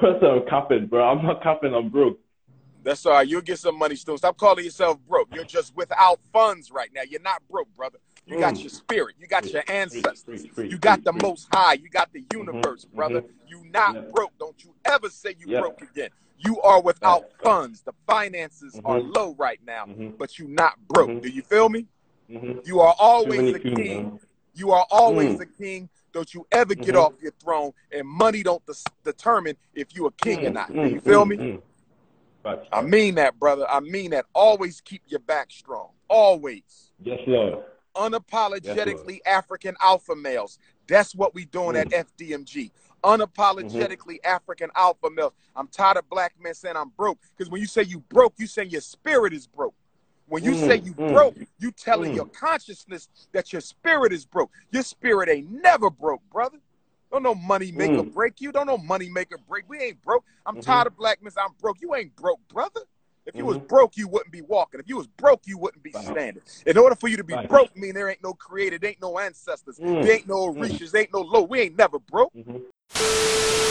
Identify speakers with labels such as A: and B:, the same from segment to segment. A: What's up, copping, bro? I'm not copping. I'm broke.
B: That's all right. You'll get some money soon. Stop calling yourself broke. You're just without funds right now. You're not broke, brother. You got
A: Mm.
B: your spirit. You got your ancestors. You got the most high. You got the universe, brother. You not
A: Mm-hmm. Yeah.
B: broke. Don't you ever say you
A: Yeah.
B: broke again. You are without
A: Facts, facts.
B: funds. The finances are
A: Mhm.
B: low right now,
A: Mhm.
B: but you not broke.
A: Mhm.
B: Do you feel me?
A: Mhm.
B: You are
A: Too many
B: always a
A: people,
B: king.
A: man.
B: You are always
A: Mm.
B: a king. Don't you ever get
A: Mhm.
B: off your throne. And money don't des- determine if you a king or
A: Mm,
B: not. Do
A: mm,
B: you feel
A: mm,
B: me?
A: mm. Facts,
B: I
A: facts.
B: mean that, brother. I mean that. Always keep your back strong. Always
A: Yes, Lord.
B: unapologetically African alpha males. That's what we doing
A: Mm.
B: at FDMG.
A: Mm-hmm.
B: Unapologetically African alpha males. I'm tired of black men saying I'm broke. Because when you say you broke, you saying your spirit is broke. When you
A: Mm,
B: say you
A: mm,
B: broke, you telling
A: mm.
B: your consciousness that your spirit is broke. Your spirit ain't never broke, brother. Don't no money make or
A: Mm.
B: break you. Don't no money make or break. We ain't broke. I'm
A: Mhm.
B: tired of black men. saying I'm broke. You ain't broke, brother. If you was
A: Mhm.
B: broke, you wouldn't be walking. If you was broke, you wouldn't be
A: Facts.
B: standing. In order for you to be
A: Right.
B: broke, mean there ain't no creator, there ain't no ancestors,
A: Mm.
B: there ain't no reaches, there ain't no low. We ain't never broke.
A: Mhm.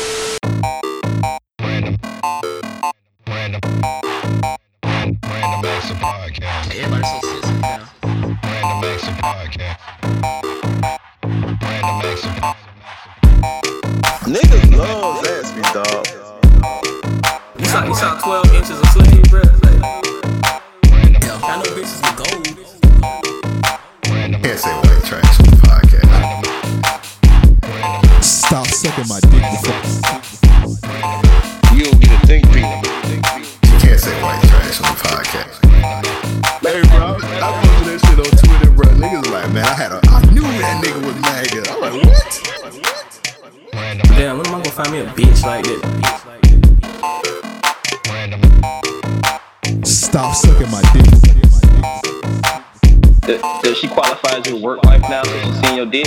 C: Everybody's so sensitive now.
D: Niggas love Zaxby, dog.
C: You saw, you saw 12 inches of sleeve, bro. Like, yo, I know bitches with gold.
E: Can't say white trash on the podcast.
F: Stop sucking my dick. you fuck.
G: You don't get a think piece.
E: You can't say white trash on the podcast. Hey, bro, I posted that shit on Twitter, bro. Niggas like, man, I had a, I knew that nigga was mad. I'm like, what?
C: Damn, when am I gonna find me a bitch like that?
F: Stop sucking my dick.
H: Does, does she qualify as your work wife now since she's seen your dick?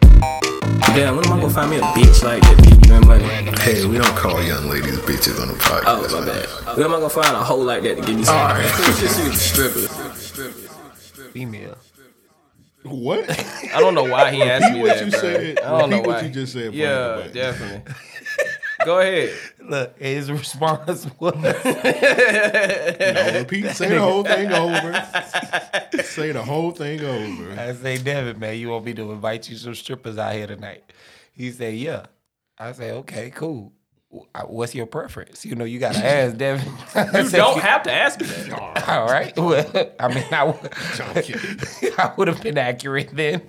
C: Damn, when am I gonna find me a bitch like that? Give me money.
E: Hey, we don't call young ladies bitches on the podcast.
C: Oh, my bad. When am I gonna find a hoe like that to give me some?
E: All right.
C: Stripper.
I: Female.
E: What?
I: I don't know why he asked
E: Repeat
I: me
E: what
I: that.
E: you
I: bro.
E: said.
I: I don't know
E: Repeat what
I: why.
E: you just said,
I: Yeah,
E: Brandon, but-
I: definitely. Go ahead.
J: Look, his response was
E: No, repeat. Say the whole thing over. Say the whole thing over.
J: I say, Devin, man, you want me to invite you some strippers out here tonight? He said, Yeah. I say, Okay, cool. Wh- I- What's your preference? You know, you gotta ask Devin. I
I: You
J: said,
I: don't have to ask me that.
J: All right. Well, I mean, I, w-
E: Okay.
J: I would have been accurate then.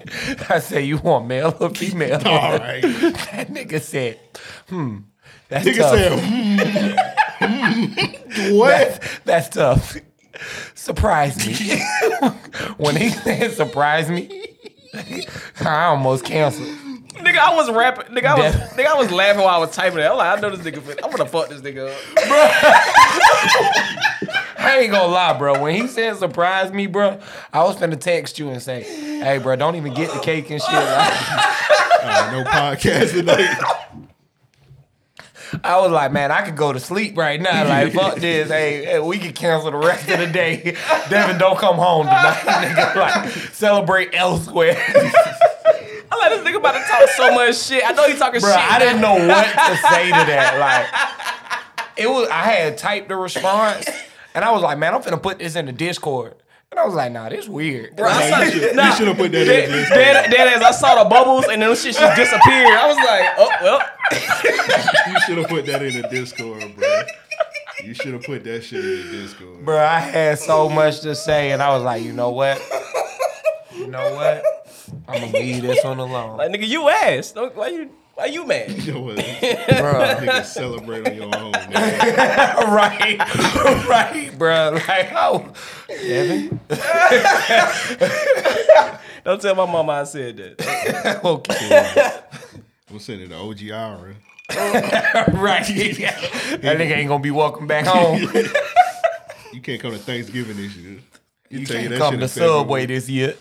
J: I say, you want male or female?
E: All right.
J: that nigga said, hmm. That's
E: Nigga
J: tough.
E: said, hmm, hmm, what?
J: That's tough. Surprise me. when he said surprise me, I almost canceled.
I: Nigga, I was rapping. Nigga, I was,
J: Def-
I: nigga, I was laughing while I was typing it. I'm like, I know this nigga. fit- I'm gonna fuck this nigga up.
J: I ain't gonna lie, bro. When he said surprise me, bro, I was finna text you and say, hey, bro, don't even get the cake and shit. I,
E: All right, no podcast tonight.
J: I was like, man, I could go to sleep right now. Like, fuck this. Hey, hey, we can cancel the rest of the day. Devin, don't come home tonight, nigga. Like, celebrate elsewhere.
I: I'm like, this nigga about to talk so much shit. I know he talking
J: Bro,
I: shit.
J: I didn't know what to say to that. Like, it was. I had typed the response, and I was like, "Man, I'm finna put this in the Discord." And I was like, "Nah, this weird."
I: Bro, I saw-
E: you should- you
I: nah,
E: should've put that in
I: dead,
E: this.
I: Dead, dead as I saw the bubbles and then shit just disappeared. I was like, oh well.
E: You should have put that in the Discord, bro. You should have put that shit in the Discord.
J: Bro, I had so much to say, and I was like, "You know what? You know what? I'm gonna leave this one alone,
I: Like nigga, you ass. Don't- Why you? Why you mad?
E: Yo, what? Nigga,
J: bro."
E: celebrate on your own, nigga.
J: right, right, bro. Like, oh, Devin,
I: Don't tell my mama I said that.
J: okay,
E: I'm sending the OG Iron.
J: right. That nigga ain't gonna be welcome back home.
E: You can't come to Thanksgiving this year. You,
J: You
E: tell you
J: can't
E: that
J: come
E: shit
J: to
E: in February.
J: Subway this year.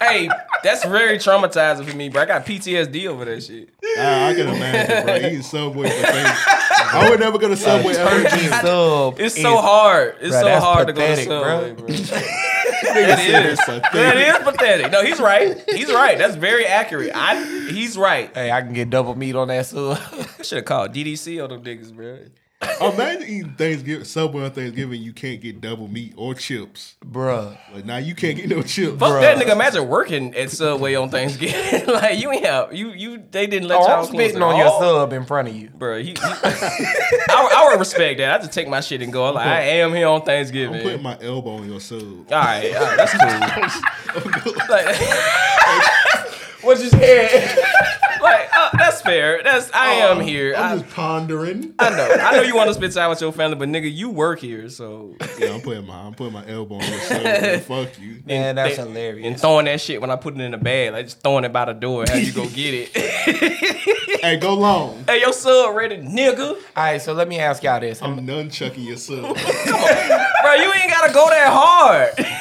I: hey, that's very traumatizing for me, bro. I got PTSD over that shit.
E: I, I can imagine, bro. Eating Subway for Thanksgiving. I would never go to Subway ever
J: turkey
E: again.
J: sub.
I: It's
J: is-
I: so hard. It's
J: Bruh,
I: so
J: that's
I: hard to go to
J: pathetic,
I: Subway, bro. That is. That is pathetic. No, he's right. He's right. That's very accurate. I he's right.
J: Hey, I can get double meat on that so
I: I should have called DDC on them niggas, bro.
E: Imagine eating Thanksgiving, Subway on Thanksgiving, you can't get double meat or chips.
J: Bruh.
E: Like now you can't get no chips.
I: Fuck that nigga. Imagine working at Subway on Thanksgiving. like you ain't have you you they didn't let
J: Oh,
I: y'all
J: I'm spitting
I: close at
J: on your
I: all.
J: sub in front of you.
I: Bro, he, he- I, I would respect that. I just take my shit and go. I'm like, I am here on Thanksgiving.
E: I'm putting my elbow on your sub.
I: All right, all right, that's cool. like, what you said? like, uh, that's fair. That's I
J: Oh,
I: am here. i
E: I'm just pondering.
I: I know. I know you want to spend time with your family, but nigga, you work here, so
E: yeah, I'm putting my I'm putting my elbow on your sub. man. Fuck you.
J: Man, that's
I: they-
J: hilarious.
I: and throwing that shit when I put it in the bag, like just throwing it by the door. How you go get it?
E: Hey, go long.
I: hey, your sub ready, nigga?
J: All right, so let me ask y'all this.
E: I'm nunchucking your sub.
I: Bro, you ain't gotta go that hard.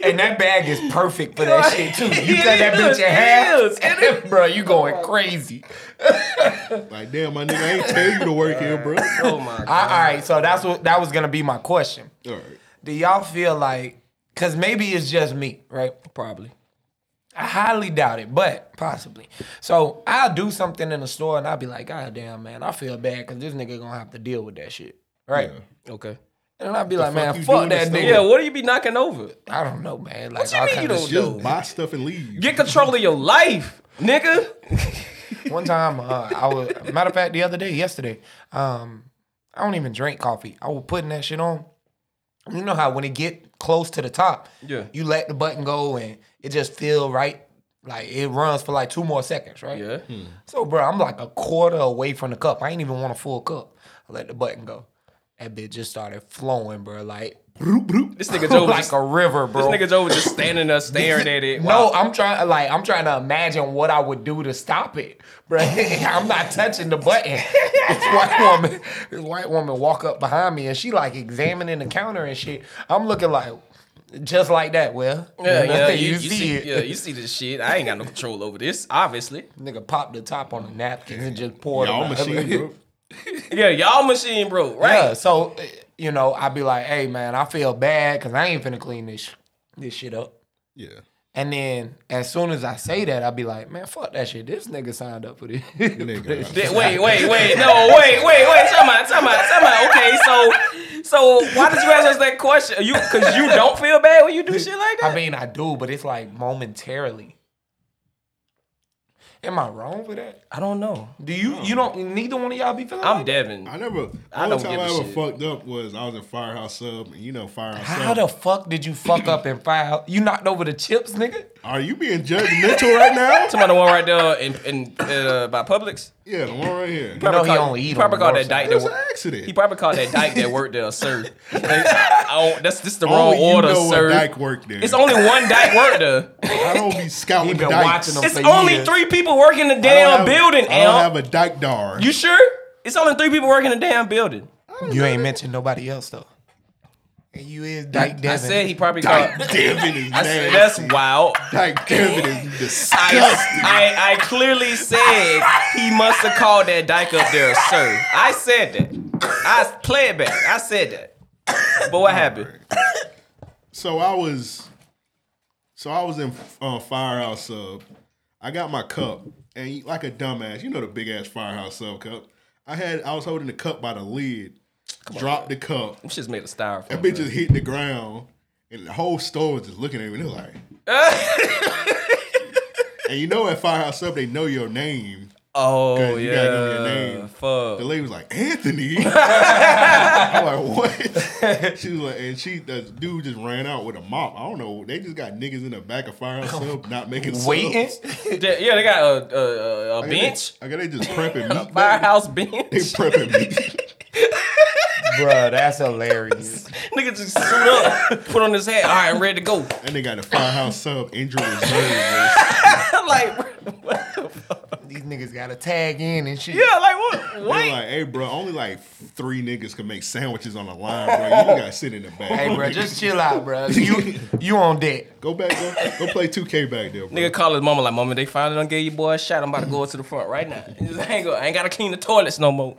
J: And that bag is perfect for that shit too. You
I: It
J: cut that
I: is,
J: bitch in
I: it is,
J: half,
I: it
J: bro. You going crazy?
E: Like damn, my nigga, I ain't tell you to work here, bro.
I: Oh my god.
J: I- all right, so that's what that was gonna be my question.
E: All right.
J: Do y'all feel like? Cause maybe it's just me, right?
I: Probably.
J: I highly doubt it, but possibly. So I'll do something in the store and I'll be like, God damn, man, I feel bad because this nigga gonna have to deal with that shit. Right.
I: Okay.
J: And I'll be like, man,
E: fuck you
J: fuck
E: do
J: that
E: in the
J: nigga.
E: store?
I: Yeah, what do you be knocking over?
J: I don't know, man. Like,
I: What you
J: all
I: mean
J: kind
I: you
J: of
I: don't
J: shit.
E: Just
I: No.
E: buy stuff and leave.
I: Get control of your life, nigga.
J: One time, uh, I was matter of fact, the other day, yesterday, um, I don't even drink coffee. I was putting that shit on. You know how when it get close to the top,
I: Yeah.
J: you let the button go and it just feel right. Like it runs for like two more seconds, right?
I: Yeah.
J: So, bro, I'm like a quarter away from the cup. I ain't even want a full cup. I let the button go. That bitch just started flowing, bro. Like
I: This nigga Joe was
J: like
I: just-
J: a river,
I: This
J: bro.
I: nigga Joe was just standing there staring at it.
J: No,
I: Wow.
J: I'm trying like I'm trying to imagine what I would do to stop it, bro. I'm not touching the button. This white woman, this white woman walk up behind me and she like examining the counter and shit. I'm looking like just like that. Well,
I: Yeah, yeah,
J: you, see, it.
I: Yeah, you see this shit. I ain't got no control over this, obviously.
J: Nigga popped the top on the napkins and just poured.
E: Y'all
J: them out.
E: machine, bro.
I: Yeah, y'all machine broke,
J: Yeah,
I: right?
J: so uh, you know, I'd be like, hey man, I feel bad because I ain't finna clean this sh- this shit up.
E: Yeah.
J: And then as soon as I say that, I'll be like, man, fuck that shit. This nigga signed up for this.
E: Nigga.
I: Th- Wait, wait, wait, no, wait, wait, wait. Tell me, tell me, tell me. Okay, so, so why did you ask us that question? Are you, cause you don't feel bad when you do shit like that.
J: I mean, I do, but it's like momentarily. Am I wrong with that?
I: I don't know.
J: Do you you don't neither one of y'all be feeling
I: Hmm. I'm
J: like
I: Devin.
E: I never.
I: I
E: I only
I: don't
E: time
I: give a
E: I ever
I: shit.
E: fucked up was I was in Firehouse Sub, and you know Firehouse
J: that? How
E: Sub.
J: the fuck did you fuck up and file? You knocked over the chips, nigga?
E: Are you being judgmental right now?
I: Somebody the one right there in, in uh, by Publix.
E: yeah, the one right here.
J: You know he
I: Probably called-
J: only eat
I: Probably
J: on the
I: called
J: north
I: that dyke
E: It
I: that
E: was an
I: worked.
E: accident.
I: He probably called that dyke that worked there, sir. Like, I don't, that's this the wrong
E: Only Oh, you
I: order,
E: know
I: sir.
E: What dyke work there.
I: It's only one dyke worked there.
E: I don't be scouting
J: He been
E: dykes.
J: watching them
I: It's
J: for
I: only
J: years.
I: three people working
E: I
I: the
E: don't
I: damn
E: have-
I: building,
E: I don't
I: Al.
E: have a dyke dar.
I: you sure? It's only three people working the damn building.
J: You ain't mentioned nobody else though. And you is Dyke Devin.
I: I said he probably called.
E: Devin is
I: I said,
E: nasty.
I: that's wild.
E: Dyke Devin is
I: I,
E: disgusting.
I: I, I clearly said he must have called that dyke up there, sir. I said that. I play it back. I said that. But what happened?
E: so I was, so I was in uh, Firehouse Sub. I got my cup, and like a dumbass, you know the big ass Firehouse Sub cup. I had, I was holding the cup by the lid. dropped the cup.
I: Them shit's made of styrofoam.
E: That bitch just hit the ground, and the whole store was just looking at me. They're like, and you know at Firehouse Sub they know your name.
I: oh,
E: Good, you gotta give me your
I: yeah.
E: name.
I: Fuck.
E: The lady was like, Anthony. I'm like, what? She was like, and she, the dude just ran out with a mop. I don't know. They just got niggas in the back of Firehouse Sub not making subs.
J: waiting.
I: They- Yeah, they got a, a, a, a
E: I
I: bench.
E: Guess they, I guess they just prepping meat.
I: Firehouse
E: They
I: bench.
E: prepping meat.
J: Bro, that's hilarious.
I: Nigga just suit up, put on his hat. All right, ready to go.
E: and they got the Firehouse Sub injury reserve. list.
I: I'm like, what the fuck?
J: These niggas gotta tag in and shit.
I: Yeah, like what?
E: They're
I: Wait.
E: like, hey, bro, only like three niggas can make sandwiches on the line, bro. You don't gotta sit in the back.
J: Hey bro, just chill out, bro. You you on deck.
E: Go back, go, go play 2K back there, bro.
I: Nigga call his mama like, mama, they finally done gave your boy a shot. I'm about to go to the front right now. I ain't, go, I ain't gotta clean the toilets no more.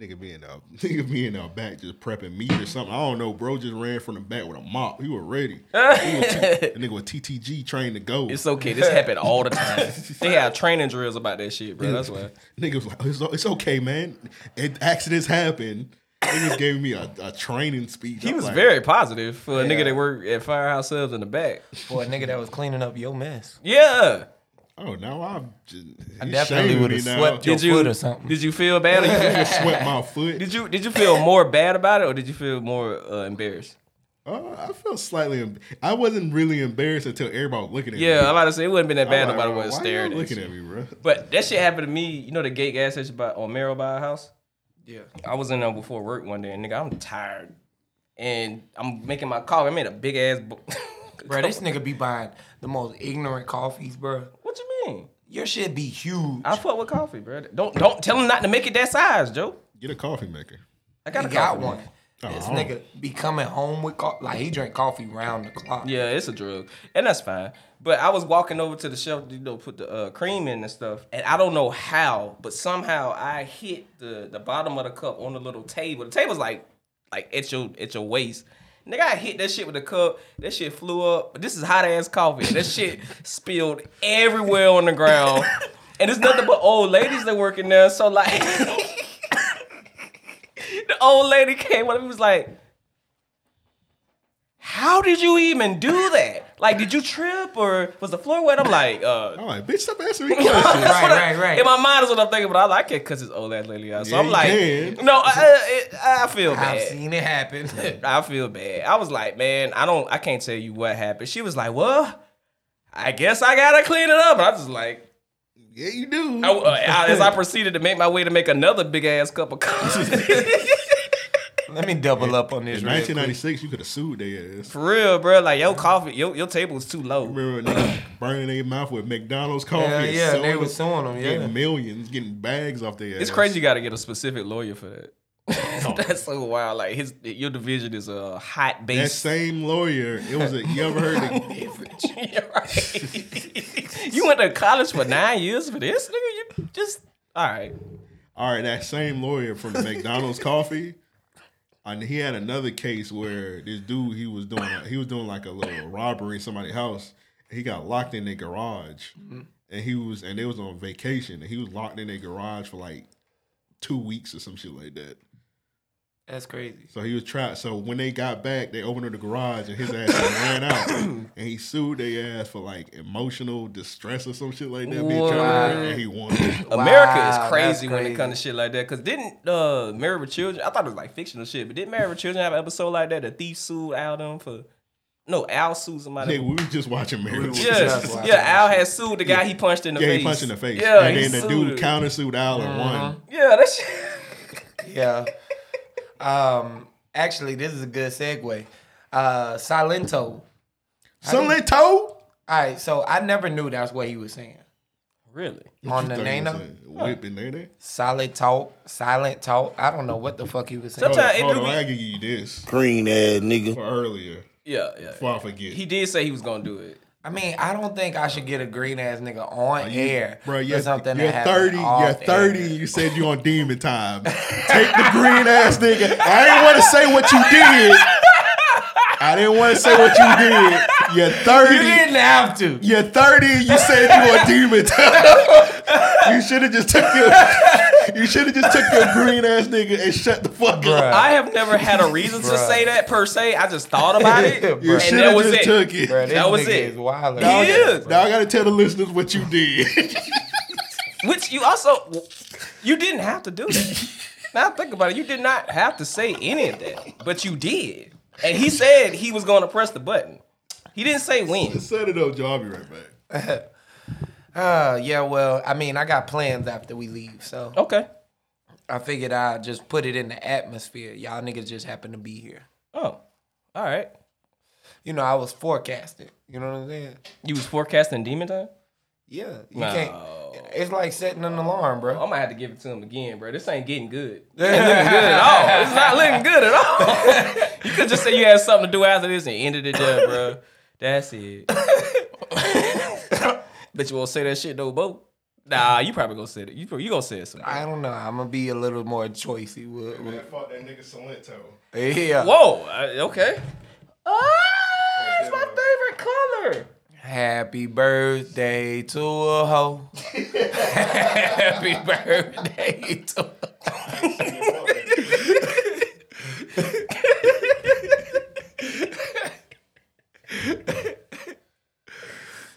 E: Nigga be in the nigga be in the back just prepping meat or something. I don't know, bro. Just ran from the back with a mop. He was ready. He was t- the nigga was TTG trained to go.
I: It's okay. This happened all the time. they have training drills about that shit, bro. That's why.
E: Nigga was like, it's, it's okay, man. It, accidents happen. Niggas gave me a, a training speech.
I: He
E: I'm
I: was
E: like,
I: very positive for a
J: Yeah.
I: nigga that worked at Firehouse Subs in the back.
J: For a nigga that was cleaning up your mess.
I: Yeah.
E: Oh, now I'm just.
J: I
E: he's
J: definitely
E: shaming
J: would've
E: me now.
J: swept your
I: Did you
J: foot or something.
I: Did you feel bad? Or you
E: I just swept my foot.
I: Did you did you feel more bad about it or did you feel more uh, embarrassed?
E: Uh, I felt slightly. Em- I wasn't really embarrassed until everybody was looking at me.
I: Yeah, I'm about to say it wouldn't been that bad.
E: I'm like,
I: Nobody
E: "Bro,
I: was
E: why y'all
I: staring at
E: looking
I: you.
E: at me, bro.
I: But that shit happened to me. You know the gay gas station by on Merrill by our house.
K: Yeah.
I: I was in there before work one day, and nigga, I'm tired, and I'm making my coffee. I made a big ass. Bo-
J: Bro, this nigga be buying the most ignorant coffees, bro.
I: What you mean?
J: Your shit be huge.
I: I fuck with coffee, bro. Don't don't tell him not to make it that size, Joe.
E: Get a coffee maker.
I: I got
J: he
I: a
J: got
I: coffee,
J: one.
I: man.
J: This
E: Oh.
J: nigga be coming home with coffee. Like, he drink coffee round the clock.
I: Yeah, it's a drug, and that's fine. But I was walking over to the shelf, you know, put the uh, cream in and stuff, and I don't know how, but somehow I hit the the bottom of the cup on the little table. The table's like like at your at your waist. Nigga, I hit that shit with the cup. That shit flew up. But this is hot ass coffee. That shit spilled everywhere on the ground. And it's nothing but old ladies that work in there. So like the old lady came up and was like, How did you even do that? Like, did you trip or was the floor wet? I'm like, uh
E: I'm like, bitch, stop asking me questions.
J: Right, right, right.
I: in my mind is what I'm thinking, but I like it because it's old ass lady. out. So
E: Yeah,
I: I'm
E: you
I: like,
E: can.
I: no, I, I, it- I feel bad.
J: I've seen it happen.
I: I feel bad. I was like, man, I don't, I can't tell you what happened. She was like, well, I guess I gotta clean it up. And I was just like,
E: yeah, you do.
I: I, uh, I- as I proceeded to make my way to make another big ass cup of coffee.
J: Let me double up on this
E: In
J: real quick.
E: 1996, you could have sued their ass.
I: For real, bro. Like your coffee, your your table was too low.
E: Remember when they burning their mouth with McDonald's coffee?
J: Hell
E: and
J: yeah,
E: selling
J: they
E: it,
J: was suing them, yeah.
E: Getting millions, getting bags off their ass.
I: It's crazy. You got to get a specific lawyer for that. That's so wild. Like his, your division is a hot
E: That
I: base.
E: same lawyer, it was a, you ever heard of
I: You're right. you went to college for nine years for this, nigga. You just all right.
E: All right, that same lawyer from the McDonald's coffee, and he had another case where this dude he was doing he was doing like a little robbery in somebody's house. He got locked in their garage, and he was and they was on vacation, and he was locked in their garage for like two weeks or some shit like that.
J: That's crazy.
E: So he was trapped. So when they got back, they opened the garage and his ass ran out, and he sued their ass for like emotional distress or some shit like that. Being trapped,
J: Wow.
E: and he won. It
I: America is
J: Wow,
I: crazy,
J: that's
I: when it
J: crazy.
I: comes to shit like that. Cause didn't uh Married with Children? I thought it was like fictional shit, but didn't Married with Children have an episode like that? The thief sued Al for no Al sued somebody.
E: Nigga, we was just watching marriage.
J: just
I: yeah,
J: watching
I: yeah. Al had sued the guy he punched in the
E: Yeah,
I: face.
E: he punched in the face.
I: Yeah,
E: and
I: he
E: then the
I: sued
E: dude
I: him.
E: countersued Al and won.
J: Mm-hmm.
I: Yeah, that shit.
J: Yeah. um, actually, this is a good segue. Uh, Silento.
E: Sunlit toe?
J: All right, so I never knew that's what he was saying.
I: Really?
J: On the
E: Thought he was
J: Nana,
E: saying Whipping there, there.
J: solid talk, silent talk. I don't know what the fuck he was saying.
I: Sometimes- Nah, it
E: Hold
I: do
E: on,
I: be-
E: I give you this
D: Green ass nigga.
E: for earlier.
I: Yeah, yeah.
E: Before I forget.
I: He did say he was gonna do it.
J: I mean, I don't think I should get a green ass nigga on
E: You-
J: air
E: Bro,
J: for
E: you're,
J: something
E: you're
J: that happened
E: 30. You're
J: off
E: 30.
J: air.
E: You said you on demon time. Take the green ass nigga. I didn't want to say what you did. I didn't want to say what you did. You're 30.
J: You didn't have to.
E: You're 30 and you said you a demon time. you should have just took your you should have just took your green ass nigga and shut the fuck
J: Bruh.
E: up.
I: I have never had a reason to
J: Bruh.
I: say that per se. I just thought about it,
J: You
I: and
E: You
J: bruh.
E: should
I: that
E: have
I: was
E: just
I: it.
E: took it.
J: Bro, this
I: That was
J: nigga
I: it.
J: is wild.
I: He
J: as hell,
I: is.
J: bruh.
E: Now I gotta tell the listeners what you did.
I: Which you also, you didn't have to do that. now I think about it, you did not have to say any of that, but you did. And he said he was gonna press the button. He didn't say when.
E: Set it up, Joe. I'll be right back.
J: Uh, yeah, well, I mean, I got plans after we leave, so
I: Okay.
J: I figured I'd just put it in the atmosphere. Y'all niggas just happen to be here.
I: Oh, all right.
J: You know, I was forecasting. You know what I'm saying?
I: You was forecasting demon time.
J: Yeah. You
I: No.
J: can't. It's like setting an alarm, bro.
I: I'm gonna have to give it to him again, bro. This ain't getting good. It ain't looking good at all. It's not looking good at all. you could just say you had something to do after this and ended it there, bro. That's it. Bet you won't say that shit though, Bo. Nah, you probably gonna say it. You you gonna say it some.
J: I don't know. I'm gonna be a little more choicey. With,
E: Man, fuck that nigga Salento.
J: Yeah.
I: Whoa. uh, okay. Oh, it's my favorite color.
J: Happy birthday to a hoe. Happy birthday to.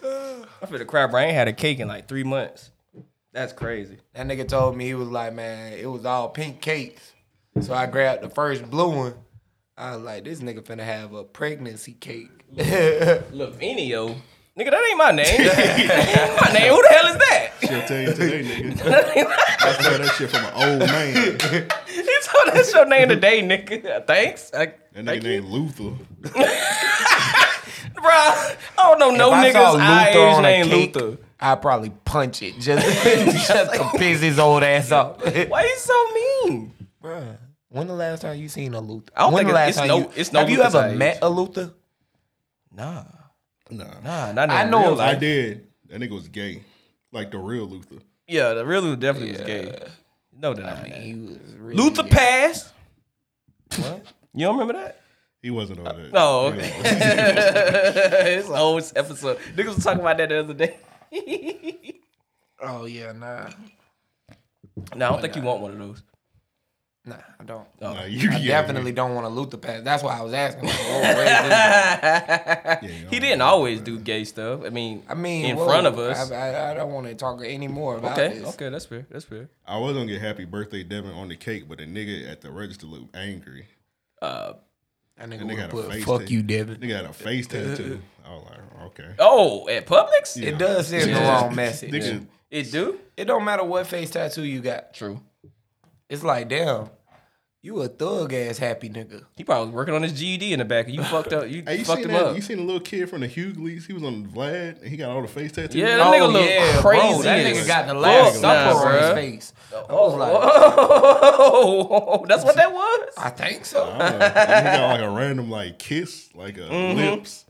I: I feel the crap. I ain't had a cake in like three months. That's crazy.
J: That nigga told me he was like, man, it was all pink cakes. So I grabbed the first blue one. I was like, this nigga finna have a pregnancy cake.
I: Lavinio. Nigga, that ain't my name. my name. Who the hell is that?
E: She'll tell you today, nigga. I stole that shit from an old man. That
I: He told that's your name today, nigga. Thanks. I,
E: nigga named Luther.
I: bro, I don't know no
J: If I saw
I: niggas I
J: Luther
I: age
J: on a
I: named
J: cake,
I: Luther.
J: I'd probably punch it just, just to piss his old ass off.
I: Why you so mean?
J: Bruh, when the last time you seen a Luther?
I: I don't
J: when
I: think
J: the
I: it-
J: last
I: it's
J: time
I: no-
J: you,
I: it's no
J: Have you
I: Luther's
J: ever
I: age.
J: met a Luther?
I: Nah.
E: Nah.
I: Nah, not in
J: I know
I: real
J: if
I: life.
E: I did. That nigga was gay. Like the real Luther.
I: Yeah, the real Luther definitely was gay. No doubt.
J: He was really
I: Luther
J: gay.
I: passed. What? You don't remember that? Oh.
E: He wasn't on that.
I: No.
E: Real
I: Okay.
E: Luther.
I: it's a whole episode. Niggas was talking about that the other day.
J: Oh yeah, nah,
I: No, I don't think you want one of those.
J: nah, I don't.
E: Nah, you,
J: I
E: yeah,
J: definitely don't want a Luther pass. That's why I was asking. like, whoa, where is this?
E: yeah, yeah,
I: He didn't always do gay stuff. I mean,
J: I mean,
I: in
J: whoa,
I: front of us.
J: I, I, I don't want to talk anymore about
I: okay,
J: this.
I: okay, that's fair. That's fair.
E: I was gonna get happy birthday Devin on the cake, but the nigga at the register looked angry.
I: Uh,
J: That
E: That
J: nigga
E: nigga
J: would
E: had
J: have
E: a
J: put
E: face
J: "fuck
E: tat-
J: you, Devin."
E: Nigga had a face tattoo. I was like, okay.
I: Oh, at Publix,
E: Yeah.
J: It does send the wrong message.
E: Nigga,
I: it do.
J: It don't matter what face tattoo you got.
I: True.
J: It's like, damn, you a thug ass happy nigga.
I: He probably was working on his GED in the back, and you fucked up. You,
E: Hey, you
I: fucked
E: seen
I: him
E: that?
I: up.
E: You seen the little kid from the Hughleys? He was on Vlad, and he got all the face tattoos.
I: Yeah, that nigga look crazy.
J: Bro, that
I: as
J: nigga got the
I: fuck
J: last
I: now,
J: supper on his
I: bruh.
J: face. I was like,
I: Oh, that's what that was.
J: I think so.
E: I don't know. And he got like a random like kiss, like a
J: Mm-hmm.
E: lips.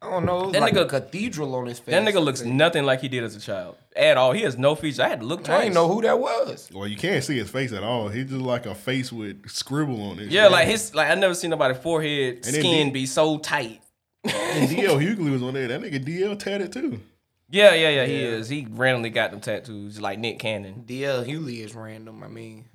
J: I don't know. It was
I: That
J: like a
I: nigga-
J: cathedral on his face.
I: That nigga looks nothing like he did as a child at all. He has no features. I had to look twice.
J: I didn't know who that was.
E: Well, you can't see his face at all. He's just like a face with scribble on it.
I: Yeah, like his like I never seen nobody forehead
E: then
I: skin
E: D-
I: be so tight.
E: And DL Hughley was on there. That nigga DL tatted too.
I: Yeah, yeah, yeah. He is. He randomly got them tattoos like Nick Cannon.
J: DL Hewley is random. I mean,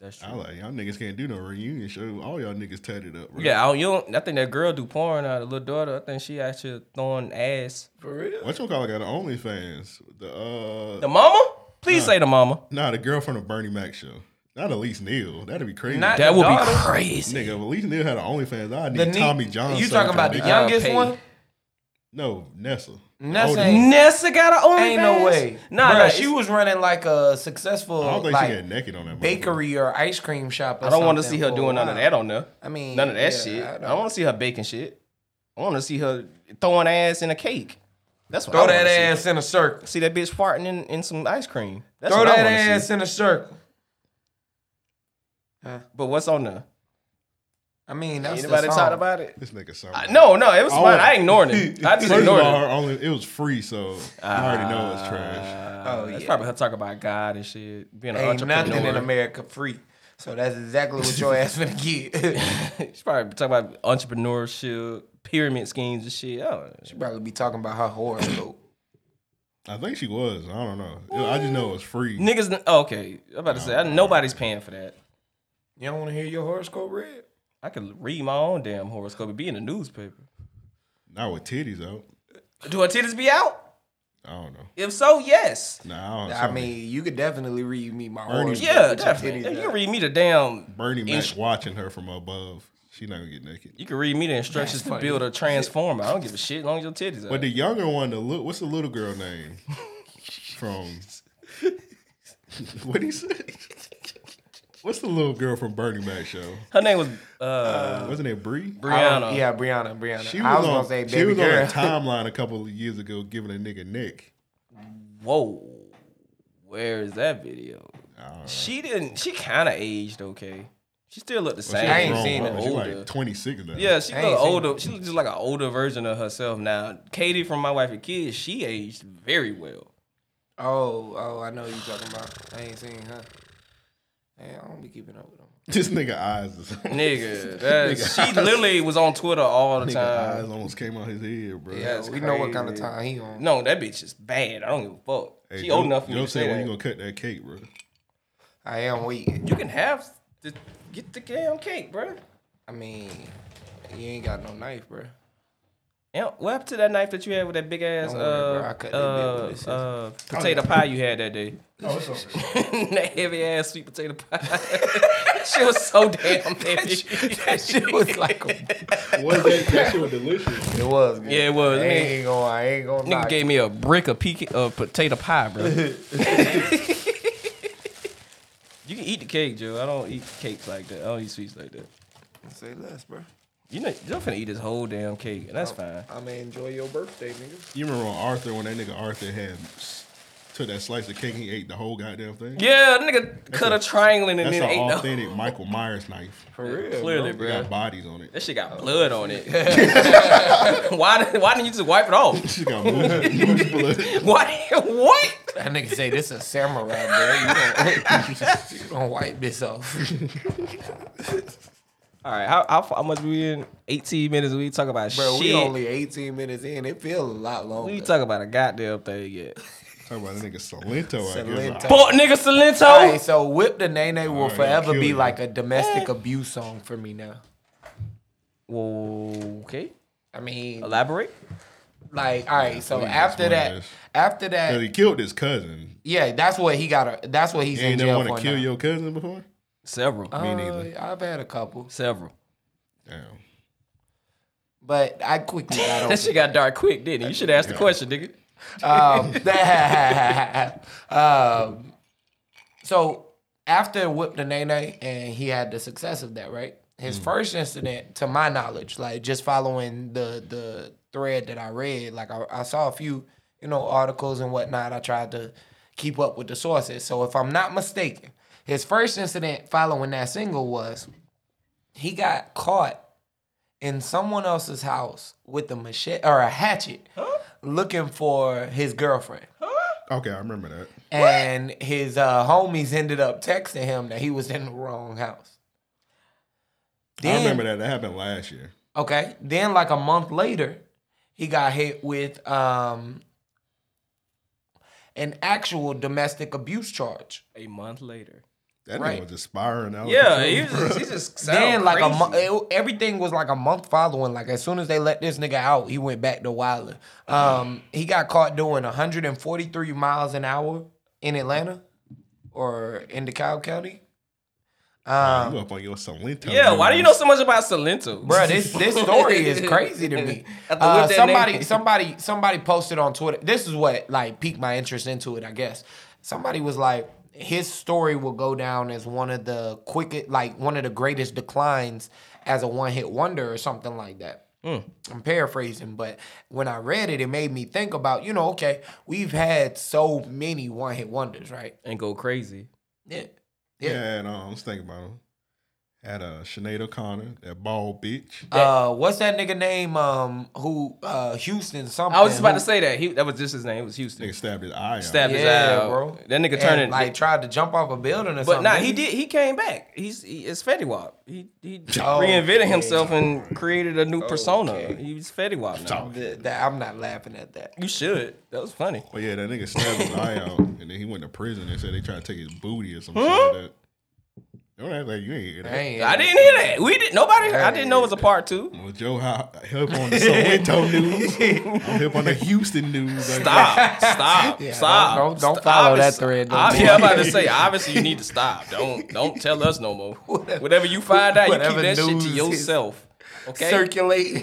I: That's
E: I
I: true.
E: was like y'all niggas can't do no reunion show. All y'all niggas tatted up. Bro.
I: Yeah, I don't, you don't, I think that girl do porn. Uh, the little daughter. I think she actually throwing ass.
J: for real.
E: What you call it? Got an OnlyFans. The uh,
I: The mama? Please say the mama.
E: nah, the girl from the Bernie Mac show. Not Elise Neal. That'd be crazy.
J: Not-
I: That would be
J: daughter?
I: crazy.
E: Nigga, if Elise Neal had an OnlyFans, I need
J: The ne-
E: Tommy Johnson.
J: You talking about the
E: nigga.
I: young-
J: youngest
I: Paid.
J: one?
E: No, Nessa.
J: Nessa
E: Older-
J: ain't-
I: Nessa got her own.
J: Ain't no way.
I: Nah,
J: Bruh,
I: nah,
J: she
I: it's-
J: was running like a successful
E: I don't think she
J: like
E: got naked on that motherfucker.
J: bakery or ice cream shop. Or
I: I don't want to
J: something
I: see her
J: for a
I: doing none of
J: while.
I: that on there.
J: I mean,
I: None of that
J: yeah,
I: shit.
J: I
I: I
J: don't-
I: don't, want to see her baking shit. I want to see her throwing ass in a cake. That's what I
J: Throw
I: wanna
J: that
I: see.
J: ass in a circle.
I: See that bitch farting in, in some ice cream. That's
J: Throw
I: what
J: that
I: I wanna
J: ass
I: See.
J: in a circle.
I: But what's on there?
J: I mean, that's
I: Anybody
J: the song.
I: talk about it?
E: This nigga sound.
I: I- no, no, it was
E: Oh.
I: fine. I ignored it. I just
E: First of
I: ignored
E: all,
I: it.
E: her only it was free, so I already know it's trash.
I: Oh,
J: Oh,
I: that's
J: yeah.
I: probably her talking about God and shit, being an
J: Ain't
I: entrepreneur.
J: nothing in America free. So that's exactly what your ass finna get.
I: She's probably talking about entrepreneurship, pyramid schemes and shit. I don't know.
J: she probably be talking about her horoscope.
E: I think she was. I don't know. I just know it was free.
I: Niggas, oh, okay. I'm about to say, I- nobody's paying for that.
J: You don't want to hear your horoscope read?
I: I could read my own damn horoscope and be in the newspaper.
E: Not with titties out.
I: Do her titties be out?
E: I don't know.
I: If so, yes.
E: Nah, I, don't,
J: I mean, you could definitely read me my
E: Ernie-
J: horoscope.
I: Yeah,
J: with your
I: definitely.
J: titties
I: You can
J: out.
I: read me the damn.
E: Bernie Mac
I: Ins-
E: watching her from above. She not gonna get naked.
I: You can read me the instructions to build a transformer. I don't give a shit as long as your titties out.
E: But the younger one, the little, what's the little girl name? From what he said? What's the little girl from Bernie Mac show?
I: her name was uh,
E: Wasn't it Bree?
J: I
I: Brianna.
J: don't- Yeah, Brianna, Brianna.
E: She was,
J: I was
E: on,
J: gonna say
E: she
J: baby
E: was on
J: girl.
E: a timeline a couple of years ago giving a nigga neck.
I: Whoa. Where is that video? She didn't. She kind of aged okay. She still looked the
E: Well,
I: same.
E: she was
J: I ain't
E: grown
J: seen
E: woman.
I: it.
E: She
I: Older.
E: like 26 now.
I: Yeah, she
J: I ain't
I: look
J: seen
I: older. She look just like an older version of herself now. Katie from My Wife and Kids, she aged very well.
J: Oh, oh, I know what you talking about. I ain't seen her. Man, I don't be keeping up with them.
E: This nigga eyes is
I: Nigga, that's- she literally was on Twitter all the
E: Nigga
I: time.
E: eyes almost came out his head, bro.
I: uh, Yeah,
J: we know what kind of time he on.
I: No, that bitch is bad. I don't give a fuck.
E: Hey,
I: she
E: Joe-
I: old enough for me
E: Joe
I: to say
E: said, "When you
I: that.
E: gonna cut that cake, bro?"
J: I am waiting.
I: You can have the, get the damn cake, bro.
J: I mean, you ain't got no knife, bro.
I: Yeah, what happened to that knife that you had with that big ass
J: Don't worry, bro. I
I: uh,
J: cut that bit with this
I: uh, uh, potato pie you had that day? Oh, it's that heavy ass sweet potato pie. she was so damn heavy. that shit was like
E: Was that, that shit was delicious?
J: It was. Good.
I: Yeah, it was.
J: I ain't gonna. I ain't gonna.
I: Nigga
J: knock
I: gave
J: it.
I: me a brick of pecan, uh, potato pie, bro. you can eat the cake, Joe. I don't eat cakes like that. I don't eat sweets like that.
J: Say less, bro.
I: You know, you're finna eat this whole damn cake, and that's fine.
J: I'm gonna enjoy your birthday, nigga.
E: You remember on Arthur when that nigga Arthur had s- took that slice of cake and he ate the whole goddamn thing?
I: Yeah, nigga cut a, triangle and
E: That's
I: then ate
E: an
I: the
E: authentic Michael Myers knife.
J: For real.
I: Clearly,
E: It
I: bro.
E: got bodies on it.
I: That shit got blood on it. why, did, why didn't you just wipe it off?
E: She got moose, moose blood.
I: Why? What?
J: That nigga say this a samurai, bro. You don't, you don't wipe this off.
I: All right, how, how, how much we in? 18 minutes. We talk about
J: Bro, we
I: shit.
J: only 18 minutes in. It feels a lot longer.
I: We talk about a goddamn thing yet.
E: Talking about that nigga Salento, I guess.
J: Salento.
I: But nigga
J: All right,
I: Salento.
J: so Whip the Nene will
E: Alright,
J: forever
E: Oh, kill
J: be
E: you.
J: like a domestic abuse song for me now.
I: Okay,
J: I mean,
I: elaborate.
J: like, all right, so
E: Please,
J: after
E: that's
J: that,
E: hilarious.
J: after
E: Because he
J: that,
E: killed his cousin.
J: yeah, that's what he got. That's what he's
E: You
J: in
E: ain't never
J: jail
E: want
J: for
E: to kill
J: now.
E: your cousin before?
I: Several.
J: Uh,
E: Me neither.
J: I've had a couple,
I: Several.
E: Damn.
J: but I quickly got over
I: That shit got dark quick, didn't it? You should have asked the question, nigga.
J: um, um, so after Whip the Nene, and he had the success of that, right? His first incident, to my knowledge, like just following the the thread that I read, like I, I saw a few, you know, articles and whatnot. I tried to keep up with the sources. So if I'm not mistaken, his first incident following that single was he got caught in someone else's house with a machete or a hatchet looking for his girlfriend.
E: Okay, I remember that.
J: And his uh, homies ended up texting him that he was in the wrong house.
E: I remember that. That happened last year.
J: Okay. Then, like a month later, he got hit with um, an actual domestic abuse charge.
I: A month later.
E: That
J: Right.
E: nigga was just spiraling out. of
I: Yeah,
E: control,
I: he was
E: bro.
I: just, he just sound
J: Then, like a
I: crazy.
J: month, everything was like a month following. Like as soon as they let this nigga out, he went back to Wilder. Um, he got caught doing 143 miles an hour in Atlanta or in DeKalb County. Um,
E: you up on your Salento.
I: Yeah, why do you know so much about Salento?
J: Bro, this this story is crazy to me.
I: Have to
J: Uh,
I: whip that
J: somebody
I: name.
J: somebody somebody posted on Twitter. This is what like piqued my interest into it, I guess. Somebody was like, his story will go down as one of the quickest, like one of the greatest declines as a one hit wonder or something like that. I'm paraphrasing, but when I read it, it made me think about, you know, okay, we've had so many one hit wonders, right?
I: and go crazy.
J: Yeah.
E: Yeah, and um, I was thinking about him. Had uh, Sinead O'Connor, that bald bitch.
J: Uh, what's that nigga name? Um, who uh, Houston something?
I: I was just about
J: who-
I: to say that. He that was just his name. It was Houston.
E: Nigga stabbed his eye out.
I: Stabbed his eye,
J: Yeah,
I: out.
J: bro.
I: That nigga
J: And,
I: turning
J: like tried to jump off a building or
I: But
J: something.
I: nah, he did. He came back. He's he, it's Fetty Wap. He he
J: Oh,
I: reinvented
J: okay.
I: himself and created a new persona.
J: Okay.
I: He's Fetty Wap now.
E: Stop.
J: Th- that- I'm not laughing at that.
I: You should. That was funny.
E: But yeah, that nigga stabbed his eye out, and then he went to prison. They said they tried to take his booty or some shit like that. Don't act like you ain't hear that.
J: Dang.
I: I didn't hear that. We didn't. Nobody. I didn't know it was a part two.
E: Well, Joe, how hip on the Soweto news? I'm hip on the Houston news. Like,
I: Stop. Stop.
J: don't-
I: stop.
J: don't- don't
I: St-
J: follow that
I: obvious-
J: thread no
I: ob-
J: more.
I: yeah, I'm about to say. Obviously, you need to stop. Don't don't tell us no more. Whatever you find out, you keep
J: Whatever
I: that shit
J: news
I: to
J: is-
I: yourself. Okay.
J: Circulate.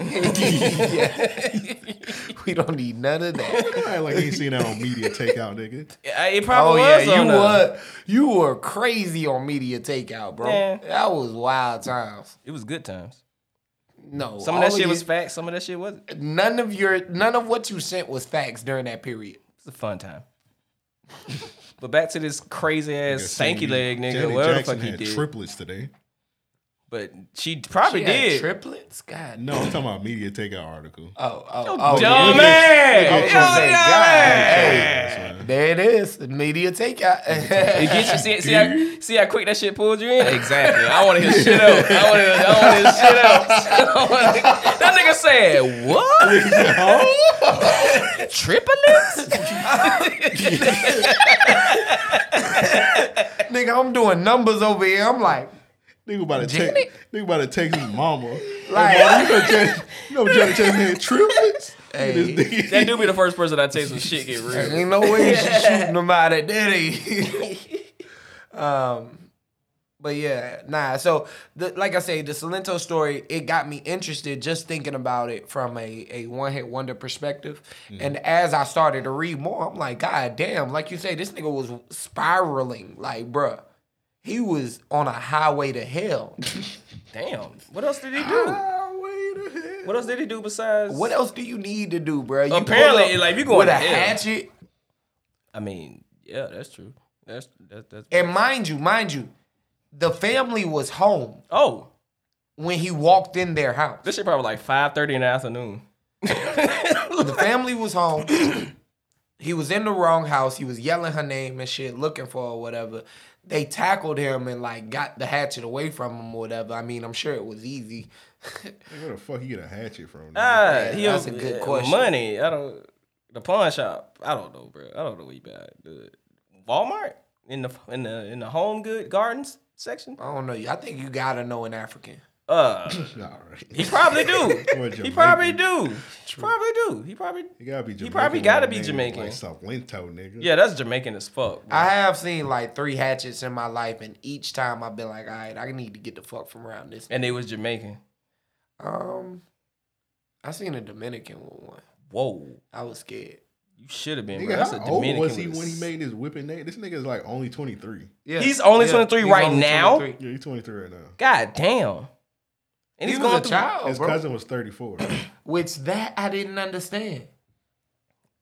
J: we don't need none of that.
E: Don't act like you ain't seen that on media takeout, nigga.
I: Yeah, It
J: Oh
I: probably
J: yeah,
I: was. on uh,
J: you
I: us.
J: were you were crazy on media takeout, bro.
I: Yeah.
J: That was wild times.
I: It was good times.
J: No,
I: Some of that
J: all
I: shit was
J: your-
I: fact. Some of that shit wasn't. It
J: None of your none of what you sent was facts during that period.
I: was a fun time. but back to this crazy ass
E: Nigga, seen
I: stanky leg nigga.
E: Janet
I: Whatever the
E: Jackson
I: fuck he
E: had
I: did.
E: triplets today.
I: But she probably
J: She had
I: did.
J: triplets? God.
E: No, I'm talking about media takeout article.
J: Oh, oh,
I: Yo,
J: oh.
I: dumb ass. Yo,
J: Oh,
I: dumb
J: God. There it is. Media takeout.
I: It gets you. See, see, how, see how quick that shit pulled you in?
J: Exactly.
I: I want to hear shit out. I want to hear, I wanna hear shit out. I wanna- that nigga said, what? Triplets?
J: Nigga, I'm doing numbers over here. I'm like,
E: Nigga about to take, nigga about to take his mama.
J: Like-
E: Like, mama, you know, Jay, you know, Jay, Jay, man, triplets. Hey.
I: that do be the first person I take some shit get real.
J: ain't no way she's shooting them out at Diddy. um, but yeah, nah. So, the, like I say, the Salento story it got me interested just thinking about it from a, a one hit wonder perspective.
I: Mm-hmm.
J: And as I started to read more, I'm like, God damn! Like you say, this nigga was spiraling. Like, bruh, he was on a highway to hell.
I: Damn. What else did he do? What else did he do besides?
J: What else do you need to do, bruh? You pull
I: Apparently,
J: up
I: like, you going
J: with a
I: to hell.
J: hatchet.
I: I mean, yeah, that's true. That's that, that's.
J: And mind you, mind you, the family was home
I: oh,
J: when he walked in their house.
I: this shit probably like five thirty in the afternoon.
J: The family was home. he was in the wrong house. He was yelling her name and shit, looking for her, whatever. They tackled him and like got the hatchet away from him, or whatever. I mean, I'm sure it was easy.
E: Where the fuck you get a hatchet from? nigga?
I: Ah, he
J: that's
I: was,
J: a good
I: uh,
J: question.
I: Money, I don't. The pawn shop, I don't know, bro. I don't know where you got the Walmart in the in the in the home good gardens section.
J: I don't know. I think you gotta know an African.
I: Uh,
E: All right.
I: he probably do.
E: Or
I: he
E: Jamaican.
I: probably do. He probably do. He probably.
E: You gotta be Jamaican.
I: probably gotta
E: with
I: be
E: a name
I: Jamaican.
E: Like Salento, nigga.
I: Yeah, that's Jamaican as fuck. bro.
J: I have seen like three hatchets in my life, and each time I've been like, all right, I need to get the fuck from around this.
I: and they was Jamaican.
J: Um, I seen a Dominican with one.
I: Whoa,
J: I was scared.
I: you should have been. bro.
E: Nigga,
I: That's
E: how
I: a
E: old
I: Dominican.
E: was he
I: with a
E: when he
I: s-
E: made his whipping name? This nigga is like only 23.
J: Yeah,
I: He's only 23 right now?
E: Yeah, he's 23 right now.
I: God damn.
J: He's
I: And he's
J: he was
I: going
J: a
I: through.
J: child,
E: His
J: bro.
E: cousin was 34.
J: Which that I didn't understand.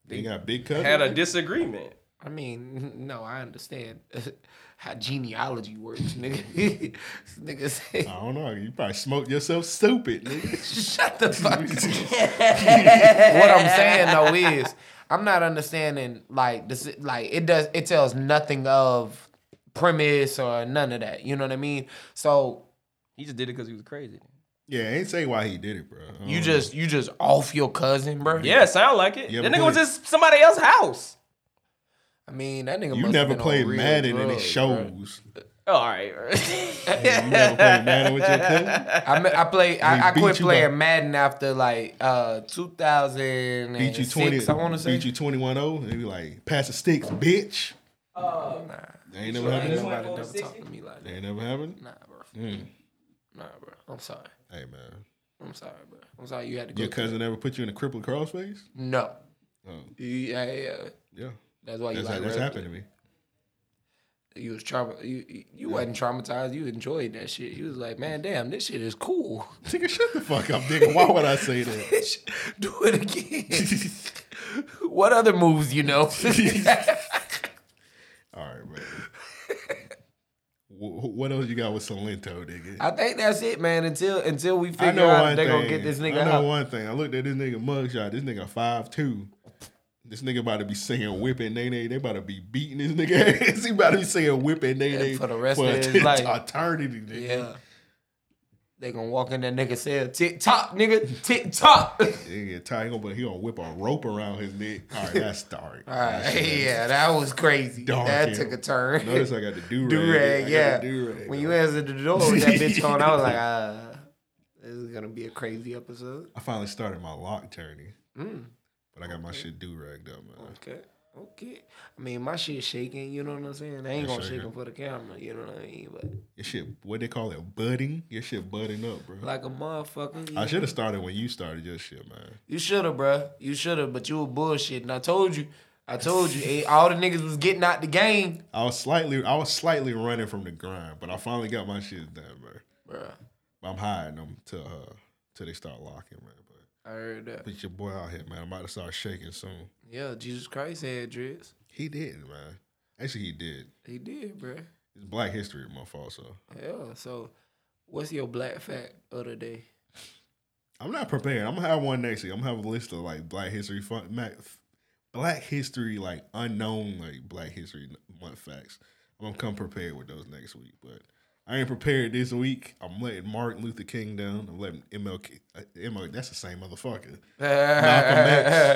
E: they got a big cousin.
I: Had a disagreement.
J: I mean, no, I understand how genealogy works, nigga. This nigga say,
E: I don't know. You probably smoked yourself stupid, nigga.
J: shut the fuck up. what I'm saying though is, I'm not understanding like this. Like it does, it tells nothing of premise or none of that. You know what I mean? So
I: He just did it because he was crazy.
E: yeah, ain't say why he did it, bro. I don't
J: you
E: know.
J: just you just off your cousin, bro.
I: Yeah, sound like it.
E: Yeah,
I: that
E: but
I: nigga was
E: then-
I: just somebody else's house.
J: I mean that nigga.
E: you
J: must
E: never
J: have been on
E: played
J: real
E: Madden and it
J: drugs, bruh.
E: shows.
I: Oh, all right.
E: You never played Madden with your cousin.
J: I me- I play
E: He
J: I, I
E: beat
J: quit
E: you
J: playing
E: by-
J: Madden after like uh 2006.
E: Beat you 20.
J: I want to say.
E: Beat you 21 0. And be like, pass the sticks, bitch.
J: Uh,
E: Nah. Ain't never
J: Ain't
E: happened.
J: nobody never talked to me like that.
E: Ain't never happened.
J: Nah, bro.
E: Mm.
J: Nah, bro. I'm sorry.
E: Hey, man.
J: I'm sorry, bro. I'm sorry you had to go.
E: Your
J: through
E: cousin ever put you in a crippled crawl space?
J: that. No.
E: Oh,
J: Yeah, yeah, yeah.
E: yeah.
J: That's why you
E: That's,
J: like
E: that's
J: rap.
E: happened to me.
J: You was trauma. You you you wasn't traumatized. You enjoyed that shit. You was like, man, damn, this shit is cool.
E: Nigga, shut the fuck up, nigga. Why would I say that?
J: Do it again. what other moves you know?
E: All right, bro. Wh- What else you got with Salento, nigga?
J: I think that's it, man. Until until we
E: I
J: figure
E: know
J: out
E: one
J: if they're
E: thing.
J: gonna get this nigga
E: I know
J: out.
E: one thing. I looked at this nigga mugshot. This nigga five two. This nigga about to be singing whipping nay nay. They about to be beating this nigga ass. he about to be singing whipping nay nay
J: Yeah, for the rest of his life.
E: Eternity, nigga.
J: Yeah. They gonna walk in that nigga cell, tick tock, nigga, tick tock. All
E: Nigga, Ty, he gonna, but he gonna whip a rope around his neck. All right, that's dark. All
J: right, yeah, that was crazy.
E: Dark,
J: that
E: yeah.
J: took a turn.
E: Notice I got the do rag.
J: do rag, yeah.
E: Do-rag,
J: when you answered the door with that bitch on, I was like, uh, this is gonna be a crazy episode. Mm,
E: I finally started my lock journey, but I got my shit do ragged up, man.
J: Okay, okay. I mean, my shit shaking. You know what I'm saying? I ain't gonna shake
E: shaking.
J: him for the camera. You know what I mean? But
E: Your shit, what they call it, budding. Your shit budding up, bro.
J: like a motherfucker. you
E: I should have started when you started your shit, man.
J: You should have, bruh. You should have, but you were bullshitting. I told you. I told you. eh, All the niggas was getting out the game,
E: I was slightly, I was slightly running from the grind, but I finally got my shit done, bro.
J: bruh.
E: I'm hiding them till uh, till they start locking, man. But
J: I heard that.
E: put your boy out here, man. I'm about to start shaking soon.
J: Yeah, Jesus Christ had dreads.
E: He didn't, man. Actually, he did.
J: He did, bruh.
E: It's Black History Month also.
J: Yeah. So
K: What's your black fact of the day?
E: I'm not prepared. I'm gonna have one next year. I'm gonna have a list of like Black History fun, Mac- Black History like unknown like Black History Month facts. I'm gonna come prepared with those next week, but I ain't prepared this week. I'm letting Martin Luther King down. I'm letting MLK. uh, MLK that's the same motherfucker.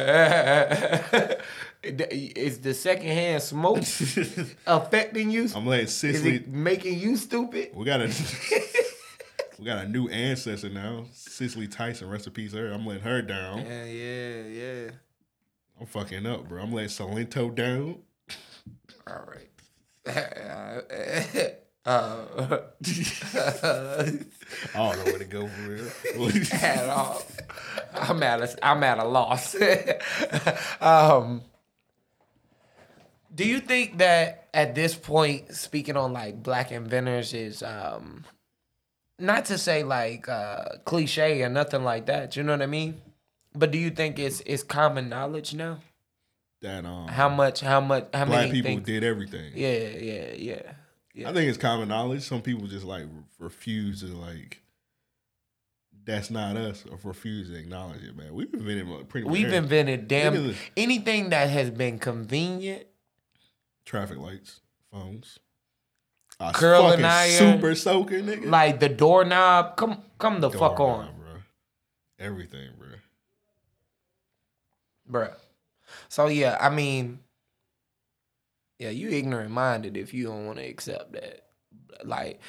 E: Malcolm
J: Is the secondhand smoke affecting you?
E: I'm letting
J: Is
E: Cicely.
J: it making you stupid?
E: We got a we got a new ancestor now, Cicely Tyson. Rest in peace, her. I'm letting her down.
J: Yeah, yeah, yeah.
E: I'm fucking up, bro. I'm letting Salento down.
J: All right. Uh,
E: I don't know where to go for real.
J: at all. I'm at a, I'm at a loss. um, do you think that at this point, speaking on like black inventors is um, not to say like uh, cliche or nothing like that. You know what I mean? But do you think it's it's common knowledge now?
E: that um,
J: How much? How much? How
E: black
J: many
E: people
J: things-
E: did everything.
J: Yeah, yeah, yeah. yeah.
E: I think it's common knowledge. Some people just like re- refuse to like. That's not us, or refuse to acknowledge it, man. We've invented like, pretty. much
J: We've
E: everything.
J: invented
E: Look
J: damn
E: at this.
J: anything that has been convenient
E: traffic lights, phones. A
J: Curl
E: fucking
J: and uh, iron.
E: super soaker, nigga.
J: like the doorknob. Come, come the fuck on,
E: Doorknob, bro. Everything, bro.
J: bruh. So yeah, I mean, yeah, you ignorant minded if you don't want to accept that. Like,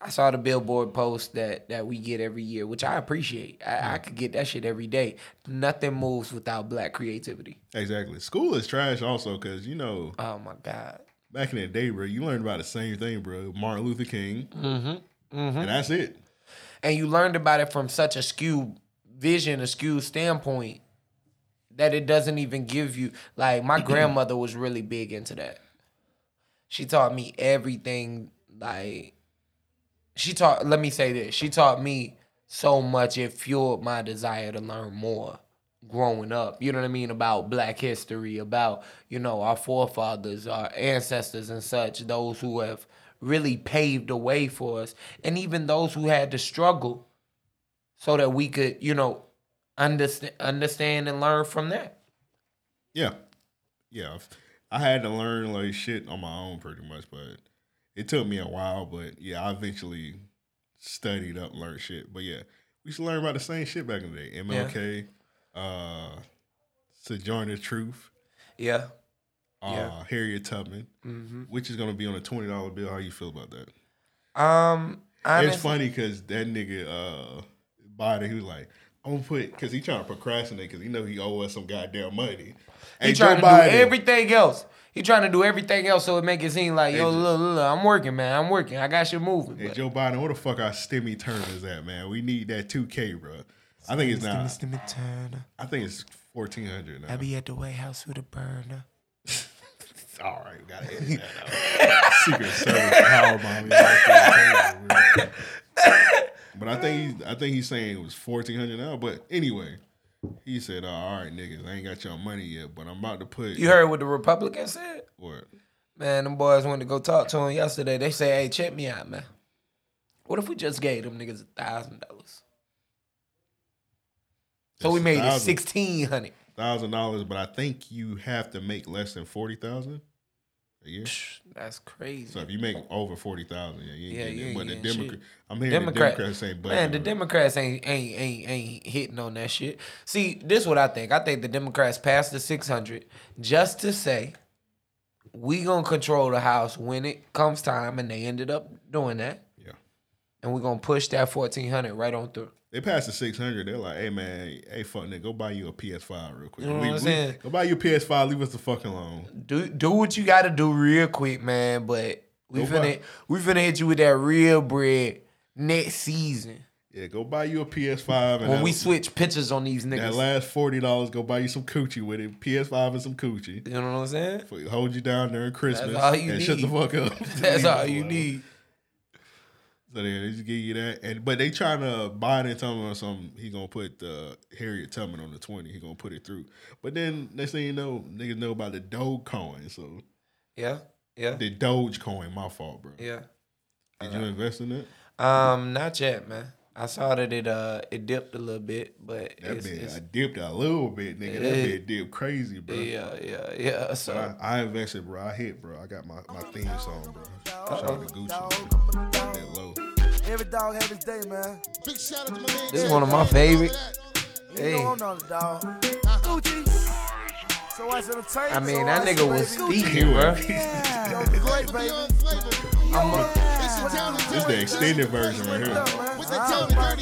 J: I saw the billboard post that that we get every year, which I appreciate. I, I could get that shit every day. Nothing moves without black creativity.
E: Exactly. School is trash, also, because you know
J: Oh my god.
E: back in that day, bro, you learned about the same thing, bro. Martin Luther King,
J: Mm-hmm. Mm-hmm.
E: and that's it.
J: and you learned about it from such a skewed vision, a skewed standpoint that it doesn't even give you like my grandmother was really big into that. She taught me everything like she taught let me say this. She taught me so much it fueled my desire to learn more growing up. You know what I mean about black history, about you know our forefathers, our ancestors and such, those who have really paved the way for us and even those who had to struggle so that we could, you know, understand understand and learn from that.
E: Yeah, yeah. I've- I had to learn like shit on my own, pretty much, but it took me a while. But yeah, I eventually studied up, learned shit. But yeah, we used to learn about the same shit back in the day. MLK, uh, Sojourner Truth,
J: Yeah.
E: uh,
J: Yeah.
E: Harriet Tubman,
J: Mhm.
E: which is gonna be on a twenty dollar bill. How you feel about that?
J: Um honestly,
E: It's funny because that nigga uh body, he was like, I'm gonna put because he trying to procrastinate because he know he owe us some goddamn money.
J: He
E: Hey, Joe
J: trying to
E: Biden,
J: do everything else. He trying to do everything else so it make it seem like, yo,
E: Hey,
J: look, look, I'm working, man. I'm working. I got shit moving.
E: Hey
J: but-
E: Joe Biden, where the fuck our stimmy turn is at, man? We need that 2K, bro. I think it's not. I think it's 1400 now.
J: I be at the White House with a burner.
E: All right, we gotta edit that out. Secret Service power bombing. but I think he's, I think he's saying it was fourteen hundred now. But anyway, he said, "Oh, "All right, niggas, I ain't got your money yet, but I'm about to put."
J: You heard what the Republicans said?
E: what?
J: Man, them boys went to go talk to him yesterday. They say, hey, check me out, man. What if we just gave them niggas a thousand dollars? So we made it sixteen hundred.
E: thousand dollars, but I think you have to make less than forty thousand a year.
J: That's crazy.
E: So if you make over forty thousand, yeah, you ain't
J: Yeah,
E: getting
J: you
E: it.
J: ain't
E: But the
J: getting
E: Democrat,
J: shit.
E: I'm hearing
J: Democrat-
E: the Democrats saying, but uh,
J: Man, the Democrats ain't ain't ain't ain't hitting on that shit. See, this what I think. I think the Democrats passed the six hundred just to say we gonna control the House when it comes time, and they ended up doing that.
E: Yeah.
J: And we gonna push that fourteen hundred right on through.
E: They passed the six hundred. They're like, hey man, hey fuck nigga, go buy you a PS five real quick.
J: You know what
E: Leave-
J: I'm
E: leave-
J: saying?
E: Go buy you a PS five. Leave us the fuck alone.
J: Do do what you gotta do real quick, man. But we
E: Go
J: finna
E: buy-
J: we finna hit you with that real bread next season
E: Yeah, go buy you a PS five.
J: when we switch pictures on these
E: that
J: niggas.
E: last forty dollars, go buy you some coochie with it. PS five and some coochie.
J: you know what I'm saying?
E: For- Hold you down during Christmas.
J: all you
E: and Shut the
J: need.
E: fuck up.
J: That's
E: Leave
J: all
E: us
J: you
E: alone.
J: need.
E: So they, they just give you that, and but they trying to Biden Tubman or something. He gonna put uh, Harriet Tubman on the twenty. He gonna put it through. But then next thing you know, niggas know about the Dogecoin. So
J: Yeah, yeah,
E: the Dogecoin, my fault, bro.
J: yeah.
E: Did you invest in it?
J: Um, not yet, man. I saw that it uh it dipped a little bit, but
E: That
J: it's,
E: bit,
J: it's-
E: I dipped a little bit, nigga. That
J: Yeah.
E: bit dipped crazy, bro.
J: Yeah, yeah, yeah,
E: But
J: so-
E: I, I invested, bro. I hit, bro. I got my, my theme song, bro. Shout out to Gucci. That low.
L: Every dog have his day, man. Big shout out to my man.
J: this is one of my favorite.
L: You
J: Hey.
L: know I'm not a dog. Gucci. So I said, entertainment.
J: I mean,
L: so
J: that
L: I
J: nigga was speaking, bro.
L: Yeah. Yo, great, baby. I'm a,
E: This is the extended version right here. Dog,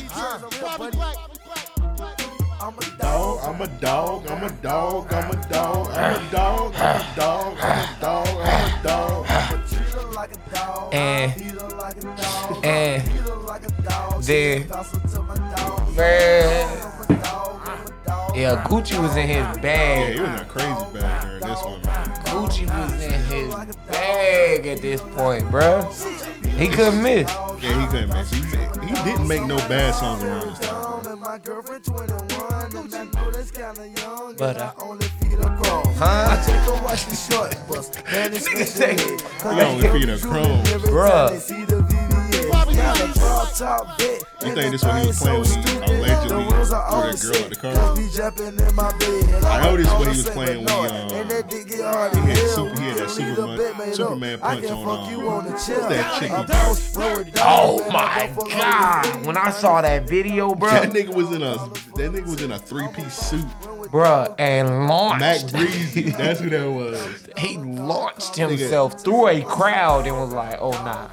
E: I'm a dog, I'm a dog, I'm a dog, I'm a dog, I'm a dog, I'm a dog, I'm a dog.
J: And and then man, yeah, Gucci was in his
E: Yeah,
J: bag.
E: he was in a crazy bag during this one. man.
J: Gucci was in his bag at this point, bruh. He couldn't miss.
E: Yeah, he couldn't miss. He, made- he didn't make no bad songs around this time.
J: But uh,
L: Nigga
J: say,
E: He only feed a chrome.
J: bruh,
E: You think this one he was playing when he allegedly threw that girl at the car? I know this one he was playing when um, he had super, he had that Superman, Superman punch on. Um, what's that chick? he-
J: oh my god, when I saw that video,
E: That
J: bruh,
E: nigga was in a that nigga was in a three piece suit.
J: bruh, and
E: Mac
J: launched,
E: Breezy, that's who that was.
J: he launched himself through a crowd and was like, oh nah,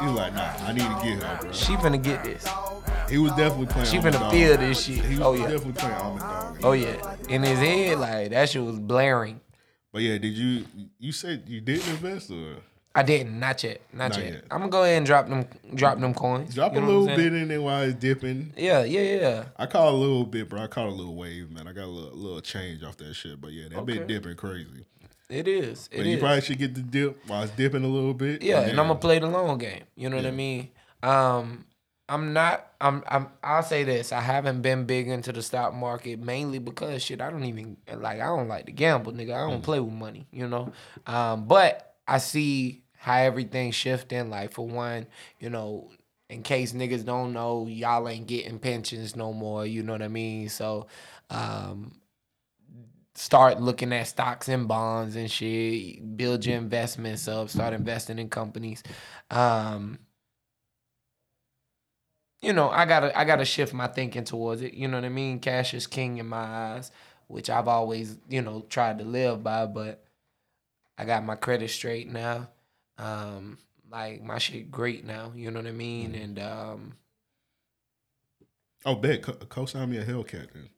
E: He was like, nah, I need to get her, bro.
J: she finna get this.
E: He was definitely playing.
J: She
E: Almond
J: finna
E: Dog.
J: feel this shit.
E: He was
J: Oh, yeah.
E: definitely playing Almond Dog.
J: Oh yeah, in his head, like that shit was blaring.
E: But yeah, did you you said you didn't invest or
J: I didn't, not yet, not,
E: Not
J: yet.
E: yet.
J: I'm gonna go ahead and drop them, drop them coins.
E: drop
J: You
E: a
J: know
E: little
J: what I'm saying?
E: bit in there while it's dipping?
J: Yeah, yeah, yeah.
E: I caught a little bit, bro. I caught a little wave, man. I got a little, little change off that shit. But yeah, that been
J: Okay.
E: dipping crazy.
J: It is.
E: But
J: It
E: you
J: is.
E: probably should get the dip while it's dipping a little bit.
J: yeah, and I'm
E: then-
J: gonna play the long game. You know what I mean? Um, I'm not. I'm. I'm. I'll say this. I haven't been big into the stock market mainly because shit. I don't even like. I don't like to gamble, nigga. I don't play with money. You know. Um, but I see how everything's shifting. Like for one, you know. In case niggas don't know, y'all ain't getting pensions no more. You know what I mean? So, um, start looking at stocks and bonds and shit, build your investments up, start investing in companies. Um, you know, I gotta I gotta shift my thinking towards it. You know what I mean? Cash is king in my eyes, which I've always, you know, tried to live by, but I got my credit straight now. Um, like my shit great now, you know what I mean?
E: Mm-hmm.
J: And um
E: Oh, bet co- co-sign me a Hellcat then.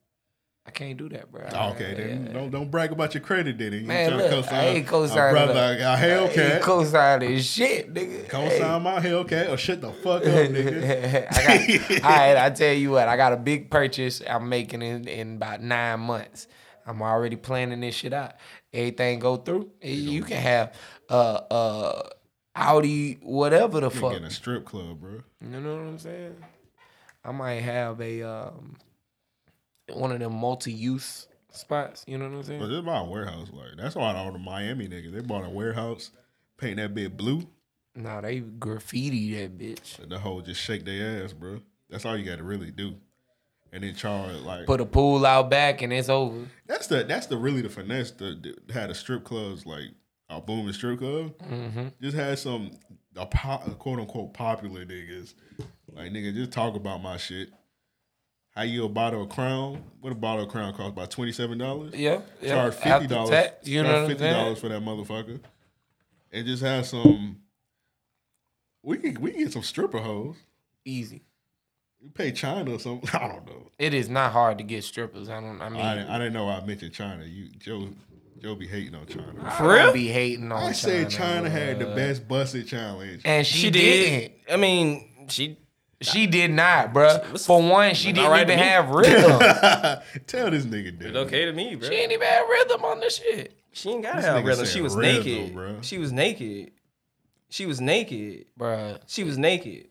J: I can't do that, bro.
E: Oh, okay, then don't don't brag about your credit then. You
J: Man,
E: tryna
J: look,
E: co-sign
J: I ain't
E: a
J: co-signing
E: brother,
J: nothing.
E: a
J: I
E: Hellcat.
J: ain't co-signing shit, nigga.
E: Co-sign my Hellcat or shut the fuck up, nigga.
J: I got, all right, I tell you what, I got a big purchase I'm making in, in about nine months. I'm already planning this shit out. Everything go through, eh, you can have uh uh Audi whatever the
E: You
J: fuck.
E: in a strip club, bro.
J: You know what I'm saying? I might have a um one of them multi-use spots. You know what I'm saying?
E: But this about a warehouse, like that's why all the Miami niggas they bought a warehouse, paint that bit blue,
J: Nah, they graffiti that bitch.
E: and the whole just shake their ass, bro. That's all you got to really do, and then charge like
J: Put a pool out back and it's over.
E: that's the that's the really the finesse that that had the strip clubs like a booming strip club.
J: Mhm.
E: Just had some a pop, quote unquote popular niggas like nigga just talk about my shit. How you a bottle of Crown? What a bottle of Crown cost about twenty seven dollars.
J: Yeah, yeah.
E: Charge
J: After
E: fifty dollars.
J: tax, you know what I'm
E: fifty
J: saying?
E: dollars for that motherfucker, and just have some. We can we can get some stripper hoes.
J: Easy.
E: You pay China or something. I don't know.
J: It is not hard to get strippers. I don't. I mean,
E: I, didn't- I didn't know I mentioned China. You Joe Joe be hating on China.
J: For real? be hating on
E: I said China
J: China,
E: had the
J: bruh.
E: best busted challenge.
J: and she,
I: She
J: did.
I: did.
J: not
I: I mean, she
J: She did not, bruh. For one, she didn't
I: right to
J: even
I: me.
J: have rhythm.
E: Tell this nigga dude.
I: It's okay to me, bro.
J: she didn't even have rhythm on this shit.
I: She ain't gotta
E: This
I: have
E: nigga
I: rhythm.
E: said
I: She was
E: rhythm,
I: naked.
E: bruh.
I: She was naked. She was naked.
J: Bruh,
I: She was naked.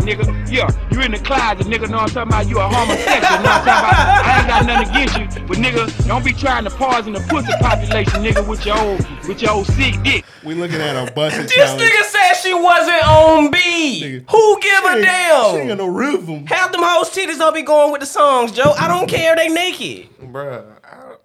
M: Nigga, yeah, you in the closet, nigga. Know what I'm talking about? You a homosexual. know what I'm talking about? I ain't got nothing against you, but nigga, don't be trying to poison the pussy population, nigga, with your old, with your old sick dick.
E: We looking at a busted
I: This nigga said she wasn't on B. Who give a damn? She ain't got
E: no rhythm.
I: Half them hoes titties don't be going with the songs, Joe. I don't care. They naked.
J: Bruh, I,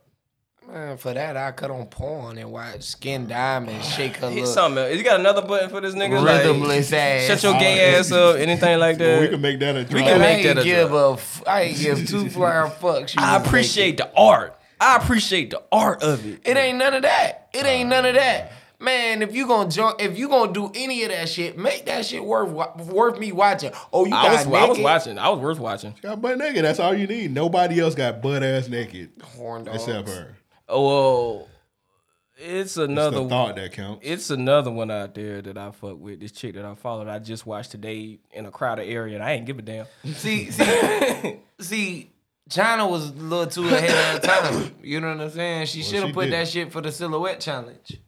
J: man, for that I cut on porn and watch Skin Diamond shake her
I: He's
J: look.
I: something else. You got another button for this nigga?
J: Rhythmless
I: like,
J: ass.
I: Shut your gay ass up. Anything like that.
E: we can make that a
I: We
J: Man,
I: can make
J: I ain't
I: that a
J: give
I: drug.
J: a f- I ain't give two flying fucks. You
I: I
J: was
I: appreciate the art. I appreciate the art of it.
J: It ain't none of that. It ain't none of that. Man, if you gonna jump, if you gonna do any of that shit, make that shit worth wa- worth me watching. Oh, you
I: I
J: got
I: was, I was
J: naked?
I: watching. I was worth watching.
E: Got butt naked. That's all you need. Nobody else got butt ass naked.
J: Horn dogs.
E: Except her.
I: Oh, well, it's another
E: thought that counts.
I: It's another one out there that I fuck with. This chick that I followed, I just watched today in a crowded area, and I ain't give a damn.
J: See, see, see, China was a little too ahead of her time. You know what I'm saying? She
E: Well,
J: should
E: she
J: have put
E: did.
J: that shit for the silhouette challenge.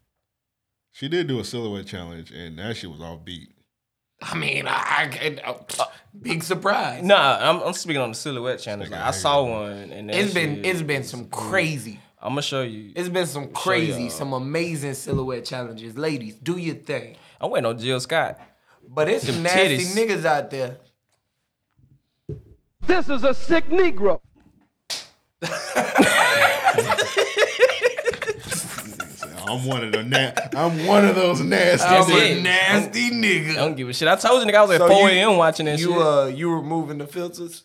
E: She did do a silhouette challenge, and that shit was off beat.
J: I mean, I, I, can- uh, big surprise.
I: Nah, I'm, I'm speaking on the silhouette channel. Like, I saw one, and that
J: It's been
I: shit-
J: it's been some crazy.
I: I'm gonna show you.
J: It's been some
I: Show y'all.
J: crazy, some amazing silhouette challenges. Ladies, do your thing.
I: I went on Jill Scott.
J: But it's
I: Them
J: some nasty
I: titties.
J: niggas out there.
M: This is a sick Negro.
E: I'm one of the na- I'm one of those nasty.
J: I'm a
E: niggas.
J: nasty nigga. I
I: don't give a shit. I told you, nigga, I was at
J: So
I: 4
J: you-
I: a.m. watching that
J: you
I: shit.
J: uh you removing the filters?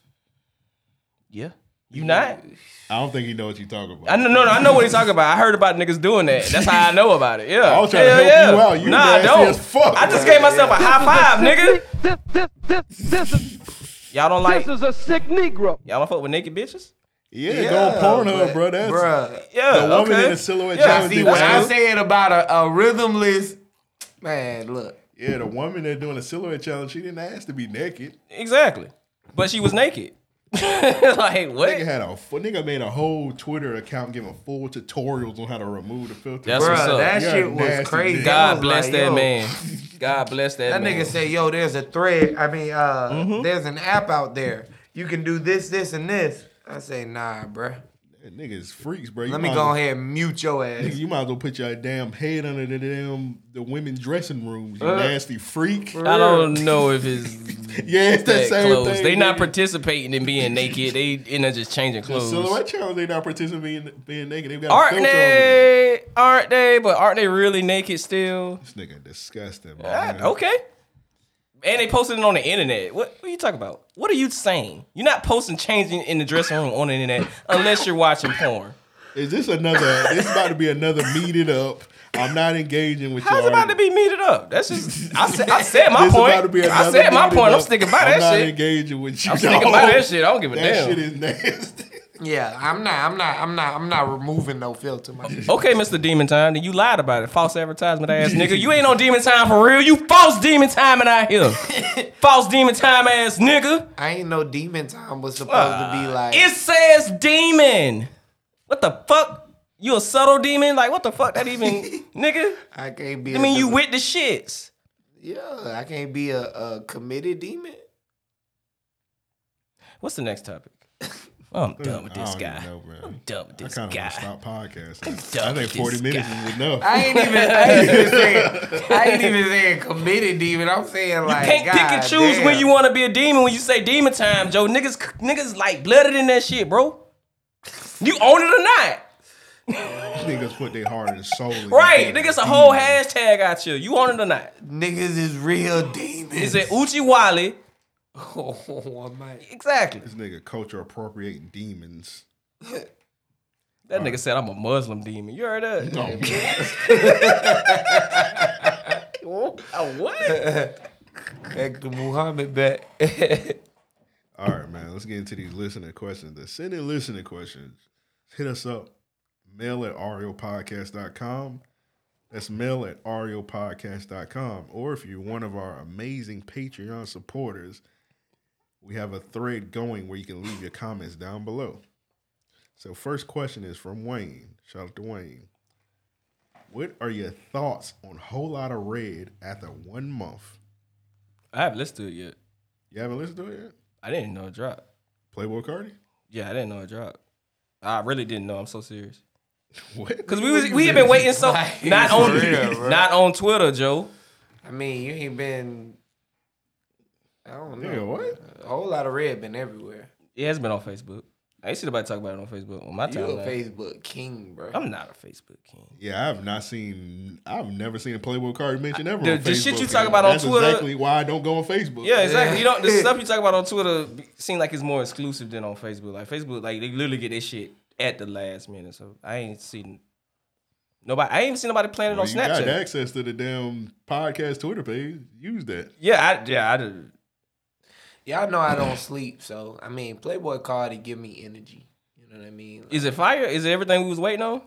I: yeah. You not?
E: I don't think he know what you talking about.
I: I know, no, no, I know what he's talking about. I heard about niggas doing that. That's how I know about it. Yeah.
E: I was trying to
I: Hell
E: help you
I: yeah.
E: out. You
I: nah, I
E: nasty
I: don't.
E: as fuck.
I: I just gave myself a high five, nigga. Y'all don't like.
M: is a sick Negro.
I: Y'all don't fuck with naked bitches?
E: Yeah, go on Pornhub, bro. That's
J: Bruh.
I: Yeah,
E: the woman
I: okay.
E: in the silhouette
I: Yeah,
E: challenge.
J: See
E: did
J: what I'm
E: well.
J: saying about a, a rhythmless man, look.
E: Yeah, the woman that doing the silhouette challenge, she didn't ask to be naked.
I: Exactly. But she was naked. like what?
E: Nigga had a fu- nigga made a whole Twitter account giving full tutorials on how to remove the filter.
I: That's Bruh, what's up. that
E: You're a
J: shit was
E: nasty
J: crazy.
E: nigga.
J: I
I: God
J: was
I: bless
J: like,
I: that
J: yo.
I: man. God bless that,
J: That
I: man. Mm-hmm.
J: nigga say, yo, there's a thread. I mean, uh there's an app out there. You can do this, this, and this. I say, nah, bruh.
E: That niggas freaks, bro. You
J: Let me
E: might
J: go
E: as-
J: ahead and mute your
E: Nigga,
J: ass.
E: you might as well put your damn head under the damn the women's dressing rooms. You
J: Uh,
E: nasty freak.
I: I don't know if it's
E: Yeah, it's that same
I: close.
E: thing.
I: They not
E: nigga.
I: participating in being naked. They end up just changing
E: The
I: clothes.
E: silhouette challenge. They not participating in being naked. They got a
I: Aren't
E: filter over it.
I: they? Aren't they? But aren't they really naked still?
E: This nigga disgusting.
I: Ah,
E: Man.
I: okay. And they posted it on the internet. What, what are you talking about? What are you saying? You're not posting changing in the dressing room on the internet unless you're watching porn.
E: Is this another? this about to be another meated up. I'm not engaging with
I: How's
E: you.
I: it about to be meted up? That's just I said, I said my
E: This
I: point.
E: about to be
I: I
E: another
I: said my
E: meeting
I: point. I'm
E: up.
I: sticking by
E: I'm
I: that
E: not
I: shit.
E: engaging with you.
I: I'm sticking
E: dog.
I: by that shit. I don't give a
E: That
I: damn.
E: shit is nasty.
J: Yeah, I'm not, I'm not, I'm not, I'm not removing no filter, my nigga.
I: Okay, Mr. Demon Time, then you lied about it. False advertisement ass nigga. You ain't on Demon Time for real. You false Demon Time out here. false Demon Time ass nigga.
J: I ain't know demon time was supposed to be like
I: It says demon. What the fuck? You a subtle demon? Like what the fuck that even nigga?
J: I can't be.
I: I
J: a
I: mean you
J: demon.
I: with the shits.
J: Yeah, I can't be a, a committed demon.
I: What's the next topic? Oh, I'm done with
E: Uh, I
I: this
E: don't
I: guy.
E: even know, bro.
I: I'm done with this
E: I kind of
I: guy.
E: want to stop podcasting.
I: done
E: I think
I: with
E: 40
I: this
E: minutes
I: guy.
E: is enough.
J: I ain't even. I ain't even saying. I ain't even saying committed demon. I'm saying like
I: Can't pick and
J: God
I: choose
J: damn.
I: when you want to be a demon. When you say demon time, Joe, niggas, niggas like blooded in that shit, bro. You own it or not,
E: Niggas put their heart and soul. in
I: right?
E: this
I: Niggas a whole hashtag out you. You own it or not?
J: Niggas is real demons.
I: Is it Uchi Wally?
J: Oh my.
I: Exactly.
E: This nigga culture appropriating demons.
I: That nigga said I'm a Muslim demon. You heard that? Oh, what?
J: Back to Muhammad back.
E: All right, man. Let's get into these listener questions. The send in listener questions. Hit us up. Mail at ariopodcast.com. That's mail at ariopodcast.com. Or if you're one of our amazing Patreon supporters, we have a thread going where you can leave your comments down below. So, first question is from Wayne. Shout out to Wayne. What are your thoughts on Whole Lot of Red after one month?
I: I haven't listened to it yet.
E: You haven't listened to it yet?
I: I didn't know it dropped.
E: Playboy Cardi?
I: Yeah, I didn't know it dropped. I really didn't know. I'm so serious.
E: What?
I: Because we was we had been waiting so not on not on Twitter, Joe.
J: I mean, you ain't been. I don't know.
I: Nigga,
E: what?
J: A whole lot of red been everywhere.
I: It has been on Facebook. I ain't seen nobody talk about it on Facebook on my
J: You a
I: timeline.
J: Facebook king, bro.
I: I'm not a Facebook king.
E: Yeah, I've not seen. I've never seen a Playboy Cardi mentioned ever.
I: The-
E: on
I: the shit you
E: Facebook,
I: talk
E: and
I: about on
E: that's
I: Twitter-
E: Exactly why I don't go on Facebook.
I: Yeah, exactly. You don't the stuff you talk about on Twitter be- seem like it's more exclusive than on Facebook. Like Facebook, like they literally get this shit at the last minute. So I ain't seen nobody. I ain't even seen nobody playing it
E: Well,
I: on
E: you got
I: Snapchat.
E: access to the damn podcast Twitter page. Use that.
I: Yeah, I, yeah, I did.
J: Y'all know I don't sleep, so I mean, Playboy Cardi give me energy. You know what I mean?
I: Is it fire? Is it everything we was waiting on?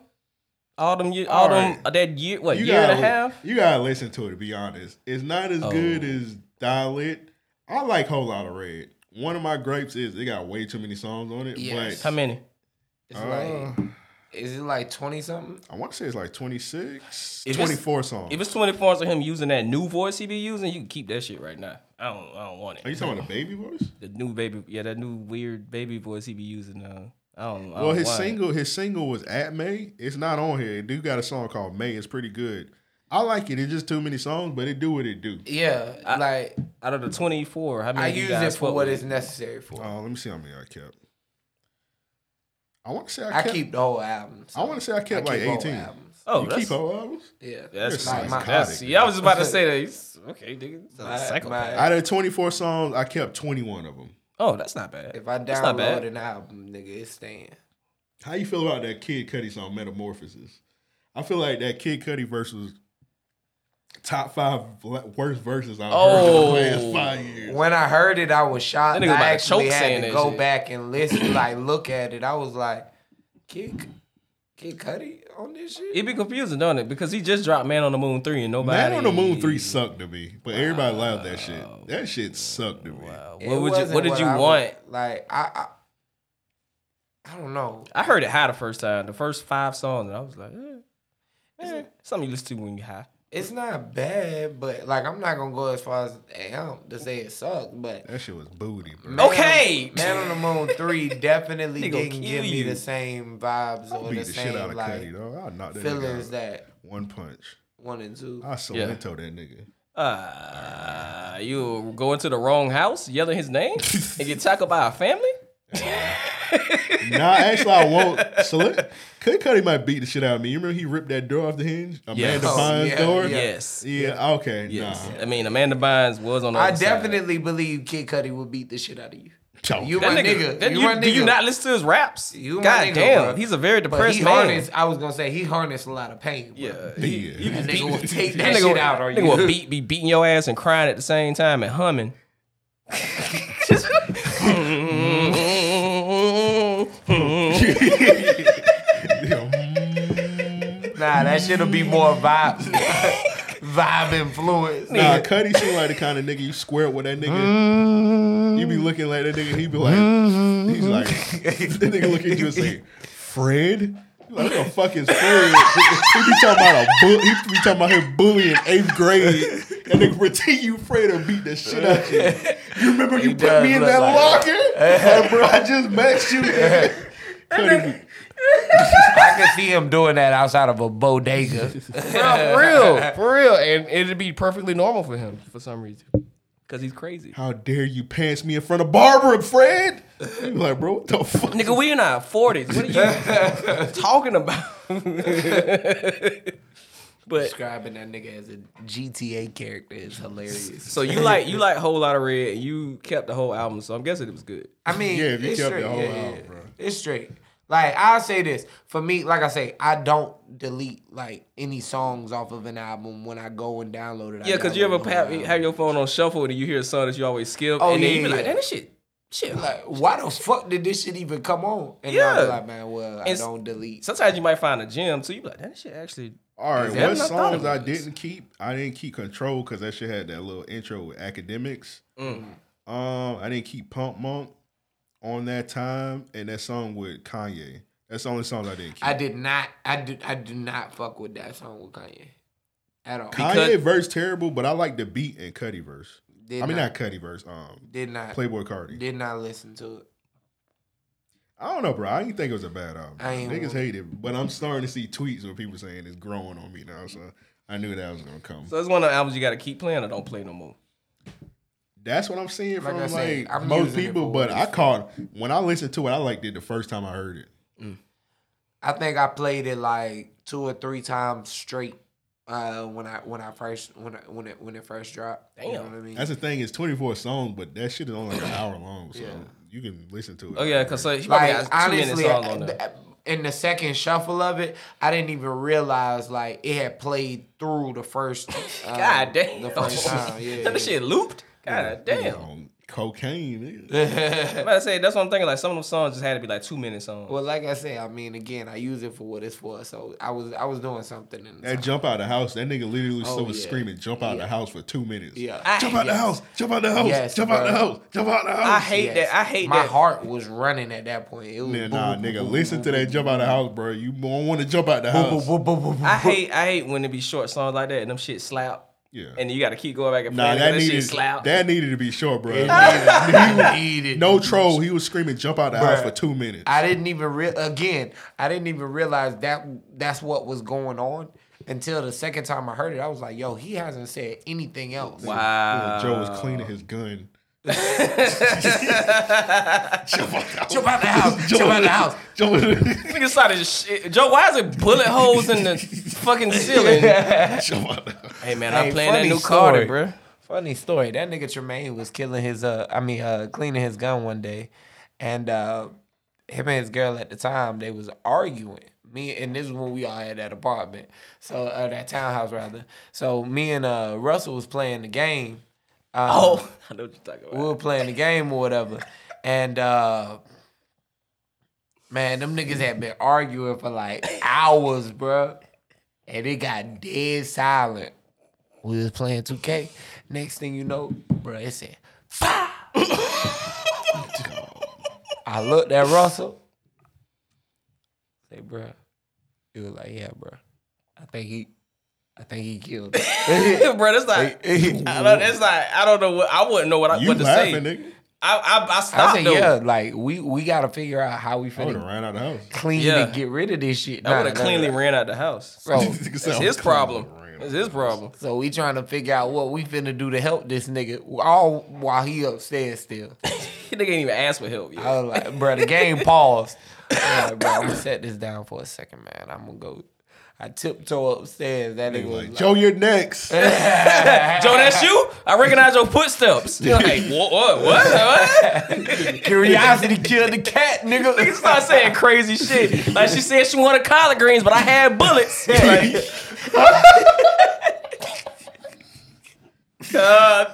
I: All them, year, all, them,
E: Alright.
I: that year, what
E: You
I: year and a
E: gotta-
I: half? Oh.
E: You gotta listen to it. To be honest, it's not as good as Dial It. I like Whole Lot of Red. One of my gripes is it got way too many songs on it. But
J: Yes.
E: uh,
J: How
I: many?
J: It's
I: Oh.
J: like, is it like twenty something?
E: I want to say it's like 26,
I: If it's-
E: 24 songs.
I: If it's 24 songs of him using that new voice he be using, you can keep that shit right now. I don't I don't want it.
E: Are you talking about the baby voice?
I: The new baby yeah, that new weird baby voice he be using uh I don't I
E: Well,
I: don't
E: his
I: want it.
E: single, his single was at May. It's not on here. It do got a song called May. It's pretty good. I like it. It's just too many songs, but it do what it do.
J: Yeah, like
I: out of the 24, how many
J: I
I: you
J: use it
I: guys
J: for
I: fuck
J: what
I: with?
J: it's necessary for.
E: Uh, let me see how many I kept. I want to say I,
J: I
E: kept,
J: keep the whole album.
E: I want to say I kept
J: I
E: like
J: keep whole
E: eighteen.
J: albums.
I: Oh,
E: you
I: that's-
E: keep whole albums?
J: Yeah.
I: That's
E: You're
I: my, my
E: psychotic.
I: that's, yeah, I was about to say that. He's, okay, nigga. it's a
J: My-
I: psychopath.
E: Out of twenty four songs, I kept twenty one of them.
I: oh, that's not bad.
J: If I
I: That's not bad.
J: download an album, nigga, it's staying.
E: How you feel about that Kid Cudi song Metamorphosis? I feel like that Kid Cudi verse was top five la- worst verses I've
I: Oh.
E: heard in the last five years.
J: When I heard it, I was shocked.
I: That
J: I
I: nigga about to
J: actually
I: choke saying
J: had to
I: that
J: go
I: shit.
J: back and listen, like look at it. I was like, Kid, Kid Cudi on this shit.
I: It be confusing, don't it? Because he just dropped Man on the Moon 3 and nobody
E: Man on the Moon three sucked to me, but everybody loved that shit. That shit sucked to me.
I: Uh, What would you
J: wasn't
I: what did you
J: I was-
I: want?
J: like I, I, I don't know.
I: I heard it high the first time, the first five songs, and I was like, eh, eh, something you listen to when you high.
J: It's not bad, but like I'm not gonna go as far as him to say it sucked, but
E: That shit was booty, bro.
J: Man on-
I: Okay.
J: Man on the Moon Three definitely
I: They gonna
J: didn't
I: kill
J: give me
I: you.
J: the same vibes
E: I'll
J: or
E: beat
J: the
E: the, shit out
J: same
E: of
J: like
E: Cudi, dog. I'll knock that nigga
J: feelings
E: out.
J: that
E: One punch.
J: one and two.
E: I Sorrento that nigga.
I: Uh, you go into the wrong house, yelling his name, and get tackled by a family.
E: nah, actually, I won't. So let, Kid Cudi might beat the shit out of me. You remember he ripped that door off the hinge, Amanda
I: Yes.
E: Bynes'
J: Oh, Yeah,
E: door.
J: yeah.
I: Yes.
E: Yeah. Okay.
I: Yes.
E: Nah.
I: I mean, Amanda Bynes was on. The
J: I
I: other side.
J: definitely believe Kid Cudi would beat the shit out of you.
E: Choke.
J: You
I: That
J: my
I: nigga,
J: nigga.
I: that-
J: you,
I: you-
J: my nigga.
I: do you not listen to his raps?
J: You my
I: God
J: nigga,
I: damn,
J: bro.
I: he's a very
J: But
I: depressed
J: he
I: man.
J: Harnessed, I was gonna say he harnessed a lot of pain. Bro.
I: yeah,
E: Yeah.
J: That nigga will take
I: That
J: that shit out on
I: nigga will
J: you.
I: beat, be beating your ass and crying at the same time and humming.
J: Nah, that shit'll be more vibe, vibe influence.
E: Nah, Cudi seemed like the kind of nigga you square up with that nigga. You be looking like that nigga. He be like, he's like, that nigga look at you and say, Fred. You Like, what the fuck is Fred? he be talking about a bull. He be talking about him bullying eighth grade. That nigga pretend you Fred and beat the shit out you. You remember you put
J: does
E: me in
J: look
E: that
J: like
E: locker? Like, bro, I just met you. Cudi be-
J: I could see him doing that outside of a bodega.
I: for real, for real, and it'd be perfectly normal for him for some reason because he's crazy.
E: How dare you pants me in front of Barbara, Fred? You be like, bro, what the fuck?
I: Nigga, we in our forties. What are you talking about? but
J: Describing that nigga as a GTA character is hilarious.
I: so you like you like whole lot of red. and You kept the whole album, so I'm guessing it was good.
J: I mean,
E: Yeah, if you
J: it's
E: kept
J: straight,
E: the whole
J: yeah,
E: album,
J: yeah.
E: bro.
J: It's straight. Like I'll say this for me, like I say, I don't delete like any songs off of an album when I go and download it. I
I: Yeah, because you ever
J: download the
I: have,
J: whole album.
I: have your phone on shuffle and you hear a song that you always skip,
J: Oh,
I: and then
J: yeah,
I: you be like,
J: yeah.
I: "Damn, this shit, shit."
J: like, why the fuck did this shit even come on? And
I: Yeah.
J: I'll be like, man, well,
I: It's-
J: I don't delete.
I: Sometimes you might find a gem, so you be like, "Damn, this shit actually."
E: All right,
I: Damn,
E: what
I: I thought
E: songs
I: it
E: I
I: was.
E: didn't keep? I didn't keep Control because that shit had that little intro with academics.
J: Mm.
E: Um, I didn't keep Pump Monk on that time, and that song with Kanye. That's the only songs I didn't keep.
J: I did not. I did. I do not fuck with that song with Kanye at all.
E: Kanye verse terrible, but I like the beat and Cuddy verse.
J: Did
E: I mean,
J: not.
E: not Cuddyverse. Um,
J: Did not.
E: Playboy Cardi.
J: Did not listen to it.
E: I don't know, bro. I didn't think it was a bad album.
J: I ain't-
E: Niggas hate it, but I'm starting to see tweets where people saying it's growing on me now. So I knew that was gonna come.
I: So it's one of the albums you got to keep playing or don't play no more.
E: That's what I'm seeing
I: Like
E: from
I: I
E: like
I: said, I'm
E: most
I: using it
E: people.
I: for
E: But
I: what
E: I
I: it's-
E: caught when I listened to it, I liked it the first time I heard it.
J: I think I played it like two or three times straight uh, when I when I first when I, when it when it first dropped. You know what I mean?
E: That's the thing. It's 24 songs, but that shit is only like an hour long, so
J: Yeah.
E: you can listen to it.
I: Oh, yeah, 'cause, uh, he probably
J: like
I: got two minutes
J: honestly,
I: all on
J: I-
I: there.
J: th- in the second shuffle of it, I didn't even realize like it had played through the first. uh,
I: God damn.
J: the first time. Yeah,
I: That shit looped. God damn.
E: Um, cocaine.
I: I'm about to say that's what I'm thinking. Like some of them songs just had to be like two minute songs.
J: Well, like I said, I mean, again, I use it for what it's for. So I was I was doing something. In
E: That jump out of the house. That nigga literally
J: Oh,
E: was
J: yeah.
E: screaming, "Jump out of
J: Yeah.
E: the house" for two minutes.
J: Yeah.
E: jump out the
I: Ah,
J: Yes.
E: house. Jump out the house.
J: Yes,
E: jump out
J: bro.
E: the house. Jump out the house.
I: I hate that. I hate
J: My
I: that.
J: heart was running at that point. It was
E: Nah, nah, nigga, listen to that jump out of the house, bro. You won't want to jump out the house.
I: I hate I hate when it be short songs like that and them shit slap.
E: Yeah.
I: And you got to keep going back and
E: Nah,
I: playing
E: that,
I: that, that shit
E: needed
I: slap.
E: that needed to be short, bro.
J: It
E: no troll. He was screaming, "Jump out the house"
J: Bruh.
E: for two minutes.
J: I didn't even real again. I didn't even realize that that's what was going on until the second time I heard it. I was like, "Yo, he hasn't said anything else."
I: Wow.
J: Uh,
E: Joe was cleaning his gun.
J: Jump out the house! Jump out the house!
E: Joe,
I: Nigga started just shit. Joe, why is it bullet holes in the fucking ceiling? hey man, I'm
J: Hey,
I: playing that
J: funny
I: new Carter,
J: story.
I: bro.
J: Funny story. That nigga Tremaine was killing his uh I mean uh cleaning his gun one day and uh him and his girl at the time they was arguing. Me and this is when we all had that apartment. So uh, that townhouse rather. So me and uh Russell was playing the game. Uh,
I: Oh, I know what you're talking about.
J: we were playing the game or whatever. And uh man, them niggas had been arguing for like hours, bruh. And it got dead silent. We was playing 2K. Next thing you know, bruh, it said "Fire!" I looked at Russell. Say, bruh. He was like, yeah, bruh. I think he I think he killed. it."
I: bro, that's like, I don't, it's like I don't know what I wouldn't know what I
E: You
I: what to say.
E: laughing, nigga?
I: I, I I
J: I
I: stopped
J: said,
I: though.
J: yeah, like we we gotta figure out how we
E: I would have
J: finna
E: ran out of the house.
J: clean
I: Yeah.
J: and get rid of this shit.
I: I
J: Nah,
I: would have
J: nah,
I: cleanly
J: nah.
I: ran out the house.
J: Bro,
I: That's his problem. That's his problem.
J: so we trying to figure out what we finna do to help this nigga, all while he upstairs still.
I: He nigga ain't even asked for help yet.
J: I was like, bro, the game paused. I'm like, bro, I'm gonna set this down for a second, man. I'm gonna go. I tiptoe upstairs. That nigga was like,
E: Joe, you're next.
I: Joe, that's you? I recognize your footsteps. like, what? What? what?
J: curiosity killed the cat, nigga.
I: Nigga start saying crazy shit. Like, she said she wanted collard greens, but I had bullets. Like, uh,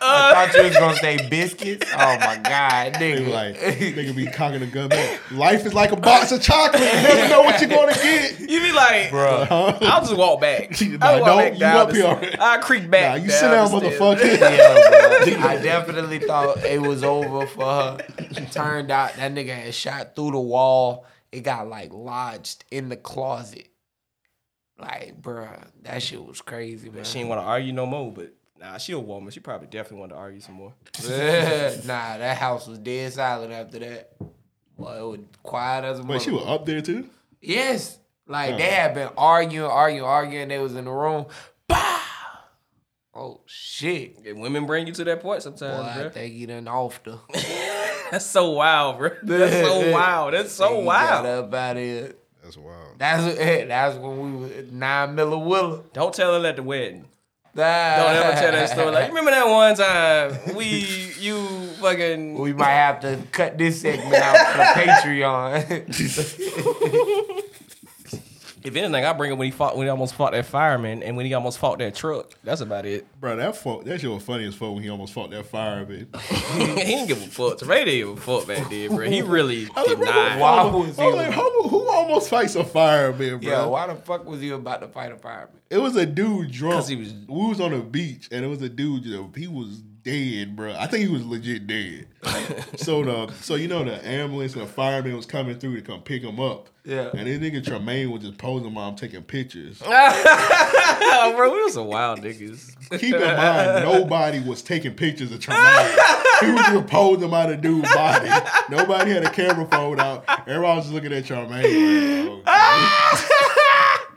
J: I thought you was gonna say biscuits. Oh my god,
E: They
J: nigga.
E: like nigga be cocking a gun back. Life is like a box of chocolate. You never know what you're gonna get.
I: you be like,
J: bro,
I: I'll just walk back.
E: Nah,
I: I'll walk
E: don't.
I: back
E: You
I: down
E: up
I: the
E: here
I: stairs.
E: already.
I: I'll creep
E: Nah,
I: back.
E: you sit down,
I: the stairs.
E: motherfucker.
J: Yeah, bro. I definitely thought it was over for her. Turned out that nigga had shot through the wall. It got like lodged in the closet. Like, bruh, that shit was crazy, man.
I: She ain't want to argue no more, but nah, she a woman. She probably definitely wanted to argue some more.
J: nah, that house was dead silent after that. Boy, it was quiet as a
E: Wait, she was
J: motherfucker.
E: up there too.
J: Yes. Like they
E: Oh.
J: had been arguing, arguing, arguing. They was in the room. Bah! Oh shit.
I: Yeah, women bring you to that point
J: Boy,
I: sometimes,
J: I
I: bro.
J: think he done off the
I: That's so wild, bro. That's so wild. That's so
J: He
I: wild.
J: Got up out of here.
E: That's wild.
J: That's eh, that's when we was nine Miller Willer.
I: Don't tell her at the wedding.
J: Don't
I: Don't ever tell that story. Like, remember that one time we, you fucking.
J: we might have to cut this segment out for the Patreon.
I: If anything, I bring it when he fought, when he almost fought that fireman, and when he almost fought that truck. That's about it.
E: Bro, that fuck, that shit was funny as fuck when he almost fought that fire bitch.
I: he didn't give a fuck. Ray didn't give a fuck back then, bro. He really did not.
J: Why
E: I
J: was
E: was
J: he?
E: like, who, who almost fights a fireman, bro?
J: Yo, why the fuck was you about to fight a fireman?
E: It was a dude drunk.
I: 'Cause he was-
E: we was on a beach and it was a dude. that- He was dead, bro. I think he was legit dead. so the so you know the ambulance and the fireman was coming through to come pick him up.
I: Yeah.
E: And this nigga Tremaine was just posing while I'm taking pictures.
I: bro, we was some wild niggas.
E: Keep in mind, nobody was taking pictures of Tremaine. he was just posing by the dude's body. Nobody had a camera phone out. Everybody was just looking at Tremaine. like, oh.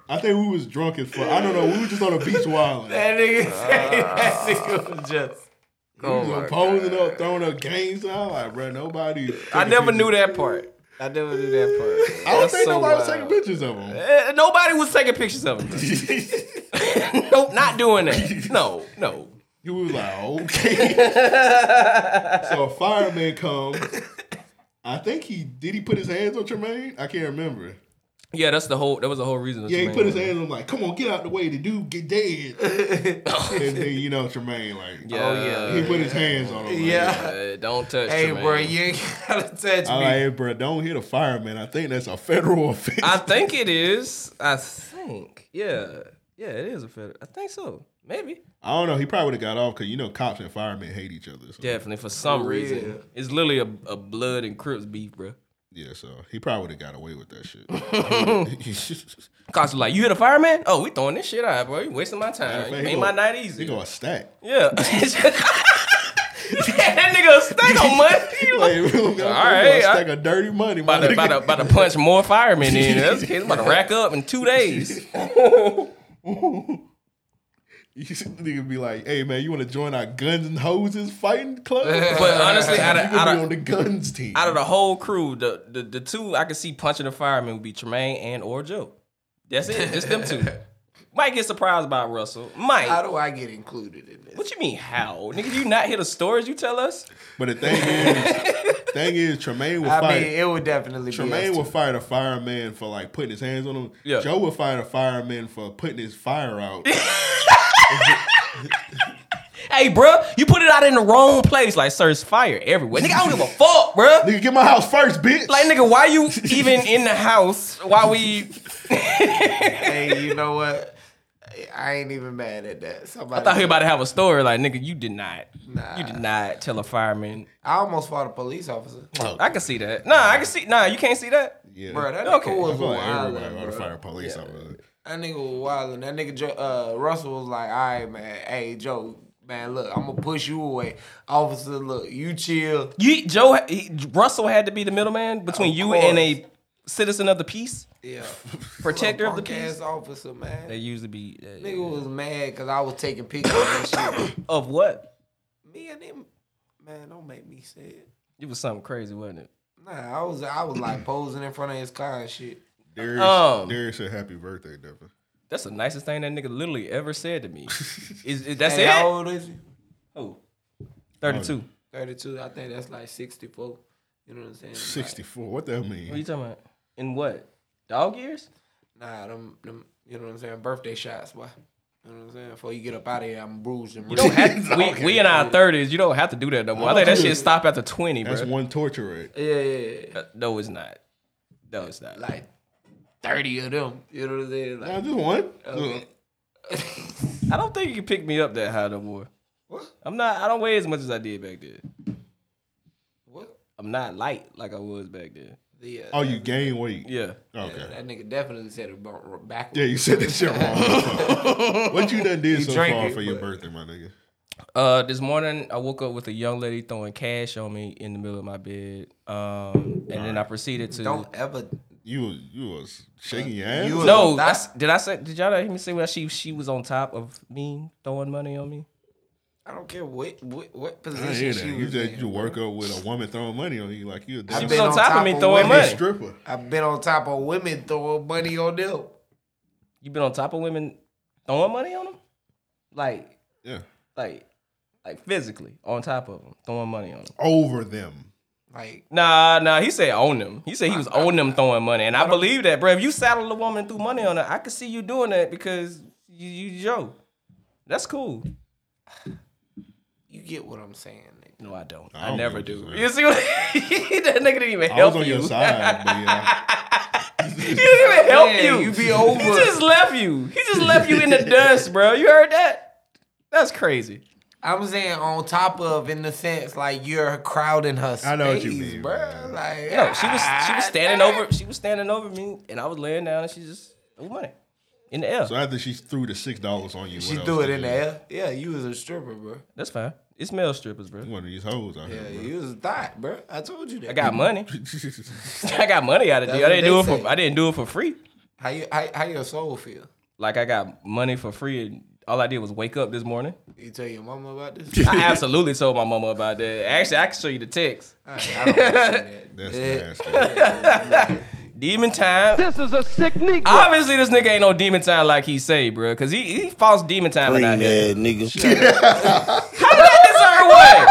E: I think we was drunk as fuck. I don't know. We were just on the beach wilding.
J: That nigga said that nigga was just.
E: We
I: Oh
E: was just posing up, throwing up games out. Like, bro, nobody.
I: I never knew that part. I never knew that part.
E: I don't
I: That's
E: think
I: so
E: nobody was
I: wild.
E: taking pictures of him.
I: Eh, nobody was taking pictures of him. nope, not doing that. No, no.
E: You was like, okay. so a fireman comes. I think he did. He put his hands on Tremaine. I can't remember.
I: Yeah, that's the whole. That was the whole reason.
E: Yeah, he put his hands on him like, come on, get out the way. The dude get dead. and then you know Tremaine like,
I: Oh, yeah.
E: he put his hands on him. like,
I: Yeah, don't touch.
J: Hey,
I: Tremaine.
J: bro, you ain't gotta touch
E: I
J: me.
E: like, hey, bro, don't hit a fireman. I think that's a federal offense.
I: I think it is. I think. Yeah, yeah, it is a federal. I think so. Maybe.
E: I don't know. He probably would have got off because you know cops and firemen hate each other. So.
I: Definitely for some
J: Yeah.
I: reason, it's literally a, a blood and Crips beef, bro.
E: Yeah, so he probably would have got away with that shit.
I: Cops were like, "You hit a fireman? Oh, we throwing this shit out, bro. You wasting my time. You made my night easy."
E: He go a stack.
I: Yeah. that nigga a stack on money.
E: Like, All
I: right,
E: stack of dirty money.
I: About to, about, to, about to punch more firemen in. That's it's about to rack up in two days.
E: You see the nigga be like, "Hey man, you want to join our guns and hoses fighting club?"
I: But uh, honestly, out of-
E: You gonna
I: out
E: be
I: of-
E: on the guns team.
I: Out of the whole crew, the, the the two I could see punching a fireman would be Tremaine and or Joe. That's it. Just them two. Might get surprised by Russell. Might.
J: How do I get included in this?
I: What you mean how? Nigga, you not hear the stories you tell us?
E: But the thing is, thing is, Tremaine will
J: I
E: fight.
J: mean, it would definitely
E: Tremaine
J: be.
E: will
J: us two.
E: fight a fireman for like putting his hands on him.
I: Yeah.
E: Joe will fight a fireman for putting his fire out.
I: Hey, bruh, you put it out in the wrong place. Like, sir, it's fire everywhere. Nigga, I don't give a fuck, bruh.
E: nigga, get my house first, bitch.
I: Like, nigga, why you even in the house? Why we?
J: hey, you know what? I ain't even mad at that. Somebody
I: I thought he about to have a story. Like, nigga, you did not. You did not tell a fireman.
J: I almost fought a police officer.
I: I can see that. Nah, I can see. Nah, you can't see that.
E: yeah.
J: Oh. Bro, that
I: Okay.
J: nigga
E: I
J: was
E: feel like
J: wilding.
E: everybody want to
J: bro.
E: fire a police officer.
J: That nigga was wilding. That nigga Jo- uh, Russell was like, "All right, man. Hey, Joe, man, look, I'm gonna push you away, officer. Look, you chill.
I: You, Joe, he, Russell had to be the middleman between
J: Of
I: you
J: course.
I: and a citizen of the peace,
J: Yeah,
I: protector of the
J: Punk ass
I: peace.
J: officer, man.
I: They usually be uh,
J: nigga was mad because I was taking pictures and shit.
I: of what?
J: Me and him, man, don't make me say it.
I: It was something crazy, wasn't it?
J: Nah, I was, I was like posing in front of his car and shit.
E: Darius,
I: Um.
E: Darius said happy birthday, Devin.
I: That's the nicest thing that nigga literally ever said to me. is, is that's
J: Hey,
I: it?
J: How old is he?
I: Oh, 32.
J: 32. I think that's like 64. You know what I'm saying? Like,
E: 64. What that
I: What are you
E: mean?
I: talking about? In what? Dog years?
J: nah, them, them, you know what I'm saying? Birthday shots, boy. You know what I'm saying? Before you get up out of here, I'm bruised and
I: You don't have to, we, we in our 30s. You don't have to do that no more. I think that shit stop after 20,
E: That's
I: bro.
E: one torture rate.
J: Yeah, yeah, yeah.
I: Uh, No, it's not. No, it's not.
J: Like 30 of them. You know what I'm saying?
E: Nah,
J: Like,
E: just one.
J: okay.
I: I don't think you can pick me up that high no more.
J: What?
I: I'm not. I don't weigh as much as I did back then.
J: What?
I: I'm not light like I was back then.
J: The, uh,
E: Oh, you gain weight.
I: Yeah.
E: Okay.
J: That nigga definitely said it bump- backwards.
E: Yeah, you said that shit wrong. what you done did so
J: drank
E: far
J: it,
E: for your
J: but-
E: birthday, my nigga?
I: Uh, this morning I woke up with a young lady throwing cash on me in the middle of my bed. Um, and then I proceeded to
J: Don't ever.
E: You was you was shaking your ass.
J: Uh, You was-
I: No,
J: That-
I: that's, did I say? Did y'all hear me say that she she was on top of me throwing money on me?
J: I don't care what what, what
E: I didn't hear
J: position
E: that.
J: she
E: You
J: was
E: just
J: in.
E: you work up with a woman throwing money on you like you a
I: She
E: damn
I: was
J: been
I: on
J: on
I: top of
J: top
I: me
J: of
I: throwing
J: women.
I: money.
E: stripper.
J: I've been on top of women throwing money on them.
I: You been on top of women throwing money on them, like
E: Yeah,
I: like like physically on top of them throwing money on them.
E: over them.
J: Like,
I: Nah, nah. He said on them. He said he was on them throwing money, and I believe that, bro. If you saddle a woman and threw money on her, I could see you doing that because you you Joe. That's cool.
J: you get what I'm saying, nigga.
I: No, I don't.
E: I
I: I,
E: don't
I: never
E: get what
I: do.
E: you're saying.
I: You see what that nigga didn't even
E: I was
I: help
E: on
I: you.
E: your side, but yeah.
I: He didn't even help
J: Man,
I: you.
J: you be over.
I: He just left you. He just left you in the dust, bro. You heard that? That's crazy.
J: I'm saying on top of in the sense like you're crowding her space, I know what you mean, bro. Like
I: No, she was she was standing over she was standing over me, and I was laying down, and she just threw money in the air.
E: So after she threw the six dollars on you,
J: She threw it in the air. Yeah, you was a stripper, bro.
I: That's fine. It's male strippers, bro.
E: One of these hoes out
J: Yeah, you was a thought, bro. I told you that.
I: I got money. I got money out of it. I didn't do it
J: That's what
I: for I didn't do it for free.
J: How you how, how your soul feel?
I: Like I got money for free, and all I did was wake up this morning.
J: You tell your mama about this?
I: I absolutely told my mama about that. Actually, I can show you the text.
J: I don't wanna see that. That's
I: Demon time.
M: This is a sick nigga.
I: Obviously, this nigga ain't no demon time like he say, bro, because he he false demon time out here. How did that deserve one?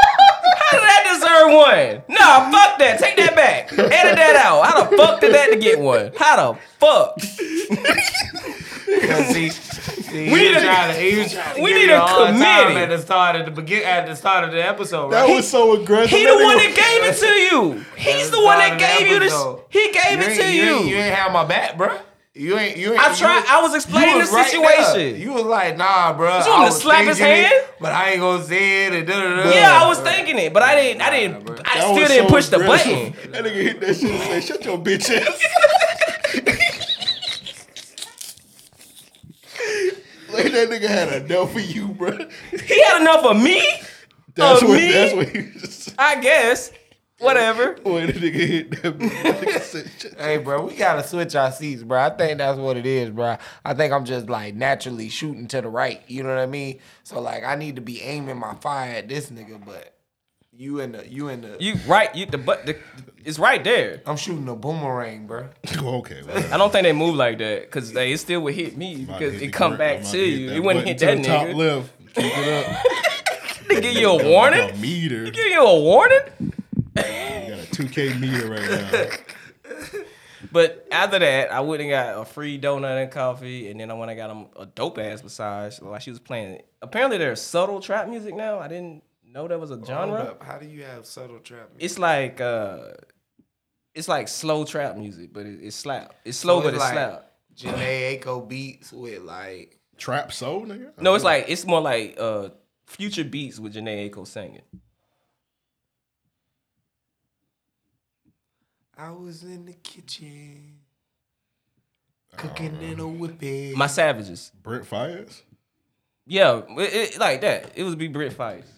I: How did that deserve one? Nah, fuck that. Take that back. Edit that out. How the fuck did that to get one? How the fuck?
J: see, see,
I: We
J: we
I: need
J: need
I: a-
J: a,
I: we need a committee.
J: at the start at the begin at the start of the episode.
E: That
J: right?
E: was so aggressive.
I: He the one that gave it to you. He's the one that gave you this.
J: Episode.
I: He gave
J: You
I: it
J: ain't-
I: to
J: you. ain't-
I: you.
J: You ain't have my back, bro. You ain't. You ain't.
I: I tried-
J: you-
I: I was explaining
J: you
I: the
J: there.
I: situation.
J: You was like, nah, bro.
I: You want me to slap his hand?
J: but I ain't gonna say it. And da, da, da.
I: Yeah, I was thinking it, but I didn't. I didn't. I
E: That
I: still
E: was
I: didn't
E: so
I: push the button.
E: aggressive. That nigga hit that shit and said, "Shut your bitch ass." like that nigga had enough of you, bro.
I: He had enough of me.
E: That's
I: Of
E: what.
I: Oh, me?
E: That's what he was.
I: I guess. Whatever.
E: When the nigga hit that, nigga said, "Shut
J: Hey, bro, we gotta switch our seats, bro. I think that's what it is, bro. I think I'm just like naturally shooting to the right. You know what I mean? So like, I need to be aiming my fire at this nigga, but you in the you in the
I: You right. You the but the, it's right there.
J: I'm shooting a boomerang, bro.
E: okay,
I: I don't think they move like that because they it still would hit me
E: About
I: because
E: hit
I: it
E: the
I: come
E: grip.
I: back
E: I'm about
I: to
E: hit
I: you. It wouldn't hit that
E: button to the Top
I: nigga.
E: left. Keep it up.
I: They give you
E: Like
I: a
E: A
I: warning.
E: meter.
I: Give you a warning.
E: You got a 2K meter right now.
I: But after that, I went and got a free donut and coffee, and then I went and got a, a dope ass massage. Like she was playing. it. Apparently, there's subtle trap music now. I didn't know there was a genre.
J: Hold up, How do you have subtle trap? music?
I: It's like uh, it's like slow trap music, but it, it's slap. It's slow,
J: So
I: but it's
J: like
I: slap.
J: Janae Aiko beats with like
E: Trap soul, nigga.
I: No, it's like it's more like uh, future beats with Janae Aiko singing.
J: I was in the kitchen cooking in a whipping.
I: My savages.
E: Brent Fires.
I: Yeah, it, it, like that. It was be Brit Fights.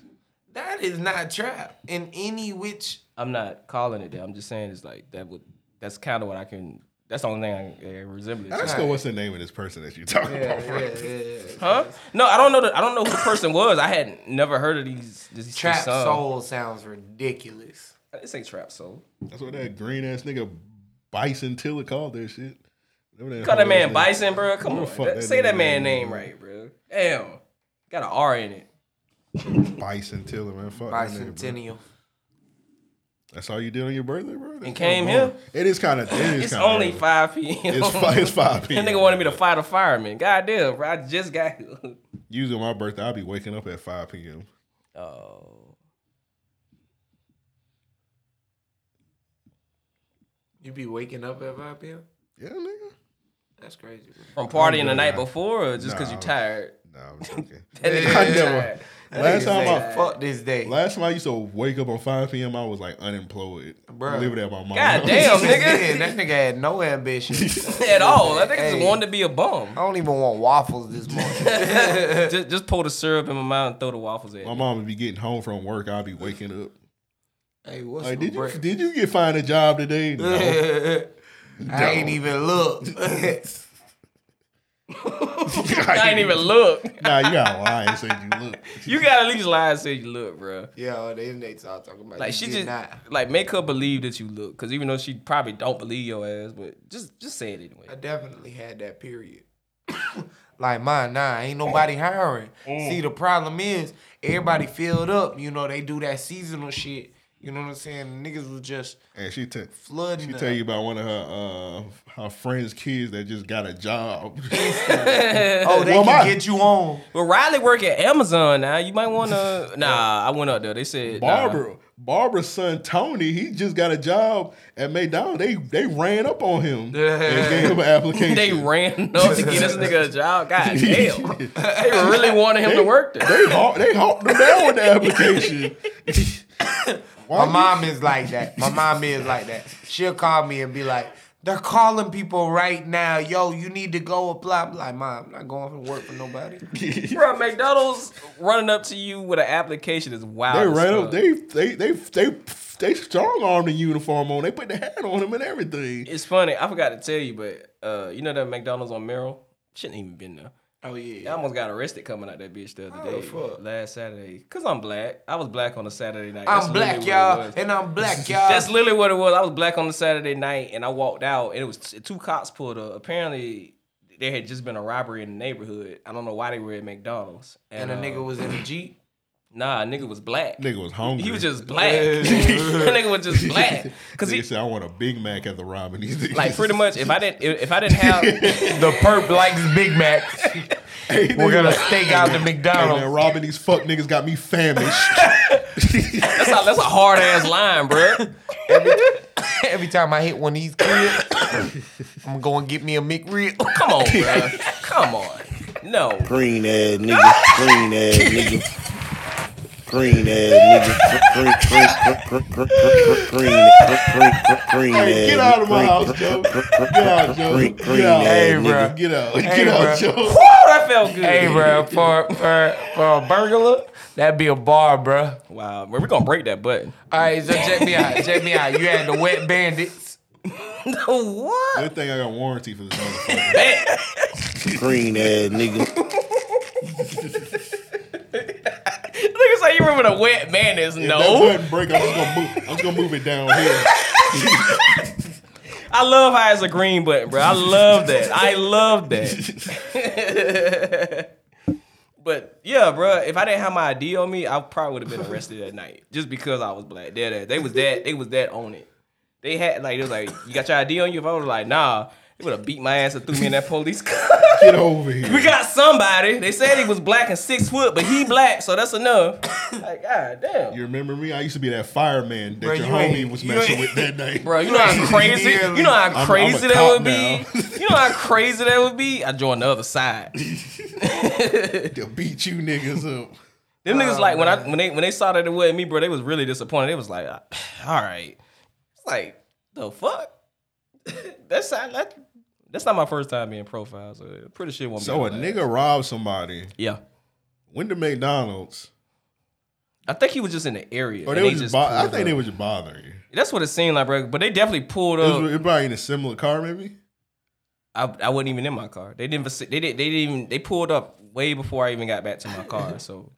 J: that is not trap in any which.
I: I'm not calling it that. I'm just saying it's like that. Would that's kind of what I can. That's the only thing I can resemble it. to.
E: I just know what's the name of this person that you talking about, bro.
I: Huh? No, I don't know. The, I don't know who the person was. I had never heard of these. This
J: Trap
I: this song.
J: soul sounds ridiculous.
I: This ain't trap soul.
E: That's what that green ass nigga Bison Tiller called that shit. Whatever
I: Call
E: whole
I: that
E: ass
I: man
E: nigga-
I: Bison, bro. Come
E: Who the
I: on,
E: fuck
I: that-
E: that
I: say that
E: nigga
I: man
E: is,
I: name
E: bro?
I: right, bro. Damn, got an R in it.
E: Bison Tiller, man. Fuck Bison Tiller.
J: Bicentennial.
E: That's all you did on your birthday, bro. That's
I: And came
E: kinda
I: here.
E: boring. It is kind of.
I: It's only five p.m.
E: It's fi- it's 5 p.m.,
I: That nigga wanted me to fight a fireman. God damn, bro. I just got. here.
E: Usually on my birthday, I'll be waking up at five p.m.
I: oh,
J: You be waking up at 5 p.m.
E: Yeah, nigga.
J: That's crazy. Bro.
I: from partying the
E: good,
I: night
E: man.
I: before, or just because
E: Nah, I
I: you
E: was-
I: tired?
E: No, I'm joking.
I: That nigga
E: I
I: was
E: never.
I: tired. That
E: Last
I: nigga
E: time
I: said,
E: I
J: Fuck this day,
E: last time I used to wake up on five p.m., I was like unemployed.
J: Bruh.
E: Leave it at my mom.
I: God damn,
J: Man,
I: nigga.
J: that nigga had no ambition.
I: At all. That nigga just
J: Hey.
I: wanted to be a bum.
J: I don't even want waffles this morning.
I: just, just pull the syrup in my mouth and throw the waffles at
E: My
I: me.
E: mom would be getting home from work. I'd be waking up.
J: hey, what's
E: Like,
J: for
E: did you
J: breakfast?
E: did you get find a job today? No.
J: I ain't even look.
I: I ain't even look.
E: Nah, you gotta lie and say you look.
I: You gotta at least lie and say you look, bro.
J: Yo, they they start talking about
I: Like
J: you
I: she
J: did
I: just
J: not.
I: like make her believe that you look, cause even though she probably don't believe your ass, but just just say it anyway.
J: I definitely had that period. like mine, nah, ain't nobody
E: Mm.
J: hiring. See, the problem is everybody filled up. You know, they do that seasonal shit, You know what I'm saying? Niggas was just
E: And she took
J: flooding.
E: She
J: the-
E: tell you about one of her uh, her friends' kids that just got a job.
I: oh,
J: they can get you on.
I: Well, Riley work at Amazon now. You might want to. Nah, I went up there. They said nah.
E: Barbara, Barbara's son Tony, he just got a job at McDonald's. They they ran up on him and gave him an application.
I: they ran up to get this nigga a job. God damn. they really wanted him to work there.
E: They hawk, they hawked him down with the application.
J: My mom is like that. My mom is like that. She'll call me and be like, they're calling people right now. Yo, you need to go apply. I'm like, mom, I'm not going to work for nobody.
I: Bro, McDonald's running up to you with an application is wild.
E: They
I: as
E: ran
I: fuck.
E: up. They they they they they strong armed the uniform on. They put the hat on him and everything.
I: It's funny. I forgot to tell you, but uh, you know that McDonald's on Merrill? Shouldn't even been there.
J: Oh yeah.
I: I almost got arrested coming out that bitch the other
J: Oh,
I: day.
J: fuck.
I: Last Saturday. Cause I'm black. I was black on a Saturday night.
J: I'm
I: literally
J: black,
I: what it
J: y'all,
I: was.
J: and I'm black, y'all.
I: That's literally what it was. I was black on the Saturday night, and I walked out, and it was t- two cops pulled up. Apparently, there had just been a robbery in the neighborhood. I don't know why they were at McDonald's. uh,
J: And a nigga was in a jeep.
I: Nah, nigga was black.
E: Nigga was hungry.
I: He was just black. nigga was just black.
E: Cause he said, "I want a Big Mac at the Robin."
I: Like pretty much, if I didn't, if I didn't have
J: the perp likes Big Macs, we're gonna stake out the McDonald's.
E: man, Robin, these fuck niggas got me famished.
I: that's a, that's a hard ass line, bro.
J: Every time I hit one of these kids, I'm going to get me a McRib.
I: Come on, bro. Come on. No.
D: Green ass nigga. Green ass nigga. Green ass nigga. Green, green, green, green, green, green, green, green, green, green, green, green,
E: Hey, get out of my house, Joe. Get out, Joe.
D: Green, green
E: Get out.
D: ass
J: bruh.
D: nigga.
E: Get out.
J: Hey,
E: Get out,
J: bruh.
E: Joe.
I: Whoa, that felt good.
J: Hey, bro, for, for, for a burglar, that'd be a bar, bro.
I: Wow, bro, we're gonna break that button.
J: All right, so check me out. Check me out. You had the wet bandits.
I: what?
E: Good thing I got warranty for this motherfucker.
D: Green ass nigga.
I: Niggas like you remember the wet mayonnaise?
E: If that
I: No.
E: button break, I'm just gonna move. I'm just gonna move it down here.
I: I love how it's a green button, bro. I love that. I love that. but yeah, bro, if I didn't have my ID on me, I probably would have been arrested that night just because I was black. Dead ass. They was that. They was that on it. They had like they was like, you got your ID on you? If I was like, nah, they would have beat my ass and threw me in that police car.
E: Get over here.
I: We got somebody. They said he was black and six foot, but he black, so that's enough. Like, god damn.
E: You remember me? I used to be that fireman that
J: Bruh,
E: your
J: you
E: homie
J: ain't-
E: was
J: you
E: messing
J: ain't-
E: with that night.
I: Bro, you know how crazy, you know
E: I'm- I'm
I: how
E: a
I: crazy that
E: cop
I: would
E: now.
I: be. You know how crazy that would be. I joined the other side.
E: They'll beat you niggas up.
I: Them niggas
E: Oh,
I: like when I when they when they saw that it wasn't me, bro, they was really disappointed. They was like, "Ah, all right, it's like the fuck. that's not, that, that's not my first time being profiled, so pretty shit won't
E: So
I: be.
E: a
I: my last.
E: nigga robbed somebody,
I: yeah.
E: went to McDonald's,
I: I think he was just in the area.
E: or
I: and
E: Oh, they was just. Bo-
I: pulled
E: I think
I: up.
E: they were just bothering you.
I: That's what it seemed like, bro. But they definitely pulled
E: It
I: up.
E: was it probably in a similar car, maybe.
I: I, I wasn't even in my car. They didn't. They did. They didn't even. They pulled up way before I even got back to my car. So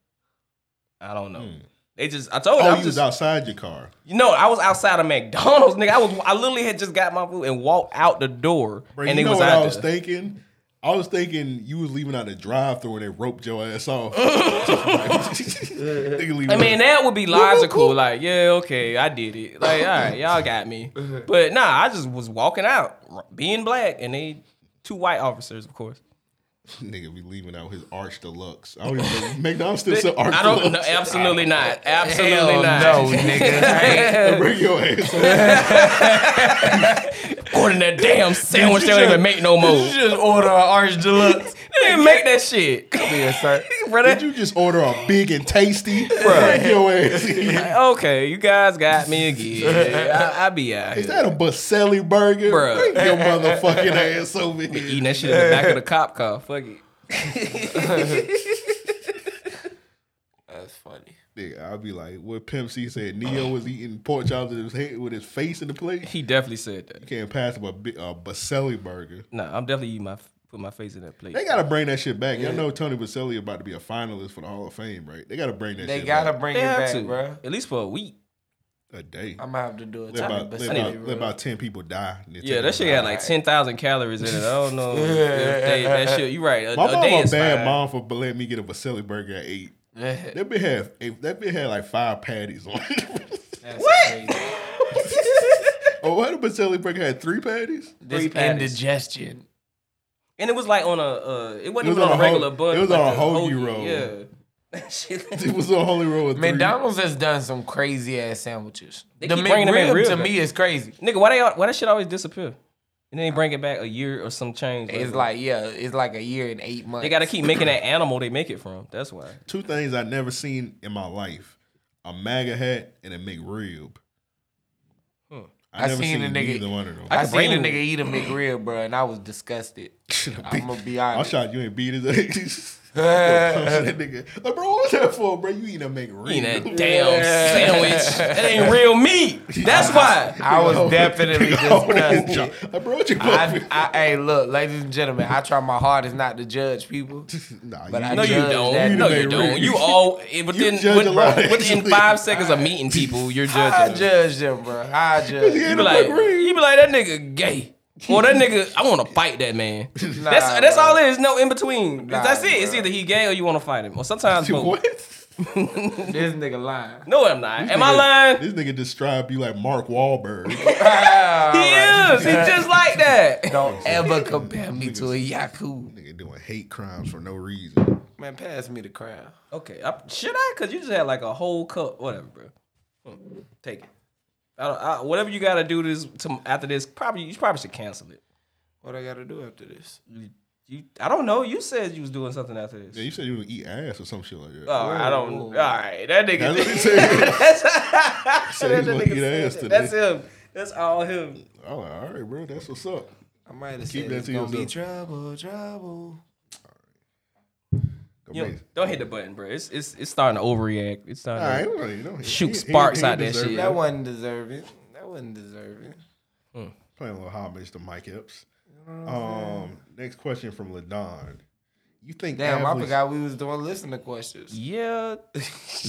I: I don't know.
E: Hmm.
I: They just. I told.
E: Oh,
I: them,
E: you
I: I was
E: was
I: just,
E: outside your car.
I: you know, I was outside of McDonald's, nigga. I was. I literally had just got my food and walked out the door,
E: Bro, you
I: and they
E: know
I: was
E: what
I: out
E: I was
I: there.
E: thinking? I was thinking you was leaving out the drive-through and they roped your ass off. Nigga leave
I: I mean, that would be logical. Like, yeah, okay, I did it. Like, all right, y'all got me. But nah, I just was walking out, r- being black, and they two white officers, of course.
E: Nigga be leaving out his Arch Deluxe. I don't even know. McDonald's still sell Arch
I: I don't. No,
E: Deluxe.
I: absolutely not. Absolutely
J: Hell
I: not.
J: no, nigga.
E: Bring your ass up.
I: ordering that damn sandwich. They don't even make no
J: You
I: more.
J: just order an Orange Deluxe.
I: They didn't make that shit.
J: Yes, sir.
E: Did you just order a big and tasty? Bring your ass in.
I: Okay, you guys got me again. I, I be out
E: Is
I: here
E: that a Baselli burger?
I: Bruh.
E: Bring your motherfucking ass over here.
I: eating that shit in the back of the cop car. Fuck it.
J: That's funny.
E: Nigga, I'll be like, what Pimp C said, Neo was eating pork chops with his, head, with his face in the plate?
I: He definitely said that.
E: You can't pass up a, bi- a Baselli burger.
I: Nah, I'm definitely eating my put my face in that plate.
E: They gotta bring that shit back. Y'all know Tony Baselli about to be a finalist for the Hall of Fame, right? They gotta bring that
J: They
E: shit
J: gotta
E: back.
J: bring
I: They
J: it
I: have
J: back,
I: to,
J: bro.
I: At least for a week.
E: a day.
J: I'm gonna have to do it.
E: Let about, let,
I: Baselli,
E: about, let about ten people die. and they
I: Yeah,
E: take
I: that
E: it
I: shit
E: back.
I: had like ten thousand calories in it. I don't know. if they, that shit. You right. A,
E: My
I: a day
E: mom a
I: is
E: bad
I: fine.
E: mom for b- letting me get a Baselli burger at eight. That bitch had that bitch had like five patties on. it. Oh, what a Batelli break had three patties.
I: Three
J: This indigestion.
I: And it was like on a, uh, it
E: It
I: wasn't
E: was
I: even on,
E: on
I: a
E: a
I: regular
E: whole-
I: bun.
E: it was
I: like
E: on a
I: the
E: hoagie
I: hoagie,
E: roll.
I: Yeah. That shit-
E: It was on Holy Roll with three.
J: McDonald's has done some crazy ass sandwiches.
I: They
J: the
I: keep bringing them in
J: McRib
I: real
J: to
I: though.
J: me is crazy.
I: Nigga, why they al- why that shit always disappear? And then they bring it back a year or some change.
J: It's
I: later.
J: like yeah, it's like a year and eight months.
I: they gotta keep making that animal they make it from. That's why.
E: Two things I've never seen in my life: a MAGA hat and a McRib. I,
J: I
E: never
J: seen
E: seen,
J: a nigga-
E: either one of them.
J: I, seen a nigga eat a McRib, bro, and I was disgusted. I'm gonna be
E: I
J: honest.
E: shot you ain't beat his ass. that nigga. Like, bro, what's that for, bro? You eating a McRib?
I: Eating that damn sandwich. That ain't real meat. That's why.
J: I was definitely disgusted.
E: Like, Uh, bro, what you
J: I, I, hey, look, ladies and gentlemen, I try my hardest not to judge people. but I
I: no, you
J: judge that
I: don't. No,
J: nigga.
I: you don't. You all eh, within
J: judge
I: with-
J: a lot,
I: within
J: actually.
I: five seconds of meeting people, you're
J: I
I: judging. them.
J: judge them, bro. I judge.
I: You be like, you be like that nigga gay. Or that nigga, I want to fight that man. that's that's all it is. No in between.
J: Nah,
I: that's it. It's either he gay or you want to fight him. Or sometimes both.
J: this nigga lying.
I: No, I'm not.
E: This
I: Am
E: nigga,
I: I lying?
E: This nigga described you like Mark Wahlberg.
I: He is. He's just like that.
J: Don't ever compare me to a Yaku.
E: Nigga doing hate crimes for no reason.
J: Man, pass me the crown.
I: Okay, I, should I? Cause you just had like a whole cup. Whatever, bro. Hmm, Take it. I don't, I, whatever you gotta do this to, after this, probably you probably should cancel it.
J: What I gotta do after this?
I: You, I don't know. You said you was doing something after this.
E: Yeah, you said you would eat ass or some shit like that.
I: Oh, I don't. All right, that nigga.
E: That's what he said.
I: That's-
E: said
I: that
E: he's gonna
I: nigga
E: eat
I: said
E: ass
I: that.
E: today.
I: That's him. That's all him.
E: I'm like, all right, bro, that's what's up.
J: I might have
E: Keep
J: said
E: that
J: it's
E: to
J: gonna be
E: yourself.
J: trouble, trouble.
E: Go
I: You don't-
E: make-
I: don't hit the button, bro. It's it's it's starting to overreact. It's starting
E: All right,
I: to
E: well, you know, he-
I: shoot
E: he- he-
I: sparks
E: he
I: out that
E: deserved
I: shit.
J: That wasn't deserving. That wasn't deserving.
E: Playing a little homage to Mike Epps.
J: know what I'm
E: Um, next question from Ladon. You think
J: Damn, I
E: athletes-
J: forgot we was doing listener questions.
I: Yeah.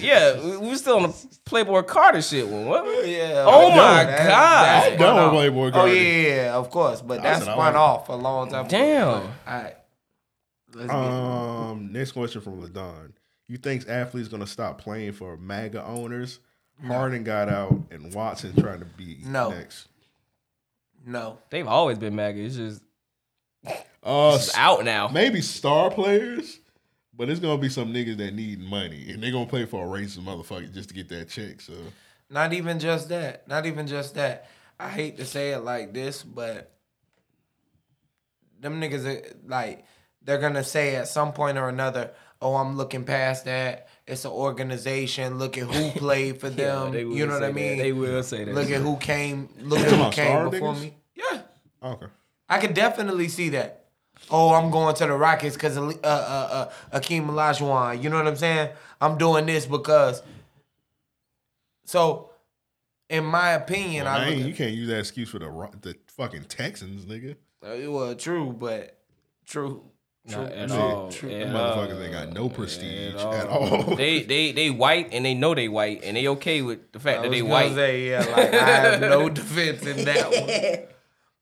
I: yeah, we, we were still on the Playboy Carter shit one. What?
J: Yeah.
I: Oh
J: like,
I: my
J: that-
I: god.
J: that
E: I'm done
J: spun
E: with
J: off.
E: Playboy
J: Oh
E: Cardi.
J: yeah, yeah, yeah, of course. But
E: I
J: that
E: said I
J: spun
E: was-
J: off a long time. ago.
I: Damn.
J: All right. Let's get it.
E: Um, next question from Ladon. You think athletes gonna stop playing for MAGA owners? Harden got out, and Watson trying to be
J: No.
E: next.
J: No.
I: They've always been MAGA. It's just
E: Uh,
I: it's out now.
E: maybe star players, but it's gonna be some niggas that need money, and they gonna play for a racist motherfucker just to get that check. So
J: Not even just that. Not even just that. I hate to say it like this, but them niggas are, like they're gonna say at some point or another, "Oh, I'm looking past that. It's an organization. Look at who played for
I: Yeah,
J: them.
I: they will
J: you know what
I: say
J: I
I: that.
J: mean?
I: They will say that.
J: Look
I: shit.
J: at who came. Look
E: You talking
J: at who
E: about star
J: came before
E: niggas?
J: me. Yeah,
E: okay,
J: I could definitely see that. Oh, I'm going to the Rockets because uh, uh, uh, Akeem Olajuwon. You know what I'm saying? I'm doing this because. So, in my opinion,
E: Well,
J: I
E: man,
J: look
E: you can't use that excuse for the Ro- the fucking Texans, nigga.
J: at, uh, well, true, but true, true,
I: Not at
J: true,
I: all.
J: true.
I: At
E: Them
I: all.
E: motherfuckers ain't got no prestige
I: all.
E: at all.
I: They they they white and they know they white and they okay with the fact
J: I
I: that
J: was
I: they
J: gonna
I: white.
J: say, yeah, like I have no defense in that one.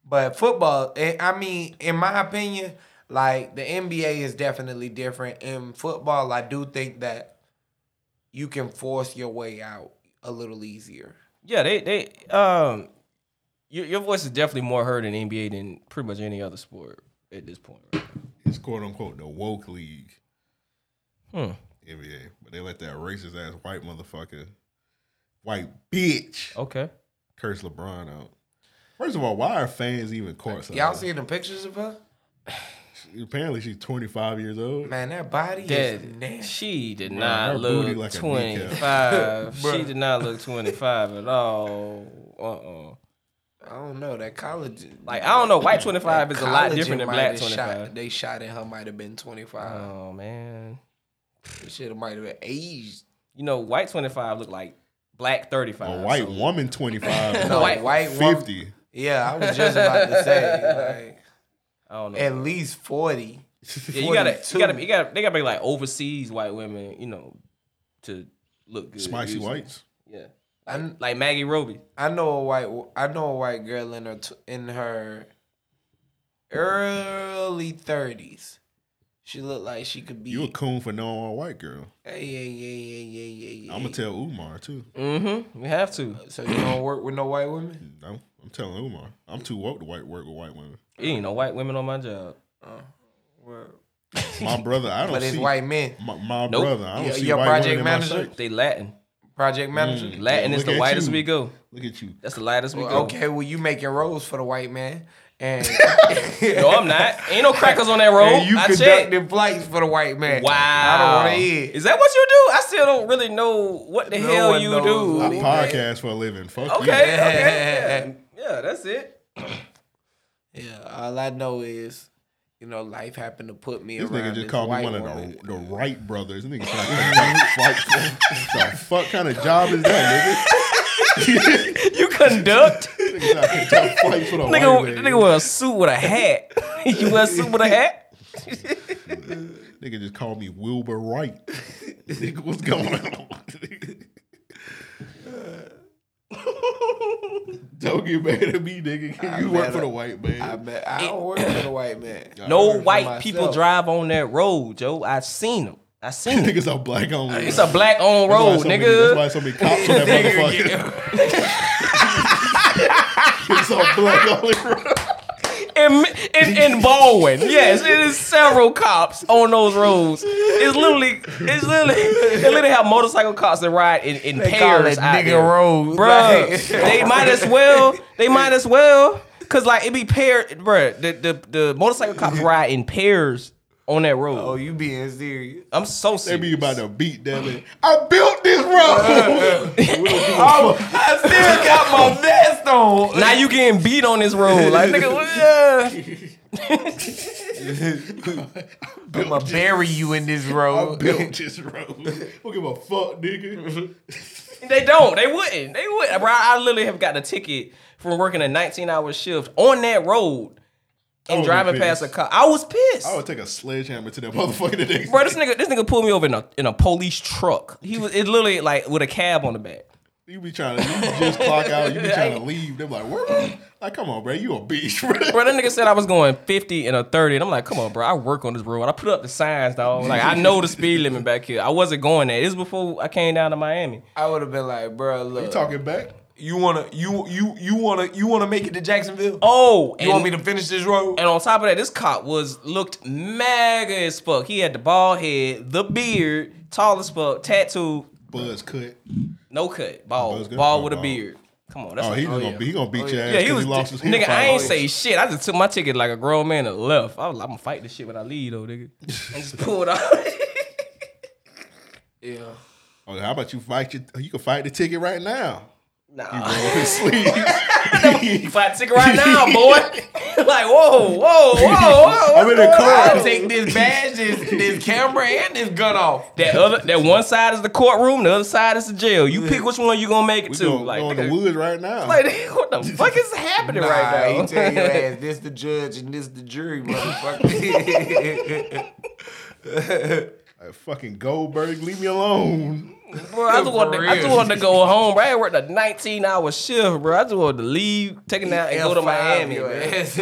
J: But football, eh, I mean, in my opinion, like the NBA is definitely different. In football, I do think that you can force your way out a little easier.
I: Yeah, they they um your your voice is definitely more heard in NBA than pretty much any other sport at this point. Right?
E: It's quote unquote the woke league.
I: Hmm.
E: NBA, but they let that racist ass white motherfucker, white bitch,
I: Okay.
E: curse LeBron out. First of all, why are fans even courtside?
J: Y'all seen the pictures of her?
E: Apparently, she's twenty five years old.
J: Man, that body is
I: Dead.
J: nasty.
I: She did
E: Bruh,
I: not
E: her
I: look
E: booty like a
I: twenty
E: kneecap.
I: five. she
J: Bruh.
I: did not look twenty five at all. Uh uh
J: I don't know that college.
I: Like I don't know, white twenty five
J: that
I: is a lot
J: collagen
I: different than
J: might
I: black
J: have
I: twenty
J: shot-
I: five.
J: They shot at her might have been twenty five.
I: Oh man,
J: Shit, might have been aged.
I: you know white twenty five look like black thirty
E: A
I: five.
E: white woman twenty five,
J: No,
I: White-
J: white, woman-
E: fifty.
J: Yeah, I was just about to say like,
I: I don't know.
J: at least forty.
I: Yeah, you gotta, you
J: 42.
I: gotta, you gotta, they gotta be like overseas white women, you know, to look good.
E: Spicy
I: usually.
E: whites.
I: Yeah,
J: I,
I: like Maggie Roby.
J: I know a white wo- I know a white girl in her t- in her early thirties.
I: She looked like she could be.
E: You a coon for knowing all white girl.
I: Yeah, yeah, yeah, yeah, yeah, yeah.
E: I'm gonna tell Umar too.
I: Mm-hmm. We have to.
J: So you don't work with no white women?
E: No, I'm telling Umar. I'm too woke to white work with white women.
I: It ain't no white women on my job.
E: My brother, I don't
J: But it's
E: see
J: white men.
E: My, my
I: Nope.
E: brother, I don't
J: Your-
E: see
J: your
E: white
J: project
E: women in my
J: manager?
E: shit.
I: They Latin.
J: Project manager.
I: Latin is
E: Look
I: the
E: at
I: whitest
E: you.
I: we go.
E: Look at you.
I: That's the lightest we
J: Well,
I: go.
J: okay, well you making rolls for the white man, and
I: No, I'm not. Ain't no crackers on that roll.
J: And you
I: Oh, I checked.
J: conducting flights for the white man.
I: Wow.
J: I don't want to hear. it.
I: Is that what you do? I still don't really know what the
J: No
I: hell
J: one
I: you
J: knows
I: do.
E: I
J: what he
E: podcast for a living. Fuck
I: Okay, okay. Yeah. yeah, that's it.
J: Yeah, all I know is, you know, life happened to put me
E: you. This
J: around
E: nigga
J: this
E: just called me
J: white
E: one of
J: woman.
E: the, the Wright brothers. This nigga sound like fuck, fuck, the fuck kind of job is that,
I: You conduct?
E: nigga? Nigga sound like top flight
J: Oh,
E: for the white
I: nigga,
E: man.
I: nigga wear a suit with a hat. you wear a suit with a hat?
E: Nigga just called me Wilbur Wright. nigga, what's going on? Don't get mad at me, nigga. You work
J: mad
E: for
J: at-
E: the white man.
J: I, bet I don't work for the white man.
I: No
J: work for
I: white people
J: myself.
I: drive on that road, Joe. I seen them. I seen them.
E: Niggas are black only.
I: It's a black on
E: That's why
I: road,
E: so many-
I: nigga.
E: that's why so many cops on that motherfucker. it's all black only road.
I: in, in, in Baldwin. Yes, it is several cops on those roads. It's literally, it's literally, they literally have motorcycle cops that ride in, in
J: They
I: pairs.
J: call it
I: out
J: nigga
I: there.
J: roads,
I: Bruh,
J: like-
I: they might as well, they might as well, cause like it be paired, bruh. The, the the motorcycle cops ride in pairs on that road.
J: Oh, you being serious?
I: I'm so
E: They
I: serious.
E: be about to beat them. in. I built this road. We don't give a
J: Oh,
E: fuck.
J: I still got my vest on.
I: now you getting beat on this road, like nigga. what- Yeah.
J: I'ma bury you in this
E: I
J: road.
E: built this road. Don't give a fuck, nigga.
I: They don't. They wouldn't. They would. Bro, I literally have got a ticket from working a 19 hour shift on that road
E: I
I: and
E: would've
I: driving
E: been
I: past a cop. I was pissed.
E: I would take a sledgehammer to that motherfucker today.
I: Bro, this nigga, this nigga pulled me over in a in a police truck. He was it literally like with a cab on the back.
E: You be trying to you just clock out. You be trying to leave. They're like, where? Like, come on, bro. You a bitch, bro.
I: Bro, that nigga said I was going 50 and a 30. And I'm like, come on, bro. I work on this road. I put up the signs, dog. Like, I know the speed limit back here. I wasn't going there. This was before I came down to Miami.
J: I would have been like, bro, look.
E: You talking back?
J: You wanna you you you wanna you wanna make it to Jacksonville?
I: Oh,
J: you want me to finish this road?
I: And on top of that, this cop was looked maga as fuck. He had the bald head, the beard, tall as fuck, tattoo,
E: Buzz cut.
I: no cut,
E: Buzz
I: bald,
E: cut?
I: bald
E: Oh,
I: with a
E: bald.
I: beard. Come on, that's
E: Oh, he just
I: oh,
E: gonna
I: yeah.
E: be, he gonna beat your ass.
I: Yeah, he was.
E: He lost his. he
I: nigga,
E: fired.
I: I ain't say shit. I just took my ticket like a grown man and left. I was like, I'm gonna fight this shit when I leave, though, nigga. I just pulled out.
J: Yeah.
E: Oh, how about you fight your? You can fight the ticket right now.
I: nah,
E: Roll his sleeves.
I: fight ticket right now, boy. like, whoa, whoa, whoa, whoa.
E: I'm in the
J: I
E: car.
J: take this badge, this this camera, and this gun off.
I: That other, that one side is the courtroom, the other side is the jail. You pick which one you gonna make it
E: We
I: to.
E: going
I: like,
E: go in
I: nigga,
E: the woods right now.
I: Like, what the fuck is happening
J: Nah,
I: right now?
J: he tell your ass this the judge and this the jury, motherfucker.
E: Like, fucking Goldberg, leave me alone.
I: bro, I just
J: For
I: wanted, to, I just
J: real.
I: wanted to go home. Bro, I worked a 19 hour shift, bro. I just wanted to leave, take a nap, and go to
J: F5
I: Miami.
J: your
I: bro.
J: ass.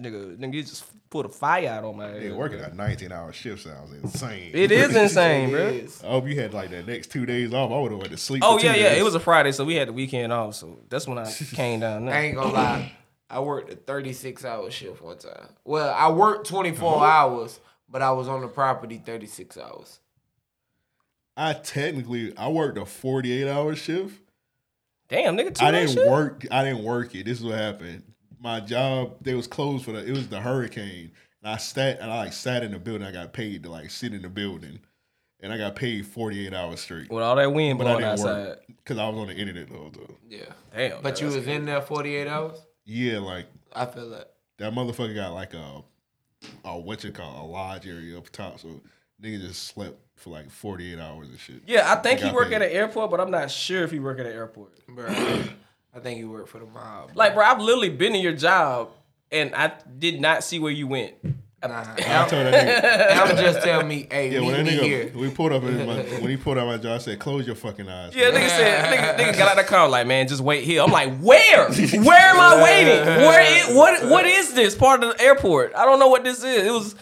I: Nigga, nigga, you just put a fire out on my ass.
E: Yeah, working a 19 hour shift sounds insane.
I: It is insane,
J: It
I: bro.
J: is.
E: I hope you had like the next two days off. I would have went to sleep.
I: Oh
E: for two
I: yeah, yeah.
E: days.
I: It was a Friday, so we had the weekend off. So that's when I came down.
J: I
I: There.
J: ain't gonna lie. I worked a 36 hour shift one time. Well, I worked 24 hours, but I was on the property 36 hours.
E: I technically I worked a 48 hour shift.
I: Damn, nigga, two
E: I
I: that
E: didn't
I: shit?
E: work. I didn't work it. This is what happened. My job they was closed for the. It was the hurricane, and I sat and I like sat in the building. I got paid to like sit in the building, and I got paid 48 hours straight.
I: with all that wind
E: But I
I: blowing
E: didn't
I: outside.
E: work because I was on the internet the whole time.
J: Yeah.
I: Damn,
J: But you was in there 48 hours?
E: Yeah, like
J: I feel that.
E: that motherfucker got like a, a what you call a lodge area up top, so nigga just slept for like 48 hours and shit.
I: Yeah, I think
E: Got
I: he work
E: paid.
I: at an airport, but I'm not sure if he work at an airport.
J: Bro, I think you work for the mob.
I: Like, bro, I've literally been in your job and I did not see where you went.
J: nah.
E: I told that nigga.
J: I'm just telling me, hey,
E: Yeah,
J: meet
E: when that
J: me
E: nigga
J: here.
E: we pulled up in my, when he pulled out my jaw, I said, "Close your fucking eyes."
I: Yeah, nigga said, nigga, nigga got out of the car like, man, just wait here. I'm like, where? Where am I waiting? Where? Is, what? What is this part of the airport? I don't know what this is. It was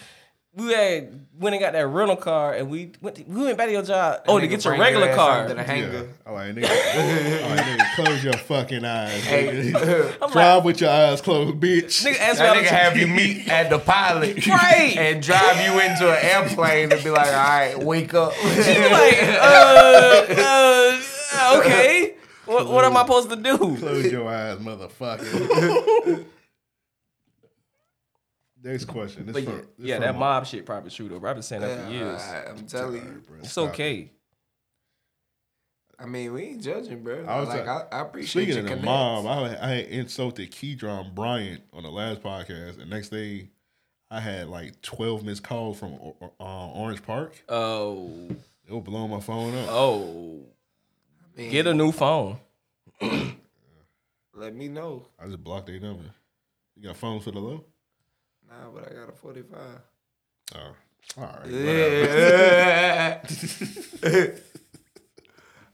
I: we had went and got that rental car, and we went to, we went back to your job. oh, to
J: nigga
I: get your
J: bring your
I: regular
J: ass
I: car.
J: out to the hangar.
E: All right, nigga. All right, nigga. Close your fucking eyes.
J: Hey.
E: nigga.
J: I'm
E: Drive with your eyes closed, bitch.
J: Nigga, that nigga have you meet at the pilot
I: Right.
J: and drive you into an airplane and be like, all right, wake up.
I: like, uh, uh, okay. What, what am I supposed to do?
E: Close your eyes, motherfucker. Next question. This
I: But
E: from,
I: yeah,
E: this
I: yeah,
E: from
I: that
E: a-
I: mob shit probably shoot up. I've been saying that for years.
J: Uh, I'm telling you.
I: it's
E: Stop
I: okay.
J: I mean, we ain't judging, bro.
E: I was
J: like,
E: like-
J: I, I appreciate
E: Speaking
J: your
E: of the
J: connect.
E: mom, I, had- I had insulted Keydron Bryant on the last podcast, and next day I had like twelve missed calls from O- O- uh, Orange Park.
I: Oh,
E: it was blowing my phone up.
I: Oh, Get a new phone.
J: Let me know.
E: I just blocked their number. You got phones for the low?
J: Nah, but I got a 45.
E: Oh, all right.
J: Yeah.
E: whatever.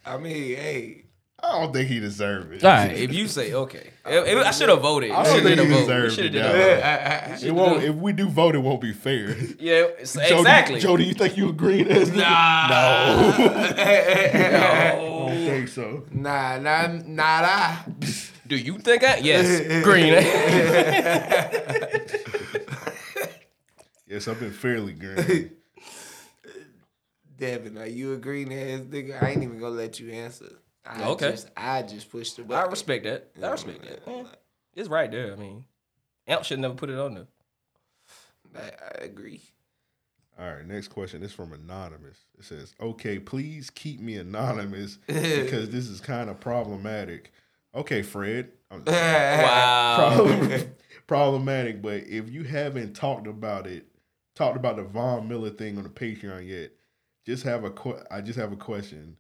J: I mean, hey.
E: I don't think he deserved it.
I: All right, if you say okay, I, I should have voted.
E: I
I: We
E: don't
I: should
E: think
I: have
E: he
I: voted. We
E: deserved
I: should
E: it.
I: have did
E: dog.
I: a vote.
E: It won't. If we do vote, it won't be fair.
I: Yeah, it's-
E: Joe, do-
I: exactly.
E: Joe, do you think you agree? to this?
J: Nah.
E: No. I don't think so.
J: Nah, nah, not I.
I: Do you think I? Yes, green.
E: Yes, I've been fairly green.
J: Devin, are you a green ass nigga? I ain't even gonna let you answer. I
I: Okay.
J: Just, I just pushed the
I: I
J: button.
I: respect that. I respect that. Yeah. It's right there. I mean, Amp should never put it on there.
J: I, I agree.
E: All right, next question is from anonymous. It says, "Okay, please keep me anonymous because this is kind of problematic." Okay, Fred. I'm-
J: Wow.
E: Problem- problematic, but if you haven't talked about it, talked about the Von Miller thing on the Patreon yet, just have a que- I just have a question.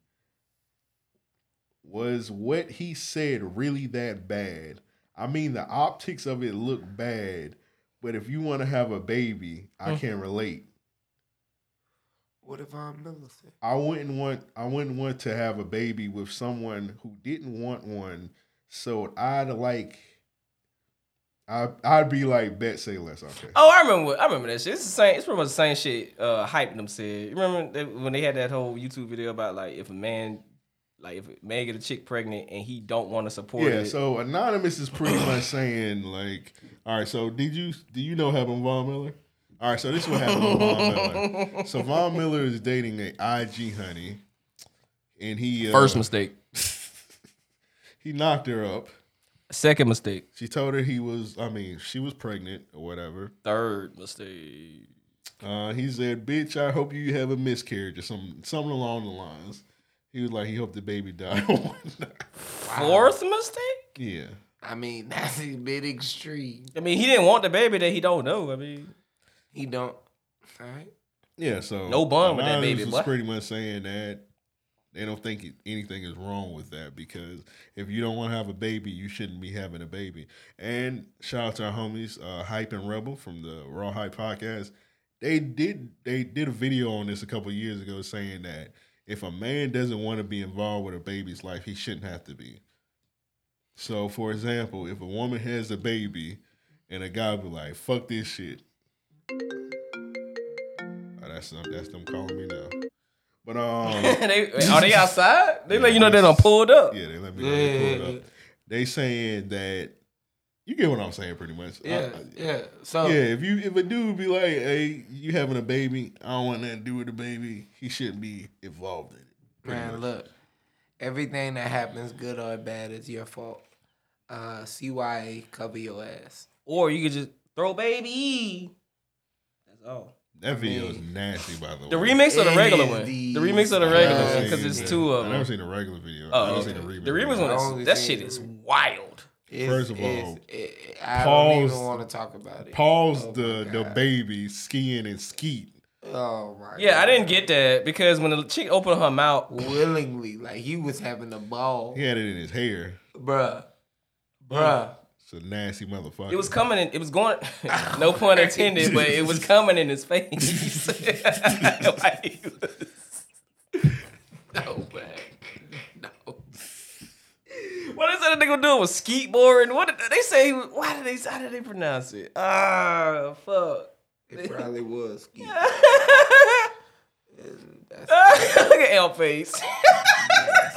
E: Was what he said really that bad? I mean, the optics of it look bad, but if you want to have a baby, I
J: Mhm.
E: can relate.
J: What if I'm Millicent?
E: I wouldn't want I wouldn't want to have a baby with someone who didn't want one. So I'd like I I'd be like bet say less okay.
I: Oh, I remember. I remember that shit. It's the same. It's pretty much the same shit. Uh, hype them said. You remember that- when they had that whole YouTube video about like if a man, like if a man get a chick pregnant and he don't want to support
E: yeah,
I: it.
E: so anonymous is pretty much saying like, all right, so did you do you know happened with Von Miller? All right, so this is what happened with Von Miller. So Von Miller is dating a IG honey, and he uh,
I: First mistake.
E: he knocked her up.
I: Second mistake.
E: She told her he was. I mean, she was pregnant or whatever.
I: Third mistake.
E: Uh, he said, "Bitch, I hope you have a miscarriage or something, something along the lines." He was like, "He hoped the baby died."
I: Fourth mistake.
E: yeah,
J: I mean, that's a bit extreme.
I: I mean, he didn't want the baby that he don't know. I mean,
J: He don't. All right.
E: yeah. So
I: No bond with that
E: Anonymous
I: baby,
E: was
I: boy.
E: pretty much saying that they don't think it- anything is wrong with that because if you don't want to have a baby, you shouldn't be having a baby. And shout out to our homies, uh, Hype and Rebel from the Raw Hype podcast. They did they did a video on this a couple years ago saying that if a man doesn't want to be involved with a baby's life, he shouldn't have to be. So, for example, if a woman has a baby and a guy be like, fuck this shit. Oh, that's, that's them calling me now. But, um.
I: They- are they outside? They let you know they done pulled up.
E: Yeah, they let me know they pulled
J: Yeah.
E: up. They saying that. You get what I'm saying, pretty much. I-
J: Yeah, yeah. So
E: yeah, if you if a dude be like, "Hey, you having a baby? I don't want nothing to do with the baby. He shouldn't be involved in it." pretty
J: Man,
E: much.
J: look, everything that happens, good or bad, is your fault. Uh, CYA, cover your ass.
I: Or you could just throw baby. E. That's all.
E: That video is nasty, by the way.
I: The remix or the
J: It
I: regular
J: is
I: one? The
J: the-
I: remix or the
E: I've
I: regular
E: never
I: one?
E: seen
I: Because it's
E: the-
I: two of
E: I've
I: them.
E: never seen the regular video. I've
I: Oh,
E: never
I: okay.
E: seen the remix.
I: the remix
J: I
I: one.
J: only
I: Is, that
J: seen
I: shit
J: the
I: is wild.
E: First of all,
J: I don't
E: pause.
J: even want to talk about it.
E: Pause the the baby skiing and skeet.
J: Oh my
I: Yeah, I didn't get that because when the chick opened her mouth,
J: willingly, like he was having a ball,
E: He had it in his hair.
J: bruh, bruh.
E: It's a nasty motherfucker.
I: it was coming. In, it was going. no pun intended, but it was coming in his face. Like, he was-
J: No way.
I: what is that nigga doing with skateboarding? What did they say? Why did they? How did they pronounce it? Ah, fuck.
C: It probably was ski.
I: Look at L face.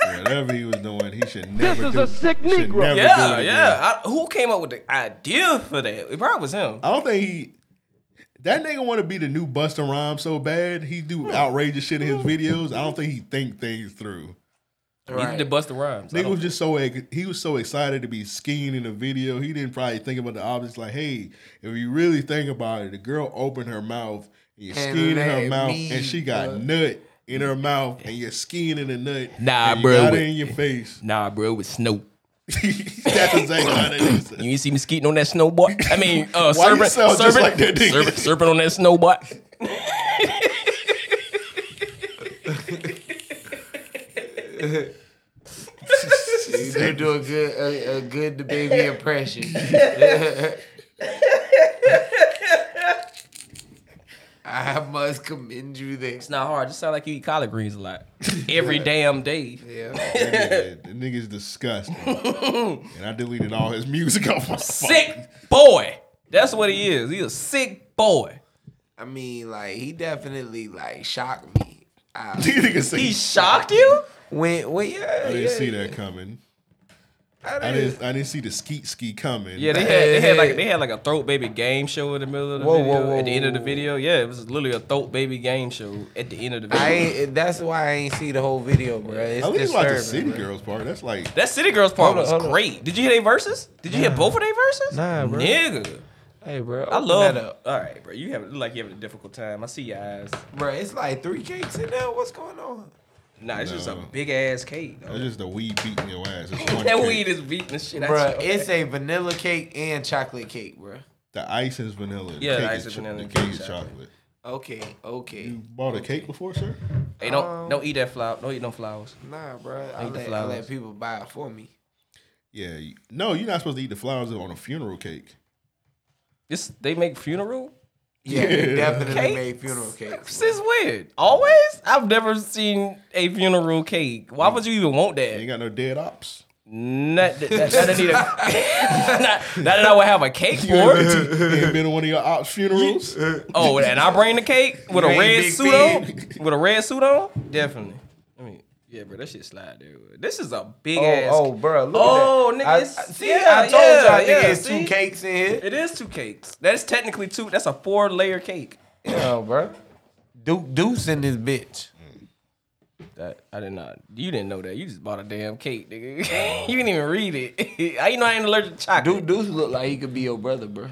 E: Whatever he was doing, he should
I: This
E: never.
I: is
E: do,
I: a sick
E: should never
I: Negro.
E: do
I: Yeah,
E: it again.
I: yeah. I, who came up with the idea for that? It probably was him.
E: I don't think he. That nigga want to be the new Busta Rhymes so bad. He
I: Hmm.
E: do outrageous shit in his videos. I don't think he think things through.
I: Neither did Busta Rhymes. I
E: Nigga
I: don't-
E: was just so ex- he was so excited to be skiing in the video. He didn't probably think about the obvious. Like, hey, if you really think about it, the girl opened her mouth and you're
C: And
E: skiing in
C: let
E: her mouth,
C: me,
E: and she got
C: bro.
E: nut in her mouth, and you're skiing in the nut.
I: Nah,
E: and you
I: bro,
E: Got it
I: with-
E: in your face.
I: Nah, bro, with snow.
E: That's exactly how that is.
I: You ain't see me skeeting on that snowboard. I mean, uh,
E: Why you
I: serpent,
E: sound just
I: serpent,
E: like that nigga?
I: serpent, serpent on that snowboard.
C: you do a good a, a good the baby impression. I must commend you there.
I: It's not hard. Just sound like you eat collard greens a lot every damn day.
E: That nigga, the nigga's disgusting. and I deleted all his music off my phone.
I: sick boy. That's what he is. He's a sick boy.
C: I mean, like he definitely like shocked me. I,
I: he shocked you?
C: When, when, yeah,
E: I didn't
C: yeah.
E: see that coming. I didn't, I didn't. see the skeet ski coming.
I: Yeah, they had they had like they had like a throat baby game show in the middle of the
C: Whoa,
I: video.
C: whoa, whoa,
I: at the end of the video, yeah, it was literally a throat baby game show at the end of the video.
C: I ain't, that's why I ain't see the whole video, bro. It's
E: At least like
C: disturbing.
E: the city
C: bruh.
E: girls part. That's like
I: that City Girls part
C: Hold on, hold
I: was
C: on.
I: great. Did you hear their verses? Did you hear
C: Nah.
I: both of their verses?
C: Nah, bro.
I: Nigga.
C: Hey, bro.
I: I
C: open
I: love.
C: that up.
I: All right, bro. You have look like you having a difficult time. I see your eyes.
C: bro. It's like three cakes in there. What's going on?
I: Nah, it's just a
E: No.
I: big ass cake. though.
E: that's just the weed beating your ass. It's one
I: That
E: cake.
I: weed is beating the shit out
C: Bro,
I: your
C: it's a vanilla cake and chocolate cake, bro.
E: The ice is vanilla. the
I: Yeah, the
E: cake
I: ice
E: is
I: is
E: cho-
I: vanilla
E: The
I: and
E: cake
I: cake
E: is
I: chocolate.
E: chocolate.
C: Okay, okay.
E: You bought a cake before, sir?
I: Hey, don't
C: Um,
I: don't eat that flour. Don't eat no flowers.
C: Nah, bro. I
I: Ain't the
C: let, I let
I: flowers.
C: people buy it for me.
E: Yeah. you- No, you're not supposed to eat the flowers on a funeral cake.
I: This they make funeral.
C: Yeah, they definitely
I: Cakes?
C: made funeral cakes.
I: This is weird. Always? I've never seen a funeral cake. Why would you even want that?
E: You ain't got no dead ops.
I: Not that, that, that I need a, not, not that I would have a cake for it.
E: You ain't been to one of your ops funerals?
I: Oh, and I bring the cake with a
E: You ain't
I: red
E: Big
I: suit on? With a red suit on? Definitely. I mean, yeah, bro, that shit slide there. This is a big
C: Oh,
I: ass.
C: oh, bro, look
I: oh,
C: at that.
I: nigga,
C: I-
I: it's-
C: I- see,
I: yeah,
C: I told
I: yeah,
C: y'all, nigga,
I: yeah,
C: it's two
I: see?
C: cakes in here.
I: It is two cakes. That's technically two. That's a four layer cake.
C: Yeah, bro. Duke Deuce in this bitch.
I: That I did not. You didn't know that. You just bought a damn cake, nigga. you didn't even read it. I you know I ain't allergic to chocolate.
C: Duke Deuce look like he could be your brother, bro.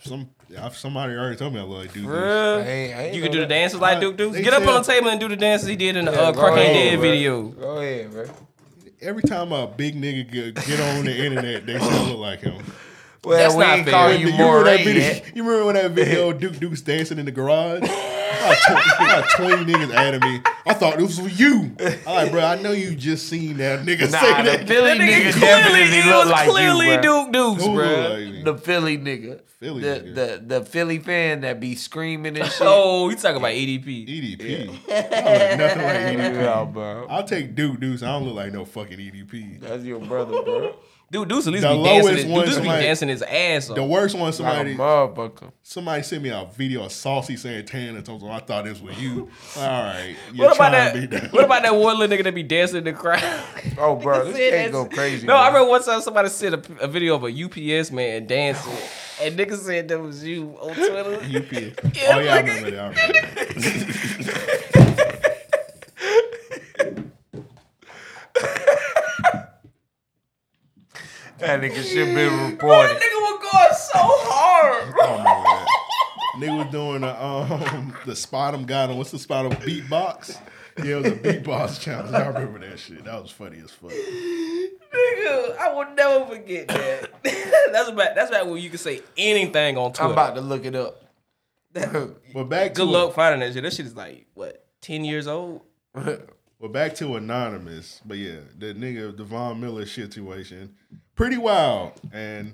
E: Some I've- somebody already told me I love dude.
I: Bruh.
C: ain't- I ain't
I: you
C: know
I: can do the
C: that.
I: dances like Duke Dukes.
E: They
I: Get up on the
E: said-
I: table and do the dances he did in the
C: Yeah,
I: uh,
C: go
I: Crack Ain't
C: ahead,
E: Oh.
I: Dead
C: bro.
I: video.
C: Go ahead, bro.
E: Every time a big nigga get, get on the internet, they still look like him.
C: Well,
I: That's
C: we
I: not
C: ain't
I: fair.
C: calling
E: You
C: you
E: remember, that
C: Moray
E: video,
C: yet.
E: you remember when that video Duke Duke's dancing in the garage? About 20, about 20 niggas added me. I thought this was you. I'm like, bro, I know you just seen that nigga say
C: Nah, the
E: that.
C: Philly
I: That nigga
C: nigga
I: clearly,
C: definitely
I: he
C: look
I: was
C: like
I: clearly
C: you, bro.
I: Duke Dukes,
E: Who
I: bro.
E: look like me?
C: The Philly nigga.
E: Philly
C: the,
E: nigga.
C: The, the Philly fan that be screaming and shit.
I: Oh, you talking about EDP.
E: EDP. E I look nothing like EDP.
C: Yeah, bro.
E: I'll take Duke Deuce. I don't look like no fucking E EDP.
C: That's your brother, bro.
I: Dude, Deuce at least
E: The
I: be dancing.
E: lowest
I: His,
E: one
I: Duke Deuce be
E: somebody-
I: dancing his ass off.
E: The worst one,
C: Like a
E: somebody
C: motherfucker.
E: somebody sent me a video of Saucy Santana. Told me I thought this was you. All right, you're
I: what about
E: trying to be
I: that? What about that one little nigga that be dancing in the crowd?
C: Oh, bro, this
I: said
C: can't
I: that's-
C: go crazy.
I: No, I
C: bro.
I: remember one time somebody sent a, a video of a UPS man dancing, and nigga said that was you on Twitter.
E: UPS.
I: Yeah,
E: oh yeah, I
I: nigga.
E: remember that. I remember that.
C: that nigga should be
I: Bro, that
C: reported.
I: nigga was going so hard.
E: I remember that. Nigga was doing a, um the Spottum got him. What's the Spottum beatbox? Yeah, it was a beatbox challenge. I remember that shit. That was funny as fuck.
I: Nigga, I will never forget that. that's about that's about when you can say anything on Twitter.
C: I'm about to look it up.
E: But back to
I: Good luck finding that shit. That shit is like what ten years old.
E: Well, back to anonymous, but yeah, the nigga Devon Miller situation, pretty wild. And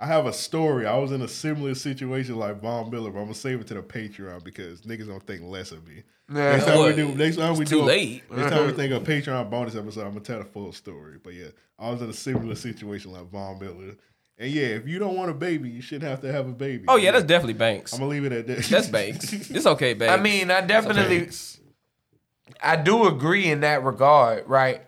E: I have a story. I was in a similar situation like Von Miller, but I'm gonna save it to the Patreon because niggas don't think less of me.
C: Yeah.
E: next time we
I: What?
E: do, next time we
I: It's
E: do, a-
I: too late.
E: next time we think of Patreon bonus episode, I'm gonna tell the full story. But yeah, I was in a similar situation like Von Miller, And yeah, if you don't want a baby, you shouldn't have to have a baby.
I: Oh yeah, that's definitely Banks.
E: I'm gonna leave it at that.
I: That's Banks. It's okay, Banks.
J: I mean, I definitely, I do agree in that regard, right?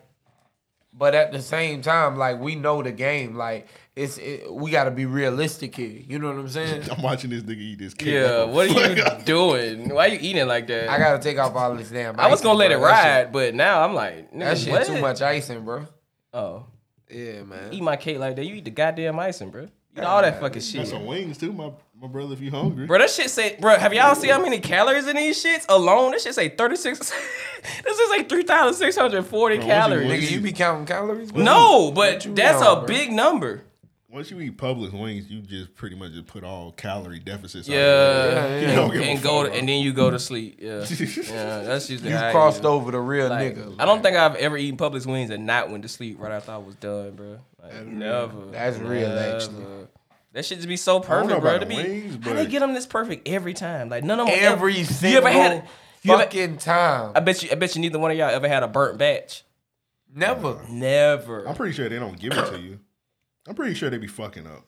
J: But at the same time, like we know the game, like it's it, we got to be realistic here. You know what I'm saying?
E: I'm watching this nigga eat this cake.
I: Yeah, what are you doing? Why you eating like that?
J: I gotta take off all this damn.
I: I was
J: icing,
I: gonna let
J: bro.
I: it
J: That shit-
I: ride, but now I'm like, nigga,
J: That shit
I: what?
J: too much icing, bro.
I: Oh,
J: yeah, man.
I: Eat my cake like that. You eat the goddamn icing, bro. Eat all that fucking shit,
E: Got some wings too, my my brother. If you hungry,
I: bro. That shit say, bro. Have y'all seen how many calories in these shits alone? This shit say 36. this is like 3,640
E: Bro, what you-
I: calories.
E: what Nigga, you- you
J: be counting calories?
I: No, but that's a big number.
E: Once you eat Publix wings, you just pretty much just put all calorie deficits.
I: Yeah,
E: You don't
I: And,
E: give a
I: and
E: fuck.
I: go to, and then you go to sleep. Yeah, yeah that's usually
J: You
I: how I
J: crossed
I: do it.
J: over the real
I: Like,
J: nigga.
I: I don't think I've ever eaten Publix wings and not went to sleep right after I was done, bro. Like, never.
J: That's real,
I: never.
J: actually.
I: That shit just be so
J: don't know
I: perfect, bro.
J: about
I: To be,
J: the wings,
I: how
J: but-
I: they get them this perfect every time? Like none of them
J: Every
I: ever,
J: single fucking time.
I: I bet you. I bet you neither one of y'all ever had a burnt batch.
J: Never.
I: Never.
E: I'm pretty sure they don't give it to you. I'm pretty sure they be fucking up.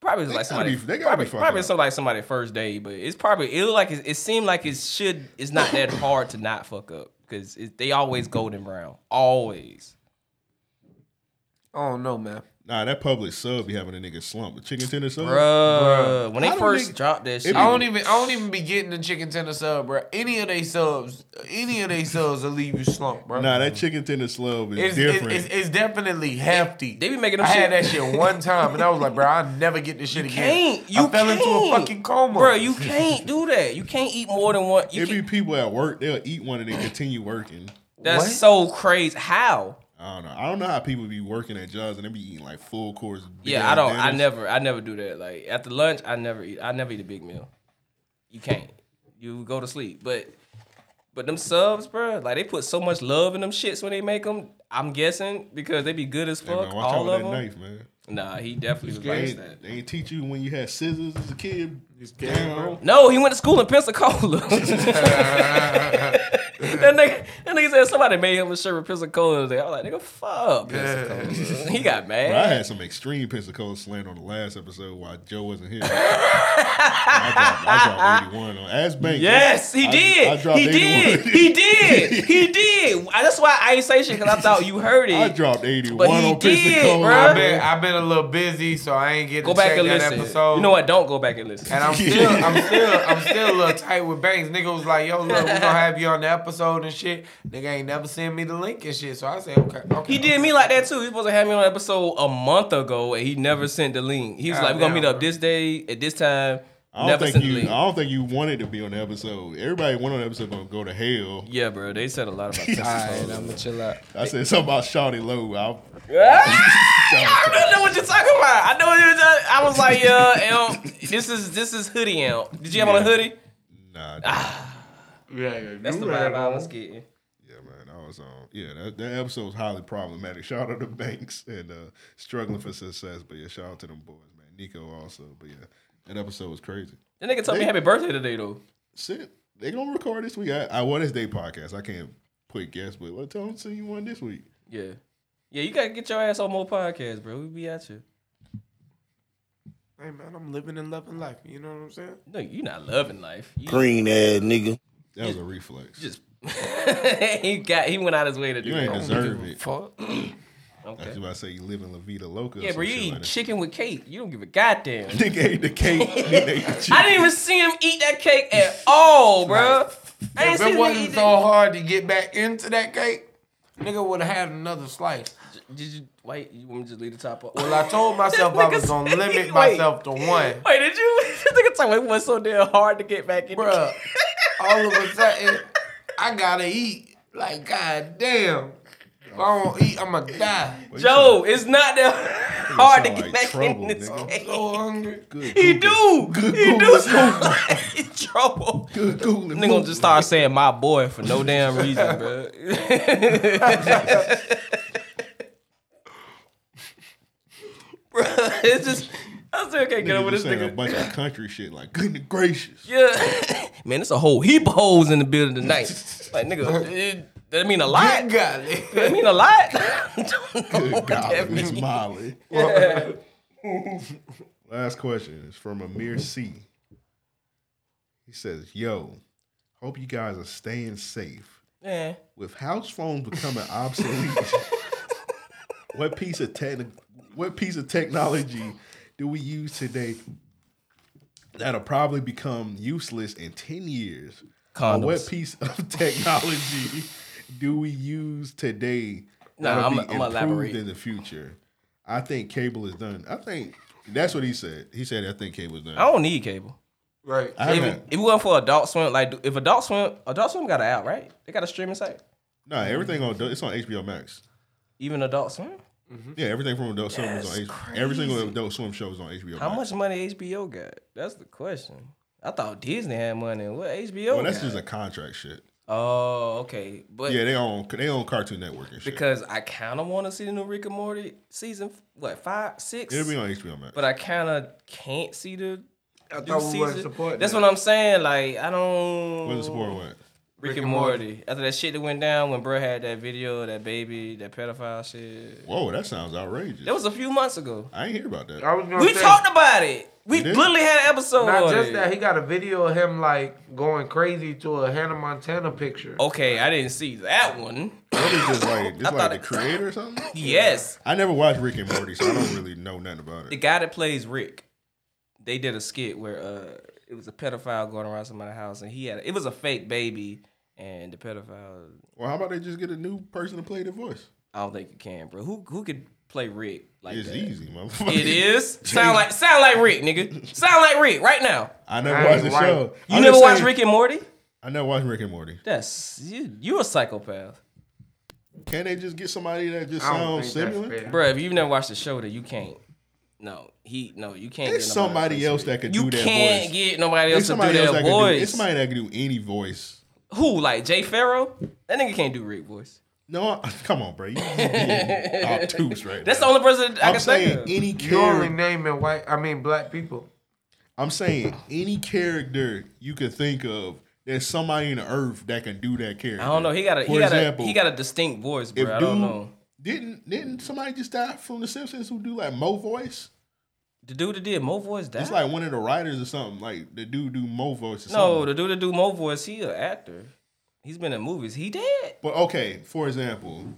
I: Probably was
E: They
I: like
E: gotta
I: somebody.
E: be- they gotta be
I: probably
E: fucking
I: probably
E: up.
I: some like somebody first day, but it's probably it look like it, it seemed like it should. It's not that hard to not fuck up because they always golden brown, always.
J: I don't know, man.
E: Nah, that Publix sub be having a nigga slump. The chicken tender sub,
I: Bruh, when they
E: How do
I: first
E: niggas-
I: dropped that
E: It
I: shit-
E: be-
J: I don't even. I don't even be getting the chicken tender sub, bro. Any of they subs, any of they subs will leave you slumped, bro.
E: Nah, that chicken tender slub is
J: It's, it's,
E: different.
J: it's, it's definitely hefty.
I: They, be making
J: I
I: them
J: had that
I: shit-
J: shit one time, and I was like, bro, I'll never get this shit
I: You
J: again.
I: can't. You
J: I fell into a
I: can't.
J: fucking coma,
I: Bro, you can't do that. You can't eat more than one. You
E: it be people at work they'll eat one and then continue working.
I: That's so crazy. How?
E: I don't know. I don't know how people be working at jobs and they be eating like full course. big
I: Yeah,
E: ass
I: I don't. I
E: dinners.
I: never. I never do that. Like after lunch, I never eat. I never eat a big meal. You can't. You go to sleep. But but them subs, bro. Like they put so much love in them shits when they make them. I'm guessing because they be good as
E: Hey,
I: fuck.
E: man, watch out
I: all
E: with
I: of
E: that
I: them.
E: knife, man.
I: Nah, he definitely was
E: They
I: like
E: ain't,
I: that.
E: they ain't teach you when you had scissors as a kid. Damn.
I: No, he went to school in Pensacola. that nigga, that nigga said somebody made him a shirt with Pensacola. today. I was like, nigga, fuck Pensacola. He got mad.
E: Bro, I had some extreme Pensacola slant on the last episode while Joe wasn't here. I dropped, I dropped 81 on Ass Bank.
I: Yes, he
E: I-
I: did.
E: I dropped
I: he
E: 81.
I: did. He did. He did. I- That's why I ain't say shit because I thought you heard it.
E: I dropped 81
I: But he
E: on
I: did,
E: Pensacola.
I: bruh.
J: I've been I've been a little busy, so I ain't get
I: Go
J: to
I: back
J: check
I: and
J: that
I: listen.
J: episode.
I: You know what? Don't go back and listen.
J: And I'm still, I'm still, I'm still a little tight with Banks. Nigga was like, "Yo, look, we gonna have you on the episode and shit." Nigga ain't never send me the link and shit, so I said, "Okay, okay."
I: He did me like that too. He supposed to have me on an episode a month ago, and he
E: Mm-hmm.
I: never sent the link. He was like, "We're gonna meet up this day at this time."
E: I don't
I: never
E: think
I: sent
E: you.
I: the
E: I
I: link.
E: don't think you wanted to be on the episode. Everybody went on the episode gonna go to hell.
I: Yeah, bro. They said a lot about
J: Alright, I'ma chill out.
E: I said something about Shawty Low. I,
I: I don't know what you're talking about. I know what you're talking. I was like, "Yeah, Elm, this is this is hoodie Elm. Did you have on a hoodie?
E: Nah.
J: Yeah, yeah,
I: That's the vibe I was getting.
E: yeah, man. I was on. Yeah, that, that episode was highly problematic. Shout out to Banks and uh, struggling for success. But yeah, shout out to them boys, man. Nico also. But yeah, that episode was crazy.
I: That nigga told me happy birthday today though.
E: Shit, they gonna record this week. I, I what is they podcast? I can't put guess, but well, tell them see you one this week.
I: Yeah. Yeah, you gotta get your ass on more podcasts, bro. We be at you.
J: Hey man, I'm living and loving life. You know what I'm saying?
I: No, you're not loving life. You
D: Green ass nigga.
E: That was a reflex.
I: Just he got he went out his way to do
E: You ain't
I: that.
E: deserve it.
J: Fuck.
E: I was about to say you live in La Vida Loca. or
I: Yeah,
E: some
I: bro, you
E: shit
I: eat
E: like that.
I: chicken with cake. You don't give a goddamn.
E: Nigga ate the cake. nigga ate the chicken.
I: I didn't even see him eat that cake at all, bro. I
J: If
I: ain't
J: it
I: seen him eat
J: wasn't
I: that.
J: so hard to get back into that cake, nigga would have had another slice.
I: Did you wait? You want me to just leave the top up?
J: Well, I told myself I was gonna limit
I: Wait.
J: myself to one.
I: Wait, did you? This nigga talking about it was so damn hard to get back in.
J: Bruh, all of a sudden, I gotta eat. Like, god damn. If I don't eat, I'ma die.
I: Joe, it's not that hard to
J: sound
I: get
J: like
I: back
J: trouble,
I: in this
J: nigga.
I: game.
J: so hungry.
I: he do. he do sound like trouble.
E: Good Googling.
I: Nigga gonna just start saying my boy for no damn reason, bro. bro, it's just I still can't get
E: Nigga
I: over this
E: just saying a
I: nigga.
E: bunch of country shit like goodness gracious.
I: Yeah, man, it's a whole heap of holes in the building tonight. Like nigga, it, that mean a lot.
J: Good golly.
I: That mean a lot. I don't know
E: Good
I: what
E: golly,
I: that
E: Miss
I: mean.
E: Molly.
I: Oh, Yeah.
E: Last question is from Amir C. He says, "Yo, hope you guys are staying safe.
C: Yeah.
E: With house phones becoming obsolete, what piece of techni- what piece of technology do we use today that'll probably become useless in ten years? Or what
C: Condoms.
E: piece of technology do we use today
C: Nah,
E: that'll
C: I'm-
E: be
C: I'm gonna
E: improved
C: elaborate.
E: in the future? I think cable is done. I think that's what he said. He said I think cable's done.
C: I don't need cable.
N: Right.
E: I
C: if,
E: haven't.
C: if it went for Adult Swim, like if Adult Swim, Adult Swim got an out, right? They got a streaming site.
E: No, everything on it's on HBO Max.
C: Even Adult Swim.
E: Yeah, everything from Adult Swim is
C: That's
E: on HBO. Every single
C: crazy.
E: Adult Swim show is on HBO.
C: How
E: Max.
C: much money HBO got? That's the question. I thought Disney had money. What HBO?
E: Well, that's
C: got?
E: just a contract shit.
C: Oh, okay. But
E: yeah, they own they own Cartoon Network and shit.
C: because I kind of want to see the new Rick and Morty season. f- What five, six?
E: It'll be on HBO Max.
C: But I kind of can't see the.
J: I
C: new
J: thought we wasn't
C: season.
J: supporting
C: That's
J: that.
C: what I'm saying. Like I don't.
E: Wasn't supporting what?
C: Rick, and Morty. After that shit that went down when Bruh had that video, of that baby, that pedophile shit.
E: Whoa, that sounds outrageous.
C: That was a few months ago.
E: I ain't hear about that.
J: I was gonna
C: We
J: say-
C: talked about it. We
J: You did?
C: literally had an episode.
J: Not
C: on
J: just
C: it.
J: that, he got a video of him like going crazy to a Hannah Montana picture.
C: Okay, I didn't see that one.
E: That was just like
C: I
E: it's
C: thought
E: like the
C: it-
E: creator or something.
C: Yes.
E: I never watched Rick and Morty, so I don't really know nothing about it.
C: The guy that plays Rick, they did a skit where uh it was a pedophile going around somebody's house and he had it was a fake baby and the pedophile
E: Well, how about they just get a new person to play the voice?
C: I don't think you can, bro. Who who could play Rick like
E: It's
C: that?
E: easy, motherfucker.
C: It is. Sound like sound like Rick, nigga. Sound like Rick right now.
E: I never watched the show.
C: You
E: I'm
C: never
E: just
C: watched
E: saying-
C: Rick and Morty?
E: I never watched Rick and Morty.
C: That's you you a psychopath.
E: Can they just get somebody that just
C: I don't
E: sounds
C: think that's
E: similar?
C: Bro, if you've never watched the show, that you can't. No, he no, you can't.
E: There's
C: get nobody to
E: somebody
C: play
E: else
C: Rick.
E: that could
C: you
E: do that
C: can't
E: voice.
C: get nobody else
E: There's
C: to do
E: somebody else
C: that
E: that could do-
C: voice.
E: It's somebody that can do any voice.
C: Who like Jay Farrow? That nigga can't do Rick voice.
E: No, I- come on, bro. You you being obtuse right
C: That's
E: now.
C: the only person I
E: I'm
C: can
E: saying
C: think of.
E: any
J: You only
E: character.
J: naming white, I mean black people.
E: I'm saying any character you could think of. There's somebody in the earth that can do that character.
C: I don't know. He got a
E: For
C: he got
E: example,
C: a he got a distinct voice, bro.
E: if
C: I
E: dude-
C: don't know.
E: Didn't didn't somebody just die from The Simpsons who do like Mo voice?
C: The dude that did Mo voice died.
E: It's like one of the writers or something. Like the dude do Mo voice. Or
C: no,
E: something.
C: the dude that do Mo voice, he an actor. He's been in movies. He dead.
E: But okay, for example,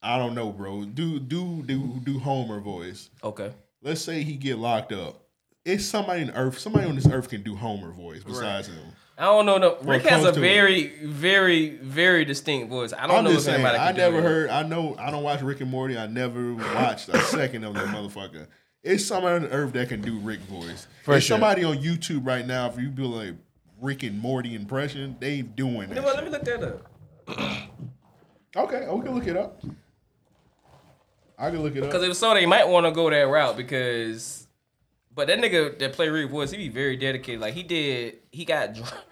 E: I don't know, bro. Do do do do Homer voice.
C: Okay.
E: Let's say he get locked up. It's somebody in Earth. Somebody on this Earth can do Homer voice besides him.
C: I don't know. No,
E: When
C: Rick
E: it
C: has
E: comes
C: a
E: to it.
C: very, very, very distinct voice. I don't
E: I'm
C: know if
E: just saying.
C: anybody.
E: I
C: can do
E: never
C: it.
E: heard. I know. I don't watch Rick and Morty. I never watched a second of that motherfucker. It's somebody on the Earth that can do Rick voice.
N: For
E: There's
N: sure.
E: somebody on YouTube right now. If you do like Rick and Morty impression, they doing
C: You know
E: that.
C: what, Let me look that up.
E: Okay, we can look it up. I can look it up.
C: Because if so, they might want to go that route because. But that nigga that play Rick Voice, he be very dedicated. Like he did, he got drunk.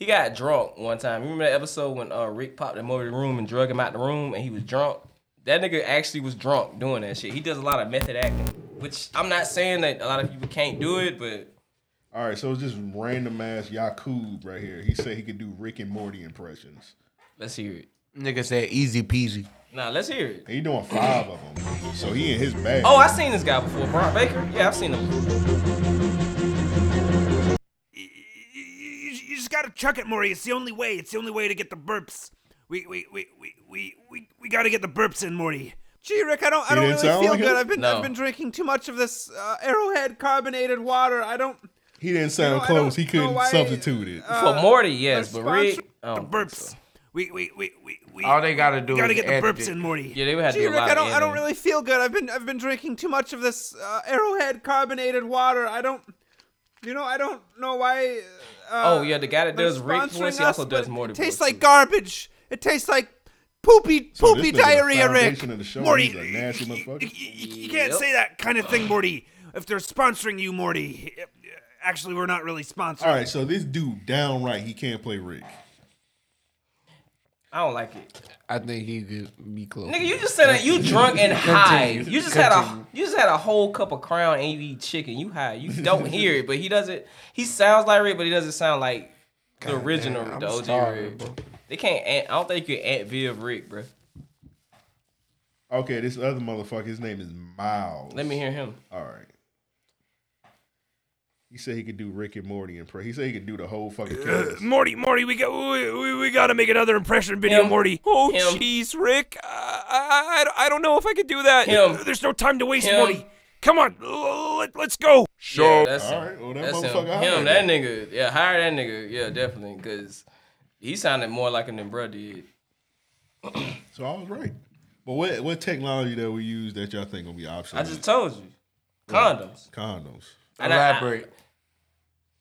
C: He got drunk one time. You remember that episode when uh, Rick popped him over the room and drug him out the room, and he was drunk. That nigga actually was drunk doing that shit. He does a lot of method acting, which I'm not saying that a lot of people can't do it, but
E: All right, so it's just random ass Yakub right here. He said he could do Rick and Morty impressions.
C: let's hear it.
J: Nigga said easy peasy.
C: Nah, let's hear it.
E: He doing five of them, so he in his bag.
C: Oh, I seen this guy before, Brian Baker. Yeah, I've seen him.
O: you, you just gotta chuck it, Maury. It's the only way. It's the only way to get the burps. We we we we we we, we gotta get the burps in, Morty.
I: Gee, Rick, I don't, I
O: He
I: don't
O: didn't
I: really
O: sound
I: feel
O: like
I: good.
O: it?
I: I've been,
O: No.
I: I've been drinking too much of this uh, Arrowhead carbonated water. I don't.
E: He didn't sound
I: No, I
E: close. He
I: don't know
E: couldn't
I: why, uh,
E: substitute it.
C: For Morty, yes, but
O: sponsor-
C: Rick. um, I don't
O: the burps. We we we we we.
J: All they gotta do
O: gotta
J: is
O: get the
J: edit
O: burps
J: it.
O: in, Morty.
C: Yeah, they would have to
I: Gee,
C: do a
I: Rick,
C: lot
I: I
C: of
I: don't, I don't
C: editing.
I: really feel good. I've been, I've been drinking too much of this uh, Arrowhead carbonated water. I don't. You know, I don't know why. Uh,
C: Oh, yeah, the guy that
I: they're
C: does Rick
I: sponsoring
C: voice, he
I: us,
C: also
I: but
C: does Morty
I: It tastes
C: voice,
I: like garbage. It tastes like poopy,
E: So
I: poopy
E: this nigga the
I: diarrhea, Rick.
E: foundation Of the show,
O: Morty,
E: he's a nasty motherfucker.
O: You can't say that kind of thing, Morty. If they're sponsoring you, Morty. Actually, we're not really sponsored.
E: All right, so this dude downright he can't play Rick.
C: I don't like it.
J: I think he could be close.
C: Nigga, you just said that you drunk and high.
J: Continue.
C: You just had
J: Continue.
C: a you just had a whole cup of Crown and you eat chicken. You high. You don't hear it, but he doesn't. He sounds like Rick, but he doesn't sound like the
J: God
C: original,
J: damn, I'm
C: the OG
J: starving,
C: Rick.
J: bro.
C: They can't. Ant- I don't think you can Aunt Viv Rick, bro.
E: Okay, this other motherfucker, his name is Miles.
C: Let me hear him.
E: All right. He said he could do Rick and Morty in prayer. He said he could do the whole fucking cast.
P: Morty, Morty, we got we, we, we got to make another impression video,
C: Him.
P: Morty. Oh,
C: Him.
P: jeez, Rick, I, I I- I don't know if I could do that.
C: Him.
P: There's no time to waste,
C: Him.
P: Morty. Come on, l- let, let's go.
C: Yeah, that's him.
E: that
C: that's him.
E: motherfucker hired
C: Him,
E: him.
C: that nigga. Yeah, hire that nigga. Yeah, definitely. Because he sounded more like him than bruh did.
E: So I was right. But what what technology that we use that y'all think gonna be
C: I
E: obsolete?
C: just told you. Condoms.
E: Condoms.
C: And I- Elaborate.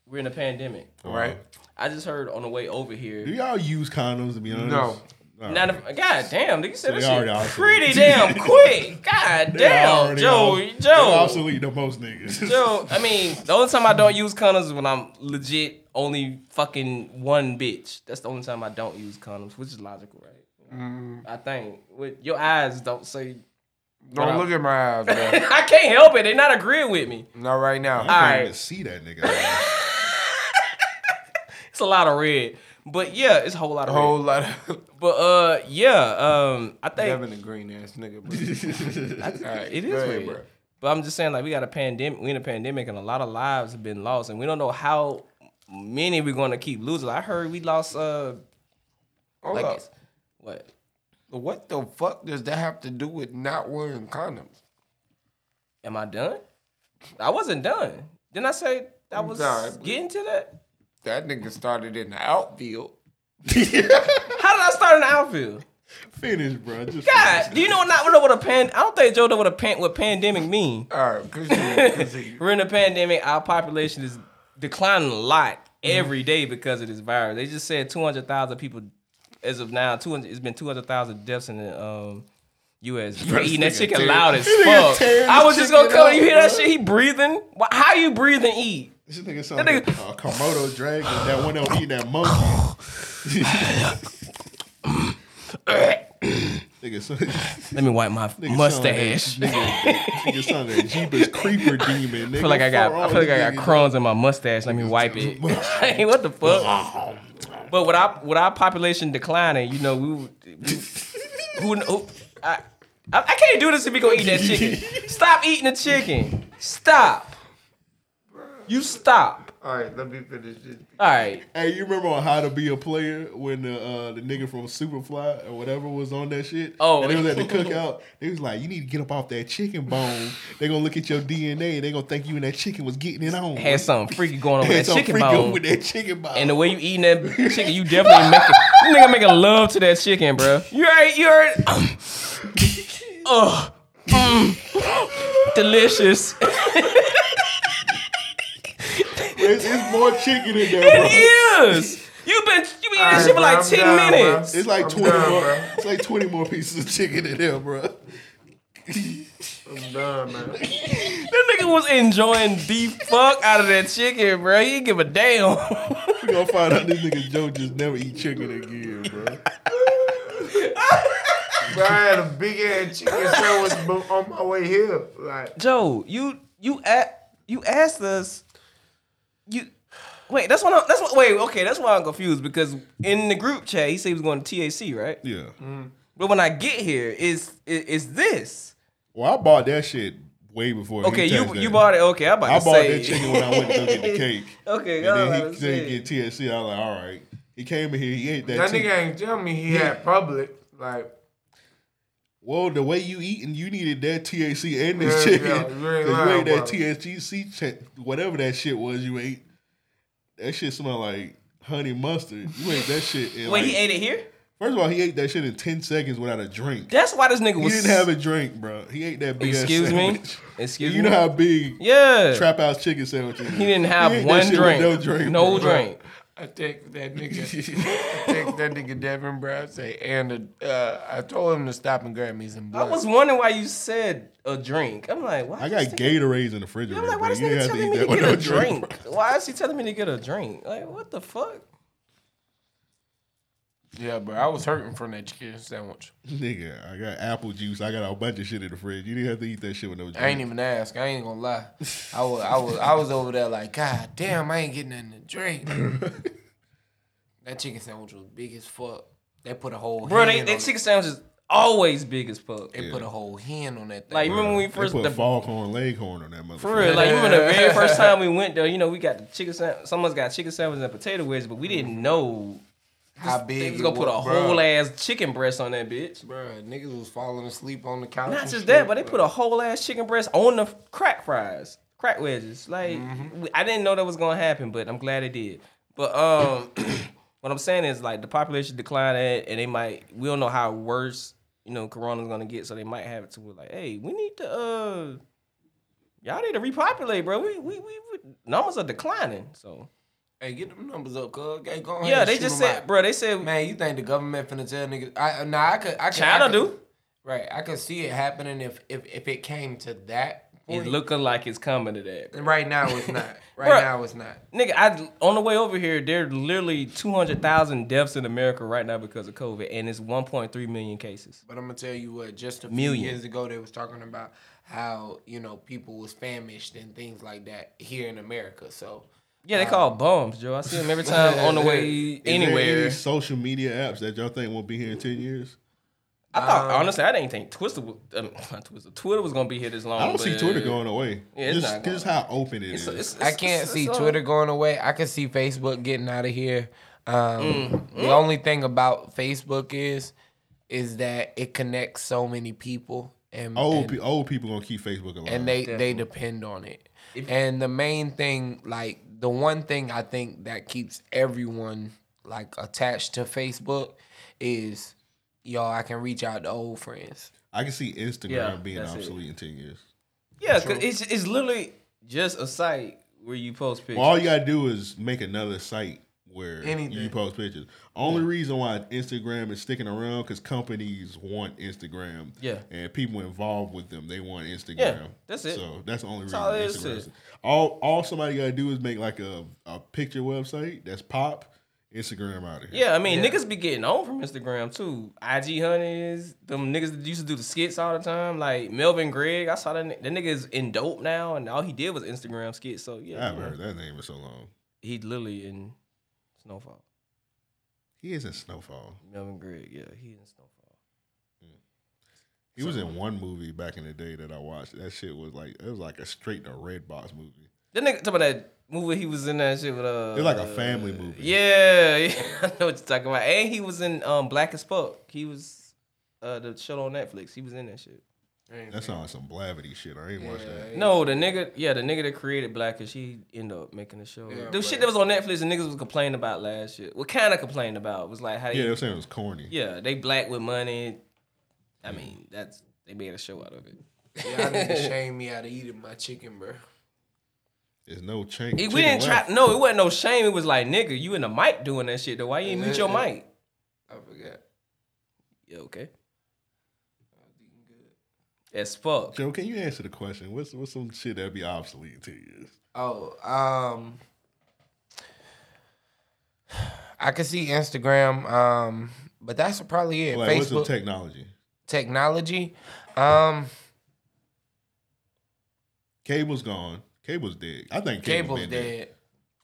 C: We're in a pandemic.
E: All right.
J: Uh-huh.
C: I just heard on the way over here.
E: Uh, Do y'all use condoms to be honest?
C: No.
E: All
C: Not if, God damn, nigga
E: So
C: said this
E: they already
C: shit
E: obsolete.
C: pretty damn quick. God
E: They
C: damn,
E: already
C: Joe,
E: obs- they
C: Joe,
E: obsolete the most niggas.
C: Joe. I mean, the only time I don't use condoms is when I'm legit only fucking one bitch. That's the only time I don't use condoms, which is logical, right?
J: Mm-hmm.
C: I think. With your eyes don't say.
J: Don't
C: what I-
J: look at my eyes, bro.
C: I can't help it. They're not agreeing with me.
J: Not right now.
C: I can't Alright. even
E: see that nigga.
C: It's a lot of red, but yeah, it's a whole lot of
J: Whole
C: red.
J: lot of-
C: But uh, yeah, um, I think
J: Devin a green ass nigga, bro.
C: I-
J: Alright,
C: it
J: go
C: is
J: ahead,
C: weird. But I'm just saying, like, we got a pandemic. We in a pandemic, and a lot of lives have been lost, and we don't know how many we're going to keep losing. I heard we lost. uh
J: Hold
C: like,
J: up.
C: it's- What?
J: What the fuck does that have to do with not wearing condoms?
C: Am I done? I wasn't done. Didn't I say I was getting to that?
J: That nigga started in the outfield.
C: How did I start in the outfield?
E: Finish, bro. Just
C: God, do you know not know what a pan? I don't think Joe know what a pan, what pandemic mean.
J: All right,
C: we're in a pandemic. Our population is declining a lot
J: Mm.
C: every day because of this virus. They just said two hundred thousand people as of now. Two hundred. It's been two hundred thousand deaths in the um, U.S. You
J: Bro,
C: eating that
J: this nigga
C: chicken
J: tearing-
C: loud as
J: this nigga
C: fuck.
J: tearing
C: I
J: this
C: was just
J: chicken
C: gonna come.
J: up,
C: You hear that
J: bro.
C: shit? He breathing. Why, how you E? breathe and eat?
E: This nigga sound like a Komodo dragon that went up eating that monkey. nigga, so,
C: Let me wipe my
E: nigga
C: mustache.
E: Sound like, nigga, nigga sound like Jeepers Creeper demon. Nigga.
C: I feel like I got. I feel like I got crumbs in my mustache. Let me wipe it. hey, what the fuck? But with our with our population declining, you know, we, we who, who I, I I can't do this if we gonna eat that chicken. Stop eating the chicken. Stop. You stop.
J: All right, let me finish this.
C: All right.
E: Hey, you remember on How to Be a Player when the uh, the nigga from Superfly or whatever was on that shit?
C: Oh.
E: and they was at the cookout. They was like, "You need to get up off that chicken bone. they gonna look at your DNA. and They gonna think you and that chicken was getting it on."
C: Had something freaky going on
E: Had
C: with that
E: something
C: chicken
E: freaky
C: bone.
E: with that chicken bone.
C: And the way you eating that chicken, you definitely making you nigga making love to that chicken, bro. You already, you already. Ugh. Mm. delicious.
E: There's, there's more chicken in there, bro.
C: It is. You've been you been eating that shit for like ten minutes.
E: It's like twenty more. It's like twenty more pieces of chicken in there, bro.
J: I'm done, man.
C: That nigga was enjoying the fuck out of that chicken, bro. He didn't give a damn.
E: We gonna find out this nigga Joe just never eat chicken again, bro.
J: Bro, I had a big ass chicken sandwich bo- on my way here. Like,
C: Joe, you you a- you asked us. You wait. That's what. I'm, that's what. Wait. Okay. That's why I'm confused because in the group chat he said he was going to TAC, right?
E: Yeah.
C: But when I get here, is is, is this?
E: Well, I bought that shit way before.
C: Okay,
E: he
C: you-
E: touched
C: you
E: that.
C: bought it. Okay, I'm about
E: I
C: to
E: bought
C: say. oh,
E: that chicken when I went to go get the cake.
C: Okay,
E: and
C: I was
E: then
C: about
E: he
C: to
E: said he get TSC. I was like, all right. He came in here. He ate that.
J: that
E: chicken.
J: nigga ain't tell me he
E: Yeah.
J: had public. Like,
E: Well, the way you eating, you needed that TAC and
J: Yeah,
E: this chicken.
J: yeah,
E: 'Cause
J: you ain't
E: you,
J: lying,
E: ate that
J: bro.
E: THC, ch- whatever that shit was you ate. That shit smelled like honey mustard. You ate that shit. In
C: Wait,
E: like,
C: he ate it here.
E: First of all, he ate that shit in 10 seconds without a drink.
C: That's why this nigga was.
E: He didn't have a drink, bro. He ate that big
C: Excuse
E: ass
C: me?
E: sandwich.
C: Excuse
E: You know
C: me?
E: how big
C: Yeah.
E: Trap House chicken sandwich is.
C: He didn't have
E: ate that
C: one
E: shit with
C: drink.
E: No drink.
C: No
E: bro.
C: drink.
J: I think that nigga, I think that nigga Devin, bro, I say, and uh, I told him to stop and grab me some
C: I
J: blood.
C: was wondering why you said a drink. I'm like, why?
E: I
C: is
E: got
C: this nigga-
E: Gatorades in the refrigerator.
C: I'm like, why
E: bro.
C: this
E: You didn't
C: nigga
E: have to
C: telling
E: eat
C: me to
E: that with
C: get a
E: no
C: drink?
E: drink.
C: Why is he telling me to get a drink? Like, what the fuck?
J: Yeah, bro, I was hurting from that chicken sandwich.
E: Nigga, I got apple juice. I got a bunch of shit in the fridge. You didn't have to eat that shit with no drink.
J: I ain't even ask. I ain't gonna lie. I was, I was, I was over there like, God damn, I ain't getting nothing to drink. that chicken sandwich was big as fuck. They put a whole
C: Bro,
J: hand
C: they,
J: on
C: they
J: it.
C: chicken sandwiches always big as fuck.
J: They put a whole hen on that thing.
C: Like remember when we first
E: they put
C: the
E: foghorn leghorn on that motherfucker.
C: For real, like remember the very first time we went there, you know, we got the chicken. Sand- someone's got chicken sandwiches and potato wedges, but we didn't know
J: How big
C: They was
J: it
C: gonna put a
J: was, bruh.
C: whole ass chicken breast on that bitch.
J: Bruh, niggas was falling asleep on the couch.
C: Not
J: and
C: just
J: shit,
C: that, but they
J: bruh.
C: put a whole ass chicken breast on the crack fries, crack wedges. Like we- I didn't know that was gonna happen, but I'm glad it did. But um, what I'm saying is like the population declined at, and they might we don't know how worse you know corona's gonna get, so they might have it to where like, hey, we need to uh, y'all need to repopulate, bro. We we we, we numbers are declining, so.
J: Hey, get them numbers up, cuz. Hey, go ahead
C: Yeah,
J: and
C: they
J: shoot
C: just
J: 'em
C: said,
J: out.
C: bro. They said,
J: man, you think the government finna tell niggas? I nah, I could, I could.
C: China
J: I could,
C: do.
J: Right, I could see it happening if if if it came to that.
C: It's
J: Point.
C: looking like it's coming to that. bro.
J: Right now, it's not. Right
C: Bruh.
J: now, it's not.
C: Nigga, I on the way over here, there are literally two hundred thousand deaths in America right now because of COVID, and it's one point three million cases.
J: But I'm gonna tell you what, just a few
C: Million.
J: years ago, they was talking about how you know people was famished and things like that here in America. So
C: Yeah, they
J: uh,
C: call bums, Joe. I see them every time on the way
E: Is there
C: anywhere.
E: any social media apps that y'all think won't be here in ten years?
C: I thought
E: Um,
C: honestly, I didn't think Twister, was- um, not Twister, Twitter was gonna be here this long.
E: I don't see
C: but-
E: Twitter going away.
C: Oh, Yeah, it's
E: just,
C: not going
E: just how open it is.
J: I can't see
C: it's, uh,
J: Twitter going away. I can see Facebook getting out of here. Um,
C: Mm.
J: The only thing about Facebook is, is that it connects so many people, and
E: old
J: and,
E: pe- old people gonna keep Facebook alive.
J: and they they depend on it.
E: If-
J: and the main thing, like the one thing I think that keeps everyone like attached to Facebook is, y'all, I can reach out to old friends.
E: I can see Instagram
C: Yeah,
E: being
C: that's it.
E: obsolete in ten years.
C: Yeah, 'cause it's it's literally just a site where you post pictures.
E: Well, all you gotta do is make another site where
C: Anything.
E: you post pictures. Only reason why Instagram is sticking around because companies want Instagram.
C: Yeah.
E: and people involved with them they want Instagram.
C: Yeah, that's it.
E: So that's the only
C: That's
E: reason.
C: all it is
E: Instagram
C: to
E: is-
C: it.
E: All all somebody gotta do is make like a a picture website that's pop. Instagram out of here.
C: Yeah, I mean, niggas be getting on from Instagram too. IG honeys, them niggas that used to do the skits all the time, like Melvin Gregg. I saw that ni- that nigga's in dope now, and all he did was Instagram skits. So yeah,
E: I haven't heard that name in so long.
C: He literally in Snowfall.
E: He is in Snowfall.
C: Melvin Gregg, yeah, he in Snowfall.
E: He was in one movie back in the day that I watched. That shit was like it was like a straight to red box movie.
C: That nigga talking about that movie he was in that shit with uh.
E: It's like a family movie.
C: Yeah, yeah, I know what you're talking about. And he was in um Black as Fuck. He was uh the show on Netflix. He was in that shit.
E: That sounds like some blavity shit. I ain't watched that.
C: No, the nigga, yeah, the nigga that created Blackish, he ended up making the show.
E: Yeah,
C: the shit that was on Netflix, the niggas was complaining about last year. What kind of complaining about was like how
E: Yeah,
C: they,
E: they were saying it was corny.
C: Yeah, they black with money. I mean, that's they made a show out of it.
J: Y'all need to shame me out of eating my chicken, bro.
E: There's no change.
C: It- we didn't try. No, it wasn't no shame. It was like nigga, you in the mic doing that shit. Though why you ain't mute your mic?
J: I forgot.
C: Yeah, okay. As fuck.
E: Joe, can you answer the question? What's what's some shit that'd be obsolete in ten years?
J: Oh, um, I could see Instagram, um, but that's probably it.
E: Like what's
J: Facebook
E: some technology?
J: technology, um,
E: Cable's gone. Cable's dead. I think cable
J: cable's
E: been
J: dead.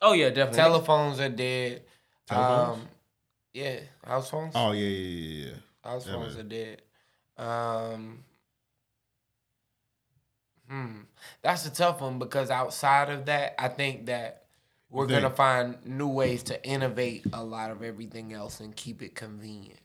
C: Oh yeah, definitely.
J: Telephones are dead.
E: Telephones?
J: Um, yeah, house phones.
E: Oh yeah, yeah, yeah, yeah.
J: House
E: Yeah,
J: phones
E: man.
J: are dead. Um, hmm, that's a tough one because outside of that, I think that we're
E: Think.
J: gonna find new ways to innovate a lot of everything else and keep it convenient.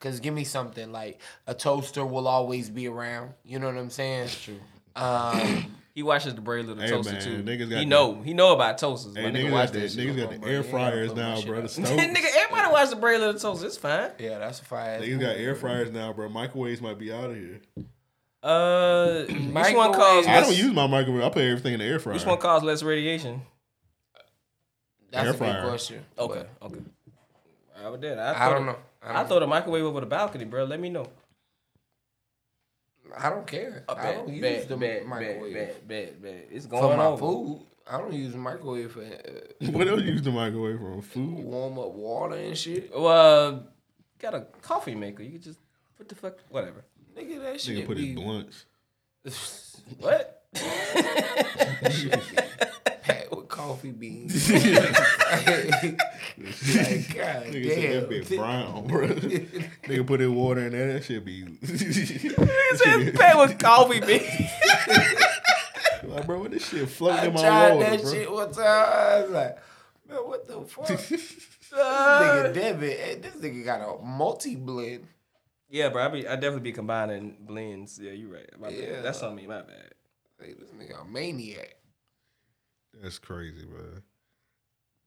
J: Cause give me something like a toaster will always be around. You know what I'm saying? That's
C: true.
J: Um,
C: He watches the Brave Little
E: Hey,
C: Toaster
E: man,
C: too.
E: niggas got
C: he
E: the-
C: know. He know about toasters.
E: Hey,
C: My nigga,
E: niggas
C: watch
E: got the,
C: that. shit.
E: niggas got the air fryers now, bro. The stove.
C: nigga, everybody watch the Brave Little Toaster. It's fine.
J: yeah, that's a fire.
E: Niggas got air fryers now, bro. Microwaves might be out of here.
C: Uh, which one
J: Microwave.
C: calls?
E: I don't use my microwave. I put everything in the air fryer.
C: Which one causes less radiation?
J: That's
E: Air
J: a
E: fryer.
J: good question.
C: Okay, okay. I would did. I,
J: I
C: throw
J: don't
C: the-
J: know. I
C: I,
J: don't
C: throw the microwave over the balcony, bro. Let me know.
J: I don't care.
C: Uh,
J: I don't
C: bad,
J: use
C: bad,
J: the
C: bad,
J: microwave
C: bad, bad, bad. It's
J: for
C: going
J: my
C: over.
J: food. I don't use the microwave for uh,
E: What else you use the microwave for? Food.
J: warm up water and shit.
C: Well, got a coffee maker. You could just put the fuck whatever.
J: Nigga, that
E: Nigga
J: shit.
E: put his
J: be-
E: blunts.
C: What?
J: Packed with coffee beans. like,
E: Nigga
J: God
E: said that
J: damn.
E: bit brown, bro. Nigga put in water in there. That shit be.
C: Just pay with coffee beans.
E: like, bro, what this shit floating
J: I
E: in my
J: tried
E: water,
J: that
E: bro?
J: shit one time. I was like, man, what the fuck? this nigga Devin, eh, this nigga got a multi blend.
C: Yeah, bro. I, be, I definitely be combining blends. Yeah, you right. My
J: Yeah.
C: bad. That's on me. My bad.
J: Hey, this nigga a maniac.
E: That's crazy, bro.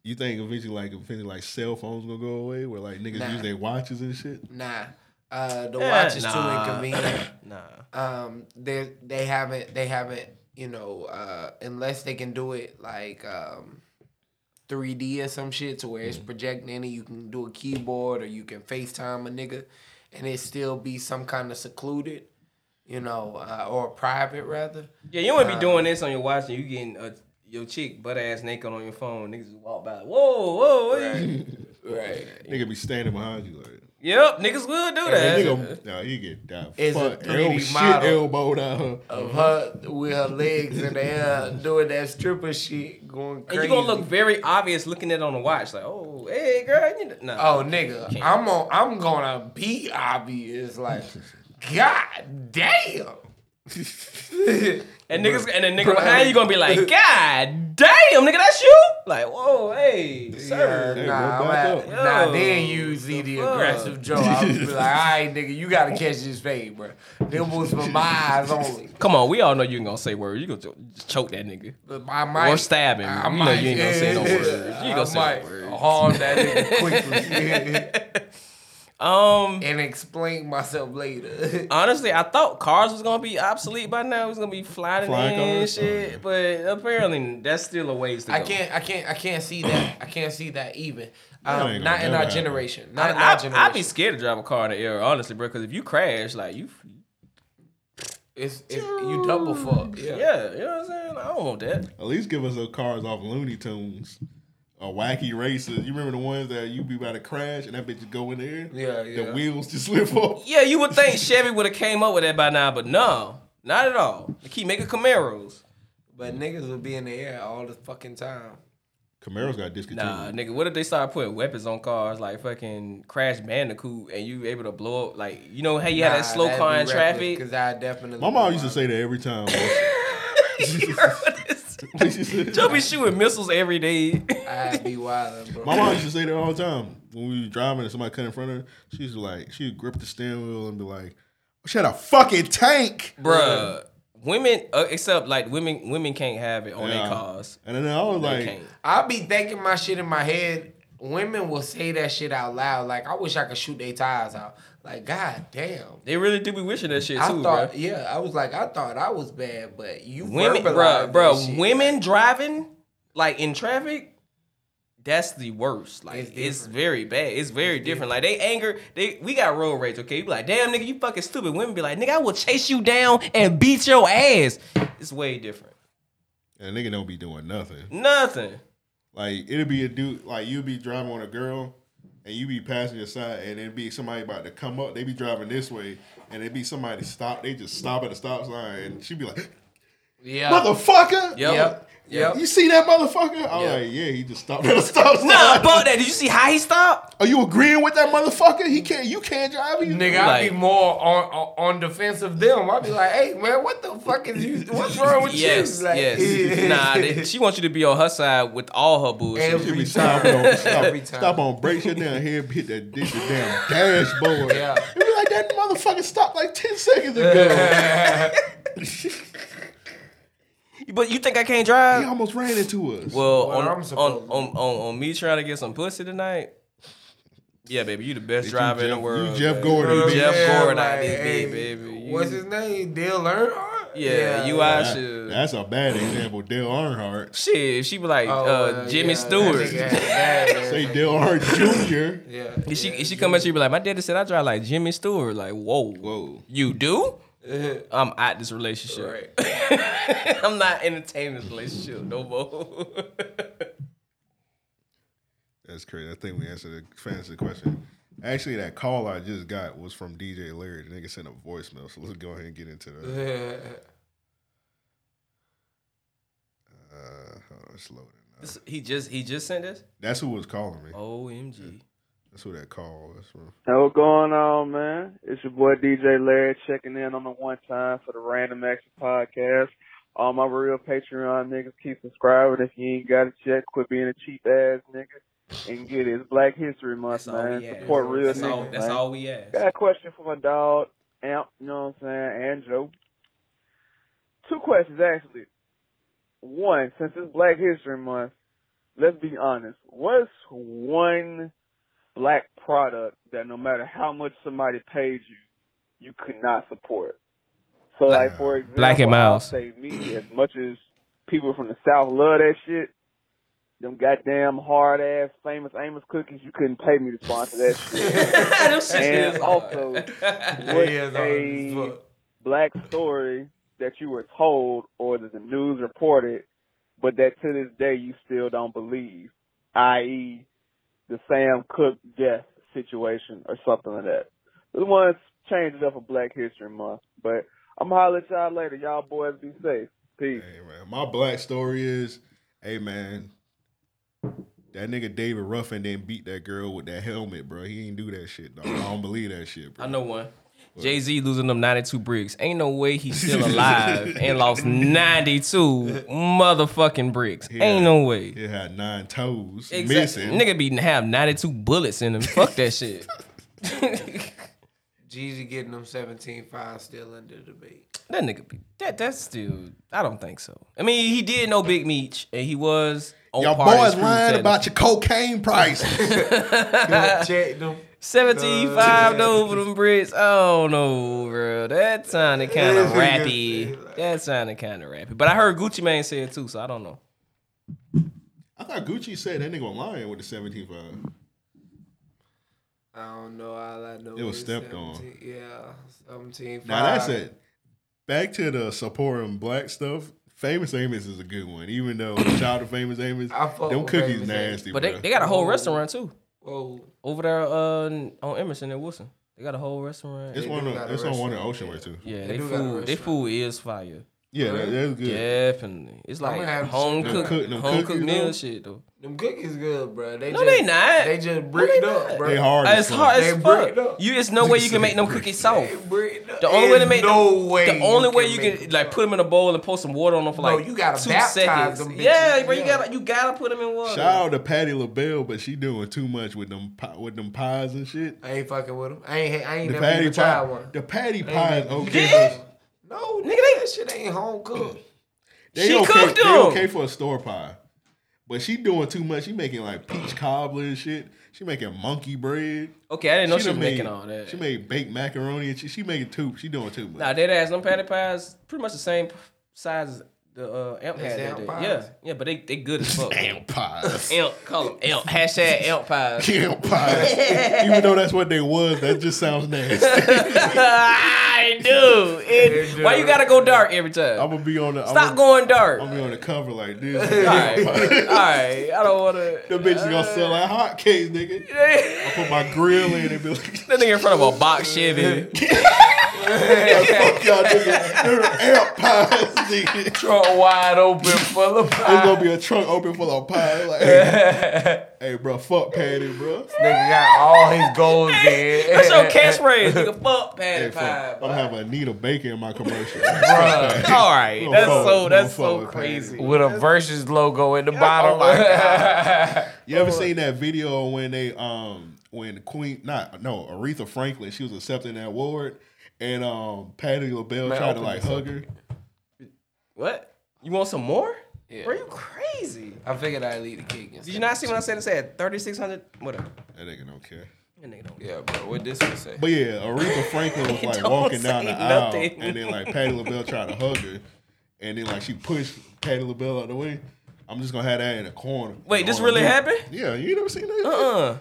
E: You think eventually, like eventually, like cell phones gonna go away, where like niggas
J: Nah.
E: use their watches and shit?
J: Nah. Uh, the
C: Eh,
J: watch is
C: nah.
J: too inconvenient.
C: Nah.
J: Um, they they haven't they haven't you know uh unless they can do it like um. 3D or some shit to where it's
C: Mm-hmm.
J: projecting and you can do a keyboard or you can FaceTime a nigga and it still be some kind of secluded, you know, uh, or private rather.
C: Yeah, you wouldn't be
J: Um,
C: doing this on your watch and you getting a, your chick butt ass naked on your phone. Niggas just walk by. Whoa, whoa. what you-
J: Right.
E: Nigga be standing behind you like.
C: Yep, niggas will do that.
E: Nigga, nah, you get that
J: It's a
E: fuck
J: 3D
E: elbow, shit
J: model
E: elbowed out.
J: of
C: Mm-hmm.
J: her with her legs in the air doing that stripper shit going
C: And
J: crazy.
C: you're gonna look very obvious looking at it on the watch, like, oh, hey, girl, you know, nah.
J: Oh nigga, I'm on I'm gonna be obvious like God damn.
C: and niggas, and the nigga
J: Bruh.
C: behind you gonna be like, God damn, nigga, that's you. Like, whoa, hey, sir.
J: Yeah, nah, I'm at, nah, then you see the aggressive Joe. I was be like, all right, nigga, you gotta catch this fade, bro. Them was for my eyes only.
C: Come on, we all know you ain't gonna say words. You gonna cho- just choke that nigga.
J: I might-
C: or stab him.
J: I
C: you know you ain't gonna say no
J: might-
C: words. You ain't
J: I
C: gonna say
J: might
C: no words.
J: harm that nigga quickly.
C: um,
J: and explain myself later.
C: Honestly, I thought cars was gonna be obsolete by now. It was gonna be flying,
J: Flying
C: in and
J: cars? Mm-hmm.
C: shit, but apparently that's still a ways to
J: I
C: go.
J: can't, I can't, I can't see that. I can't see that even.
C: That
J: Um,
C: ain't
J: not
C: gonna
J: in
C: never
J: our
C: happen.
J: generation. Not
C: I,
J: in our
C: I-
J: generation.
C: I'd be scared to drive a car in the air, honestly, bro. Because if you crash, like you,
J: it's, it's you double fuck.
C: Yeah.
J: Yeah.
C: you know what I'm saying. I don't want that.
E: At least give us the cars off Looney Tunes. Or wacky races. You remember the ones that you be about to crash and that bitch just go in there?
J: Yeah,
E: The wheels just slip off.
C: Yeah, you would think Chevy would have came up with that by now, but no, not at all. They keep making Camaros.
J: But niggas would be in the air all the fucking time.
E: Camaros got discontinued.
C: Nah, nigga, what if they start putting weapons on cars like fucking Crash Bandicoot and you able to blow up like you know how you had that slow car in traffic?
J: Because I definitely.
E: My mom used to say that every time. bro.
C: Joe be shooting missiles every day.
J: I'd be wildin', bro.
E: My mom used to say that all the time. When we were driving and somebody cut in front of her, she was like, she would grip the steering wheel and be like, shut a fucking tank.
C: Bruh. Women, uh, except like women, women can't have it on
E: Yeah.
C: their cars.
E: And then I was
C: They
E: like,
C: can't.
J: I'll be thinking my shit in my head. Women will say that shit out loud. Like, I wish I could shoot their tires out. Like, god damn.
C: They really do be wishing that shit
J: I
C: too,
J: thought,
C: bruh.
J: yeah, I was like, I thought I was bad, but you
C: Women,
J: verbalized
C: bruh,
J: that
C: bruh,
J: shit.
C: women driving like in traffic. That's the worst. Like it's, very bad. It's very different. Like they anger. They we got road rage. Okay, you be like, damn nigga, you fucking stupid. Women be like, nigga, I will chase you down and beat your ass. It's way different.
E: and nigga don't be doing nothing.
C: Nothing.
E: Like it'll be a dude. Like you'll be driving on a girl, and you be passing your side, and it'd be somebody about to come up. They be driving this way, and it'd be somebody stop. They just stop at the stop sign, and she'd be like,
J: yeah,
E: "Motherfucker,
J: Yep. Yep.
E: you see that motherfucker?" I'm like, "Yeah, he just stopped at a stop sign."
C: Nah, about that. Did you see how he stopped?
E: Are you agreeing with that motherfucker? He can't. You can't drive. You
J: Nigga, I'd be more on, on on defense of them. I'd be like, hey man, what the fuck is you? What's wrong with
C: Yes,
J: you? Like,
C: yes. nah, they, she wants you to be on her side with all her bullshit.
J: Every
E: Be stopping on, stop, stop on brakes shit down here, hit that dish, the damn dashboard.
J: Yeah.
E: It'd be like that motherfucker stopped like ten seconds ago.
C: But you think I can't drive?
E: He almost ran into us.
C: Well, on, on, on, on, on me trying to get some pussy tonight. Yeah, baby, you the best driver in the
E: Jeff-
C: world.
E: you Jeff
C: baby.
E: Gordon,
C: You
E: bitch.
C: Jeff
E: Yeah,
C: Gordon,
E: like,
C: out this
E: hey,
C: bitch, baby. You-
J: What's his name? Dale Earnhardt.
C: yeah, you I
E: That-
C: should.
E: That's a bad example. Dale Earnhardt.
C: Shit, she be
J: Oh,
C: like uh, Jimmy Stewart.
E: Say Dale Earnhardt Jr.
J: Yeah.
C: If she if she come at you be like, my daddy said I drive like Jimmy Stewart. Like, whoa,
E: whoa,
C: you do?
J: Yeah.
C: I'm at this relationship. I'm not entertaining this relationship no more.
E: That's crazy. I think we answered the fantasy question. Actually, that call I just got was from DJ Larry. The nigga sent a voicemail, so let's go ahead and get into that.
J: Yeah.
E: Uh, hold on, it's loading
C: This, he just he just sent this.
E: That's who was calling me.
C: Omg.
E: That's who that call was from.
I: What's going on, man? It's your boy DJ Larry checking in on the one time for the Random Action Podcast. All my real Patreon niggas keep subscribing. If you ain't got it yet, quit being a cheap ass nigga and get it. It's Black History Month,
C: all
I: man.
C: we ask.
I: Support real
C: That's
I: niggas.
C: all- that's
I: man.
C: all we ask.
I: Got a question for my dog, Amp, you know what I'm saying, and Joe. Two questions, actually. One, since it's Black History Month, let's be honest. What's one black product that no matter how much somebody paid you, you could not support? So, like, for example,
C: Black and
I: I'll
C: Miles.
I: say me, as much as people from the South love that shit, them goddamn hard ass famous Amos cookies, you couldn't pay me to sponsor that shit.
C: shit
I: and
C: is hard.
I: also, what's
C: is hard as
I: a black story that you were told or that the news reported, but that to this day you still don't believe, i.e., the Sam Cook death situation or something like that. The ones changed it up for Black History Month, but I'm gonna holler at y'all later. Y'all boys be safe. Peace.
E: My black story is, hey man, that nigga David Ruffin didn't beat that girl with that helmet, bro. He ain't do that shit, dog. I don't believe that shit, bro.
C: I know one. Jay Z losing them 92 bricks. Ain't no way he's still alive and lost 92 motherfucking bricks. Ain't no way.
E: He had nine toes
C: Exactly.
E: missing.
C: Nigga be have 92 bullets in him. Fuck that shit.
J: Jeezy getting them 17 five still under the debate.
C: That nigga be that that's still I don't think so. I mean, he did know Big Meech and he was on
E: Y'all
C: par as
E: boys
C: Scrooge
E: lying
C: Taylor.
E: about your cocaine price.
J: Check them.
C: 75 though for them Brits. I don't know, bro. That sounded kind of
J: Yeah, yeah,
C: rappy. That sounded kind of rappy. But I heard Gucci Mane say it too, so I don't know.
E: I thought Gucci said that nigga lying with the 17 five.
J: I don't know. All I know
E: It was
J: is
E: stepped on.
J: 17 Yeah, 17
E: Now that's
J: five.
E: it. Back to the supporting black stuff. Famous Amos is a good one, even though shout out to Famous Amos.
C: fuck
E: Them
C: with
E: cookies
C: Famous Amos.
E: nasty,
C: But
E: bro.
C: they, they got a whole restaurant too.
J: Whoa.
C: Over there uh, on Emerson and Wilson. They got a whole restaurant.
E: It's
C: They
E: one
C: do
E: of-
C: got a
E: it's on one of
C: restaurant.
E: Oceanway, too.
C: Yeah,
E: They
C: they,
E: do got a
C: food they food is fire.
E: Yeah, that- that's good.
C: Definitely. It's
J: I'm
C: like
J: gonna have to
C: home
J: check
C: cook,
J: them cook- them
C: home cooked
J: cookies,
C: meal
J: though.
C: shit though.
J: Them cookies good, bro. They
C: No,
J: just,
C: they not.
J: They just bricked up, bro.
C: It's hard as
J: bricked
C: fuck. You, it's no way you can make them cookies soft. The only
J: There's
C: way to make
J: no
C: them,
J: way
C: the only
J: you
C: way
J: can
C: you
J: make
C: can like put them in a bowl and pour some water on them for
J: No,
C: like
J: you gotta
C: two
J: baptize
C: seconds.
J: them bitches.
C: yeah, bro, you
J: Yeah.
C: gotta you gotta put them in water.
E: Shout out to Patty LaBelle, but she doing too much with them pi- with them pies and shit.
J: I ain't fucking with them. I ain't. I ain't
E: the
J: never
E: patty
J: even tried
E: pie.
J: one.
E: The patty
J: I ain't
E: pie is
J: never-
E: okay.
J: Yeah.
E: for-
J: No, nigga, that shit ain't home cooked.
E: They
J: She
E: okay,
J: cooked
E: they
J: them.
E: okay for a store pie, but she doing too much. She making like peach cobbler and shit. She making monkey bread.
C: Okay, I didn't know she
E: done
C: was
E: made,
C: making all that.
E: She made baked macaroni and she, she making too. She doing too much.
C: Nah, dead ass. Them patty pies pretty much the same size as the uh, amp
E: That's
C: had that
E: amp
C: day.
E: pies?
C: Yeah, yeah, but they, they good as fuck. amp
E: pies.
C: Amp, call them amp. Hashtag amp pies.
E: Amp pies. Even though that's what they was, that just sounds nasty.
C: I do. It-
E: do.
C: Why you gotta go dark every time?
E: I'm gonna be on the.
C: Stop going dark.
E: I'm gonna be on the cover like this.
C: All right, all right. I don't wanna.
E: The bitch is gonna sell like hotcakes, nigga. I put my grill in and be like,
C: That nigga in front of a box Chevy.
E: fuck y'all niggas. They're amp pies, nigga.
J: Trunk wide open full of pie.
E: It's gonna be a trunk open full of pie. Like, hey, hey, bro, fuck Patty, bro.
J: Nigga got all his goals in.
C: That's your catchphrase, nigga. Fuck patty
E: Hey, fuck,
C: pie.
E: I'm having Anita Baker in my commercial.
J: Bruh.
C: All right,
E: We don't
C: that's
E: fuck-
C: so
E: we don't
C: that's
E: fuck
C: so
E: with
C: crazy.
J: With a versus logo at the
E: Oh
J: bottom.
E: my God. you ever seen that video when they um when Queen not no Aretha Franklin she was accepting that award and um Patty LaBelle
C: Man,
E: tried to
C: open
E: like
C: this
E: hug her.
C: What? You want some more? Yeah. Bro, you crazy.
J: I figured I'd leave the cake.
C: Did you not see what I said? It said 3,600, whatever.
E: That nigga don't care.
C: That nigga don't
J: Yeah, bro. What this one say?
E: But yeah, Aretha Franklin was like
C: Don't
E: walking down
C: say
E: the aisle,
C: nothing.
E: and then like Patty LaBelle tried to hug her, and then like she pushed Patty LaBelle out the way. I'm just gonna have that in the corner.
C: Wait, this
E: On
C: really
E: loop.
C: happened?
E: Yeah, you ain't never seen that.
C: Uh-uh.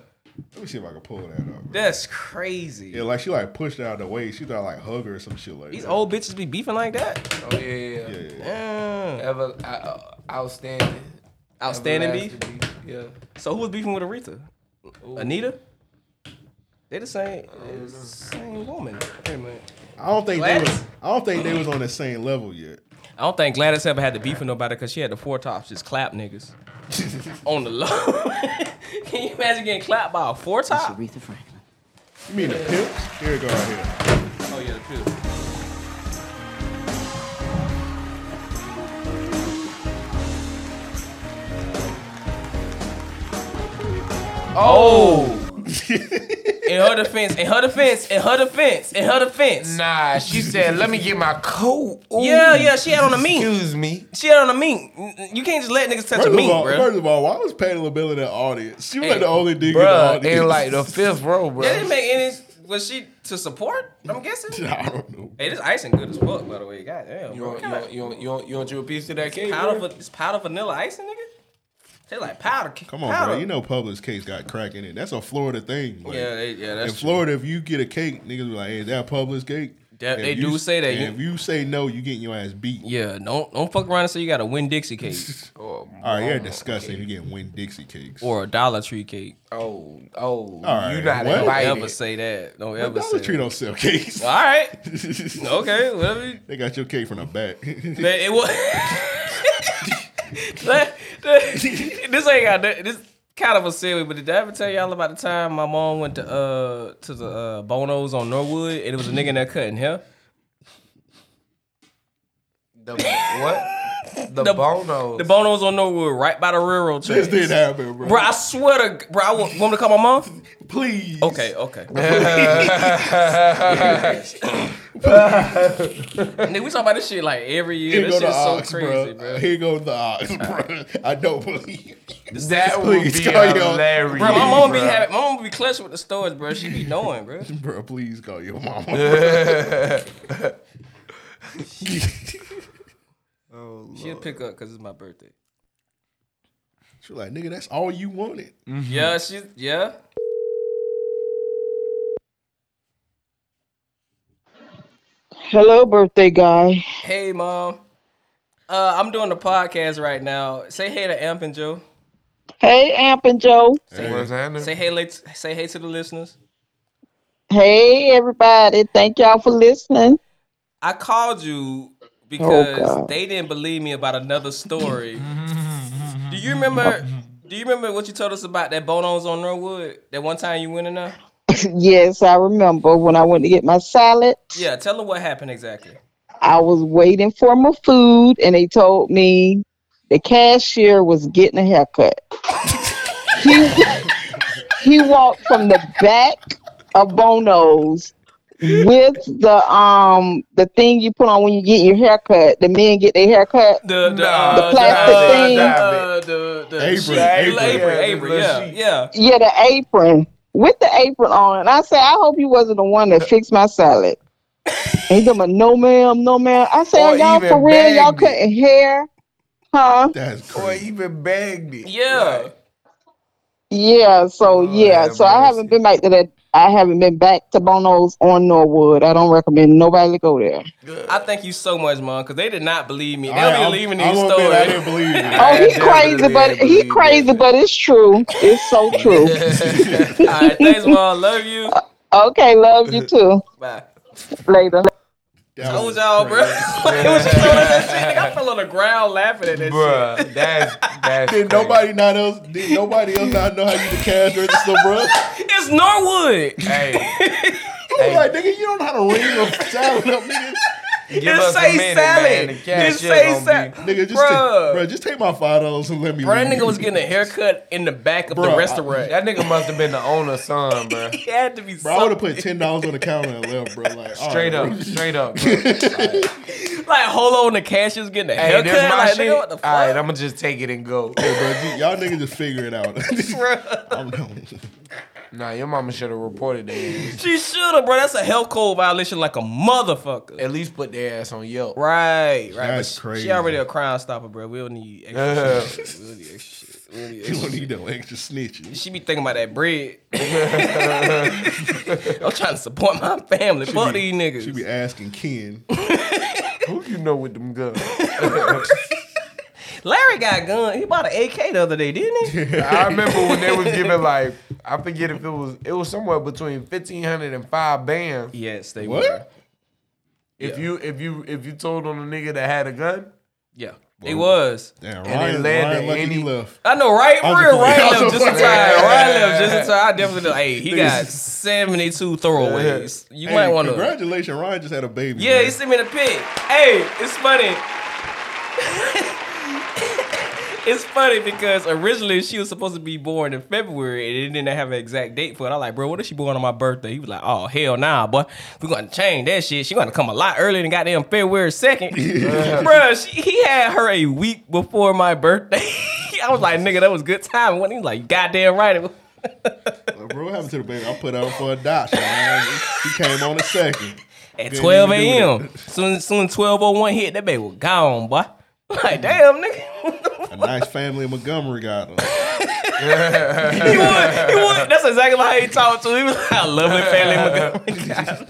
E: Let me see if I can pull that up.
C: That's crazy.
E: Yeah, like she like pushed her out of the way. She thought like hug her or some shit like
C: These
E: that.
C: old bitches be beefing like that?
J: Oh, yeah, yeah, yeah. Ever, uh, uh, outstanding.
C: Outstanding beef?
J: Everlasting Yeah.
C: So who was beefing with Aretha? Anita? They the same, the same woman. Wait a minute.
E: I don't think
C: What?
E: they was. I don't think they was on the same level yet.
C: I don't think Gladys ever had to beef with nobody because she had the four tops just clap niggas on the low. Can you imagine getting clapped by a four top? Aretha Franklin.
E: You mean the pimps? Here we go right here.
C: Oh yeah, the pimps. Oh. in her defense, in her defense, in her defense, in her defense.
J: Nah, she said, "Let me get my coat." Ooh.
C: Yeah, yeah, she had on a mink.
J: Excuse me.
C: She had on a mink. You can't just let niggas touch
E: First
C: a
E: of,
C: mink,
E: all,
C: bro.
E: first of all, why was Patty LaBelle in the audience? She was like
C: Hey,
E: the only nigga
J: bruh,
E: in the audience.
J: in, like, the fifth row,
C: That didn't make any. Was she to support? I'm guessing.
E: I don't know.
C: Hey, this icing good as fuck, by the way. Goddamn.
J: You
C: bro.
J: want, you,
C: Come on.
J: want, you, want, you, want, you want you a piece of that cake?
C: powder,
J: bro?
C: va- it's powder vanilla icing, nigga. They like powder.
E: Come on,
C: powder.
E: bro. You know Publix cakes got crack in it. That's a Florida thing. Like,
C: Yeah, they- yeah, that's
E: In Florida, if you get a cake, niggas be like, hey, is that a Publix cake?
C: That-
E: If
C: they
E: you-
C: do say that.
E: and If you say no, you getting your ass beat.
C: Yeah, don't don't fuck around and say you got a Win Dixie cake.
J: oh,
E: All right, you're disgusting if you getting Win Dixie cakes.
C: Or a Dollar Tree cake.
J: Oh, oh,
E: right,
J: you not
E: what?
J: invited.
C: Don't ever say that. Don't ever
E: Dollar
C: say
E: Tree
C: that.
E: don't sell cakes.
C: All right. okay, whatever. you-
E: They got your cake from the back.
C: Man, it was. That- that- this ain't got that- this kind of a series, but did I ever tell y'all about the time my mom went to uh to the uh, Bonos on Norwood and it was a nigga in there cutting hair?
J: The, what? The,
C: The-
J: Bonos.
C: The Bonos on Norwood, right by the railroad track.
E: this didn't happen, bro.
C: Bro, I swear to bro, I want, want me to call my mom.
E: Please.
C: Okay, okay. Nigga, we talk about this shit like every year.
E: Here
C: This
E: go
C: shit
E: the
C: is so
E: ox,
C: crazy,
E: bro.
C: bro.
E: Here go the ox, bro. I don't believe.
J: that would be
E: Please, call your-
J: hilarious.
C: Bro, my mom be
J: bruh.
C: having, my mom be clutch with the stores, bro. She be knowing, bro.
E: Bro, please call your mama.
C: She'll pick up because it's my birthday.
E: She like, nigga, that's all you wanted.
C: Mm, Yeah, she. Yeah.
I: Hello, birthday guy.
C: Hey, mom. Uh, I'm doing the podcast right now. Say hey to Amp and Joe.
I: Hey, Amp and Joe.
C: Say,
J: What's happening?
C: say hey, late, say hey to the listeners.
I: Hey, everybody. Thank y'all for listening.
C: I called you because
I: God.
C: they didn't believe me about another story. do you remember? Do you remember what you told us about that Bonos on Norwood? That one time you went in there.
I: yes, I remember when I went to get my salad,
C: Yeah, tell them what happened exactly.
I: I was waiting for my food, and they told me the cashier was getting a haircut. he, he walked from the back of Bono's with the um the thing you put on when you get your haircut. The men get their haircut.
C: The the,
I: The
C: uh,
I: plastic
C: the,
I: thing.
C: uh, the, the
E: Apron,
C: sheet- apron,
E: apron. Yeah, the
C: apron,
E: little
C: yeah, yeah.
I: Yeah, the apron with the apron on. And I said, I hope you wasn't the one that fixed my salad. And he told me, no ma'am, no ma'am. I said,
J: Or
I: "Are y'all
J: even
I: for real? Y'all
J: bagged it.
I: cutting hair, huh?
E: That's
J: Or
E: crazy.
J: even bagged it.
C: Yeah.
I: Yeah. So yeah.
J: have
I: So I haven't been back to that. I haven't been back to Bono's on Norwood. I don't recommend nobody to go there.
C: I thank you so much, mom, because they did not believe me. They
E: All right,
C: don't
E: I'm-
C: believe in
E: I'm
C: these
E: gonna admit I didn't
C: stories.
E: believe it.
I: Oh, he
J: I
I: crazy,
J: definitely
I: but
J: didn't
I: he
J: believe
I: crazy, but it's true. It's so true.
C: All right, thanks, mom. Love you.
I: okay, love you too.
C: Bye.
I: Later.
E: That
C: Told
E: was
C: y'all, bro. Like, it was just all that shit. Nigga, I fell on the ground laughing at that shit.
J: Bruh, that's that's
E: Did
J: crazy.
E: nobody not else? Did nobody else not know how you the cash register, bro?
C: It's Norwood.
J: Hey,
E: I'm like, nigga, you don't know how to ring a salad up, nigga.
J: give
C: Just say
J: us a minute, man.
C: salad.
J: The
C: Just
J: cashier
C: say
J: gonna
C: salad.
J: be-
E: Nigga, just
C: Bruh.
E: take, bro, just take my five dollars and let me.
C: Bro, that
E: ring
C: nigga was
E: you.
C: getting a haircut in the back of
E: Bruh,
C: the
E: I-
C: restaurant.
J: That nigga must have been the owner's son, bro.
C: he had to be
E: Bro, I would have
C: something.
E: put ten dollars on the counter and left, bro. Like
C: Oh,
E: all
J: Straight
E: right,
J: up,
E: bro.
J: straight up. Bro. Hey,
C: like hold on the cashier's getting a
J: this
C: haircut.
J: my
C: like,
J: shit.
C: nigga, what the
J: All right,
C: fuck?
J: I'm gonna just take it and go.
E: Hey, bro, you- y'all niggas just figure it out.
C: Bruh.
E: I'm done.
J: Nah, your mama should have reported that.
C: She should have, bro. That's a health code violation, like a motherfucker.
J: At least put their ass on Yelp.
C: Right, right.
E: That's
C: but she-
E: crazy.
C: She already a crime stopper, bro. We don't need extra
J: Yeah.
C: shit. We don't need extra shit. We don't need
E: You
C: extra
E: don't
C: shit.
E: need no extra snitches.
C: She be thinking about that bread. I'm trying to support my family. Fuck
E: be-
C: these niggas.
E: She be asking Ken.
J: Who you know with them guns?
C: Larry got gun. He bought an AK the other day, didn't he?
J: I remember when they was giving like I forget if it was it was somewhere between fifteen hundred and five bands.
C: yes, they
E: What?
C: were.
J: If you if you if you told on a nigga that had a gun,
C: yeah, it was.
J: Damn,
C: And it led to any-
E: left.
C: I know, right?
J: I
C: Real
J: was just
C: right left
J: playing. I was
C: just in time.
J: just playing.
C: Right left just in time. I definitely know. Hey, he got seventy two throwaways. You
E: Hey,
C: might want to.
E: Congratulations, Ryan just had a baby.
C: Yeah, he sent me the pic. Hey, it's funny. it's funny because originally she was supposed to be born in February and it didn't have an exact date for it. I'm like, bro, what if she born on my birthday? He was like, oh hell nah, boy, we gonna change that shit. She gonna come a lot earlier than goddamn February second, bro. She, he had her a week before my birthday. I was like, nigga, that was good timing. When he was like, goddamn right. It was-
E: Like, bro, what happened to the baby? I put her up for adoption. man. he came on the second.
C: At
E: Didn't
C: 12
E: even do
C: a.m. Soon, soon 12:01 hit, that baby was gone, boy. Like, damn, nigga.
E: A nice family in Montgomery got him.
C: he would, he would. That's exactly how he talked to. He was like, I love it, family. Montgomery."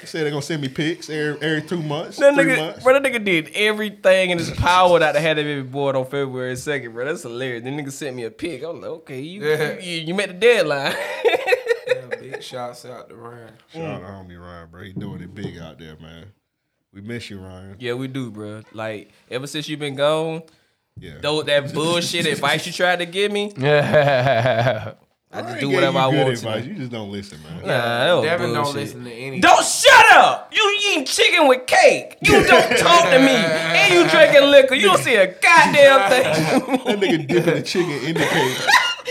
E: He said they're gonna send me pics every, every two months,
C: That
E: three
C: nigga,
E: months.
C: bro, that nigga did everything in his power not to have that baby born on February 2nd, bro. That's hilarious. That nigga sent me a pic. I was like, okay, you
J: Yeah.
C: you, you met the deadline.
J: big shouts out to Ryan.
E: Shout out to homie Ryan, bro. He doing it big out there, man. We miss you, Ryan.
C: yeah, we do, bro. Like, ever since you've been gone,
E: yeah.
C: though that bullshit advice you tried to give me,
J: Yeah.
C: I just
E: Ryan
C: do
E: gave
C: whatever
E: you
C: I
E: good
C: want
E: advice.
C: to.
E: You just don't listen, man.
C: Nah, that was
J: Devin don't
C: bullshit.
J: listen to any.
C: Don't shut up! You eating chicken with cake. You don't talk to me, and you drinking liquor. You don't see a goddamn thing.
E: that nigga dipping the chicken in the cake.
C: Oh,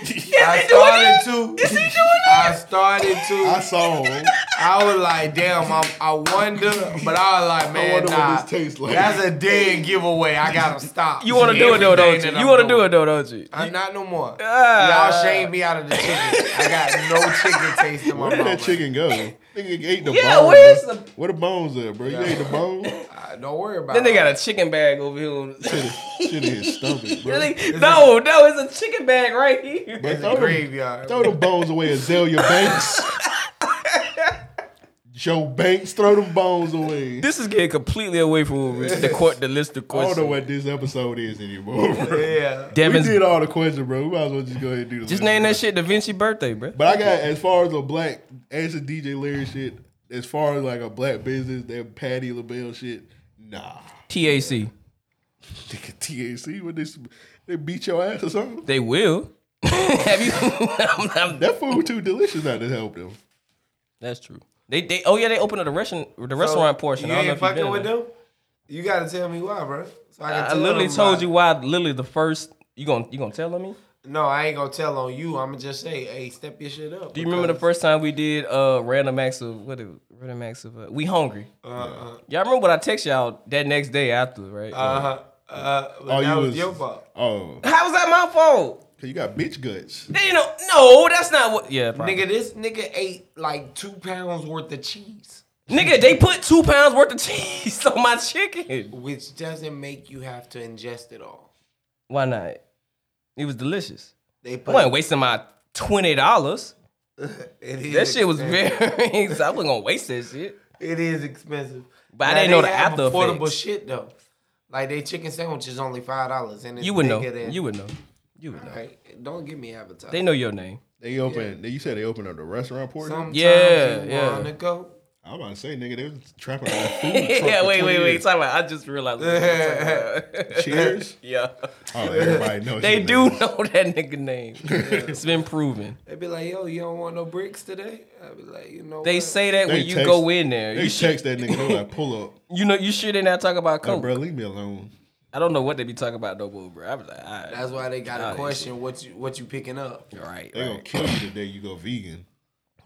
C: is he? Is
J: I
C: he doing that?
J: started to.
C: Is he doing that?
J: I started to.
E: I saw him.
J: I was like, damn, I'm, I wonder, but I was like, man,
E: wonder what
J: nah,
E: this tastes like.
J: that's a dead giveaway. I gotta stop.
C: You want to do it though, don't
J: Everything
C: you?
J: that
C: You
J: I'm
C: want to
J: doing.
C: do it though, don't you?
J: I'm not no more.
C: Ah.
J: Y'all shamed me out of the chicken. I got no chicken taste in my
E: Where did that
J: mouth.
E: chicken go? Nigga ate the
C: Yeah,
E: bones.
C: where's
E: bro.
C: the-
E: Where the bones at, bro? You ate the bone?
J: Uh, Don't worry about
C: Then
J: it.
C: they got a chicken bag over here. on-
E: Shit in his stomach, bro.
C: Then they- no, no, it's a chicken bag right here.
E: But
J: a
E: throw, them,
J: graveyard.
E: throw them bones away, Azalea Banks. Joe Banks, throw them bones away.
C: This is getting completely away from the court, the list of
E: I don't know
C: questions.
E: what this episode is anymore, bro.
J: Yeah.
C: Devin's-
E: we did all the questions, bro. We might as well just go ahead and do the
C: Just
E: list,
C: name
E: bro.
C: that shit Da Vinci birthday, bro.
E: But I got as far as a black as a DJ Larry shit, as far as like a black business, that Patty LaBelle shit, nah.
C: TAC.
E: Nigga TAC when they s- they beat your ass or something.
C: They will. Have you? I'm- I'm-
E: That food too delicious not to help them.
C: that's true. They, they, oh yeah, they opened up the restaurant, the restaurant portion.
J: You
C: I don't know
J: ain't
C: if you've
J: fucking
C: been
J: with
C: there.
J: them. You gotta tell me why, bro. So I, can
C: I
J: tell
C: literally
J: them
C: told
J: why.
C: you why. Literally, the first you gonna you gonna tell on me.
J: No, I ain't gonna tell on you. I'ma just say, hey, step your shit up.
C: Do you remember the first time we did uh random acts of what? It, random acts of uh, we hungry.
J: Uh
C: Y'all remember what I text y'all that next day after, right?
J: uh huh. Uh, but
E: Oh,
J: that
E: you
J: was,
E: was-
J: your fault.
E: Oh,
C: How was that my fault?
E: cause you got bitch guts.
C: They, you know, no, that's not what. Yeah, probably.
J: Nigga, this nigga ate like two pounds worth of cheese,
C: Nigga, they put two pounds worth of cheese on my chicken.
J: which doesn't make you have to ingest it all.
C: Why not? It was delicious.
J: They
C: I wasn't wasting my twenty dollars.
J: it is
C: That shit was very.
J: expensive.
C: I wasn't gonna waste that shit.
J: It is expensive.
C: But I didn't know
J: they
C: the
J: have
C: after
J: affordable
C: effects.
J: shit though. Like they chicken sandwich is only five dollars, and it's
C: You would know.
J: bigger than-
C: You would know. You would know.
J: Like, don't give me advertising.
C: They know your name.
E: They open. You said they opened up the restaurant portion.
J: Sometimes
C: Yeah,
J: you
C: yeah.
J: wanna go.
E: I'm about to say, nigga, they was trapping on food.
C: yeah, wait, wait, wait.
E: Talk
C: Talk about. I just realized. what you're talking about.
E: Cheers.
C: yeah.
E: Oh, everybody knows.
C: They
E: your
C: do
E: name.
C: know that nigga name. It's been proven.
J: They be like, yo, you don't want no bricks today? I be like, you know.
C: They
J: what?
C: say that
E: They
C: when you
E: text-
C: go in there.
E: They
C: You should,
E: text that nigga. They like pull up.
C: you know, you should not talk about
E: Like,
C: coke.
E: bro, leave me alone.
C: I don't know what they be talking about no more, bro. I was like, all right.
J: That's why they got
C: Nah,
J: to
C: they
J: question what you what you picking up.
C: All right,
E: They gonna
C: right.
E: kill you the day you go vegan.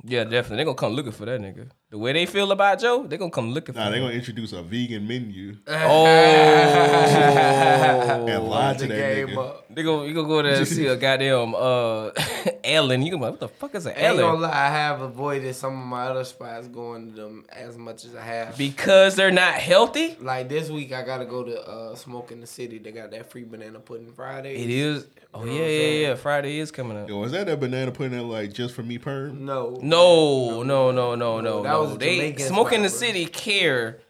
C: Yeah, definitely. They gonna come looking for that nigga. The way they feel about Joe, they gonna come looking
E: Nah,
C: for.
E: they
C: him.
E: gonna introduce a vegan menu
C: Oh.
E: and lie to
J: The
E: that
J: game
E: nigga.
J: up.
C: They go, you gonna go there and see a goddamn uh, Ellen. You gonna be like, what the fuck is an
J: Ain't gonna
C: Ellen?
J: lie, I have avoided some of my other spots going to them as much as I have.
C: Because they're not healthy.
J: like this week, I gotta go to uh, Smoke in the City. They got that free banana pudding Friday.
C: It is. Oh yeah,
J: You know what I'm
C: yeah,
J: saying?
C: yeah. Friday is coming up.
E: Yo, was that that banana pudding that like just for me perm?
J: No.
C: No, no, no, no, no.
J: that
C: no.
J: was a
C: They
J: Jamaican
C: smoking the
J: spot, bro.
C: city care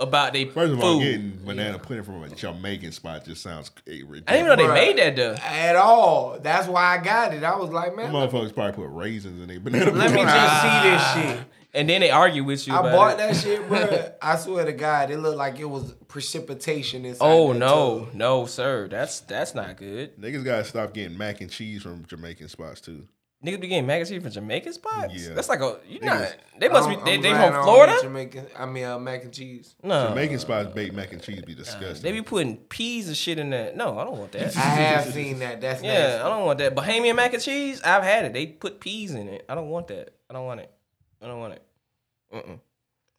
C: about they
E: First
C: food.
E: of all, getting banana pudding from a Jamaican spot just sounds eh, ridiculous.
C: I didn't even know they
J: Bruh.
C: made that though.
J: At all. That's why I got it. I was like, man,
E: Motherfuckers probably put raisins in their banana
J: let me
E: pudding.
J: just see this shit.
C: And then they argue with you.
J: I
C: about
J: bought
C: it.
J: that shit, bro. I swear to God, it looked like it was precipitation inside.
C: Oh
J: that
C: no, no, sir. That's that's not good.
E: Niggas gotta stop getting mac and cheese from Jamaican spots too.
C: Niggas be getting magazine from Jamaican spots.
E: Yeah.
C: That's like a you
E: Niggas-
C: not. They must be.
J: I'm-
C: They,
J: I'm
C: they
J: glad I
C: from
J: don't
C: Florida.
J: eat Jamaican, I mean, uh, mac and cheese.
C: No.
E: Jamaican spots baked mac and cheese be disgusting.
C: uh, They be putting peas and shit in that. No, I don't want that.
J: I have seen that. That's
C: yeah,
J: nasty.
C: I don't want that. Bahamian mac and cheese. I've had it. They put peas in it. I don't want that. I don't want it. I don't want it. Mm-mm.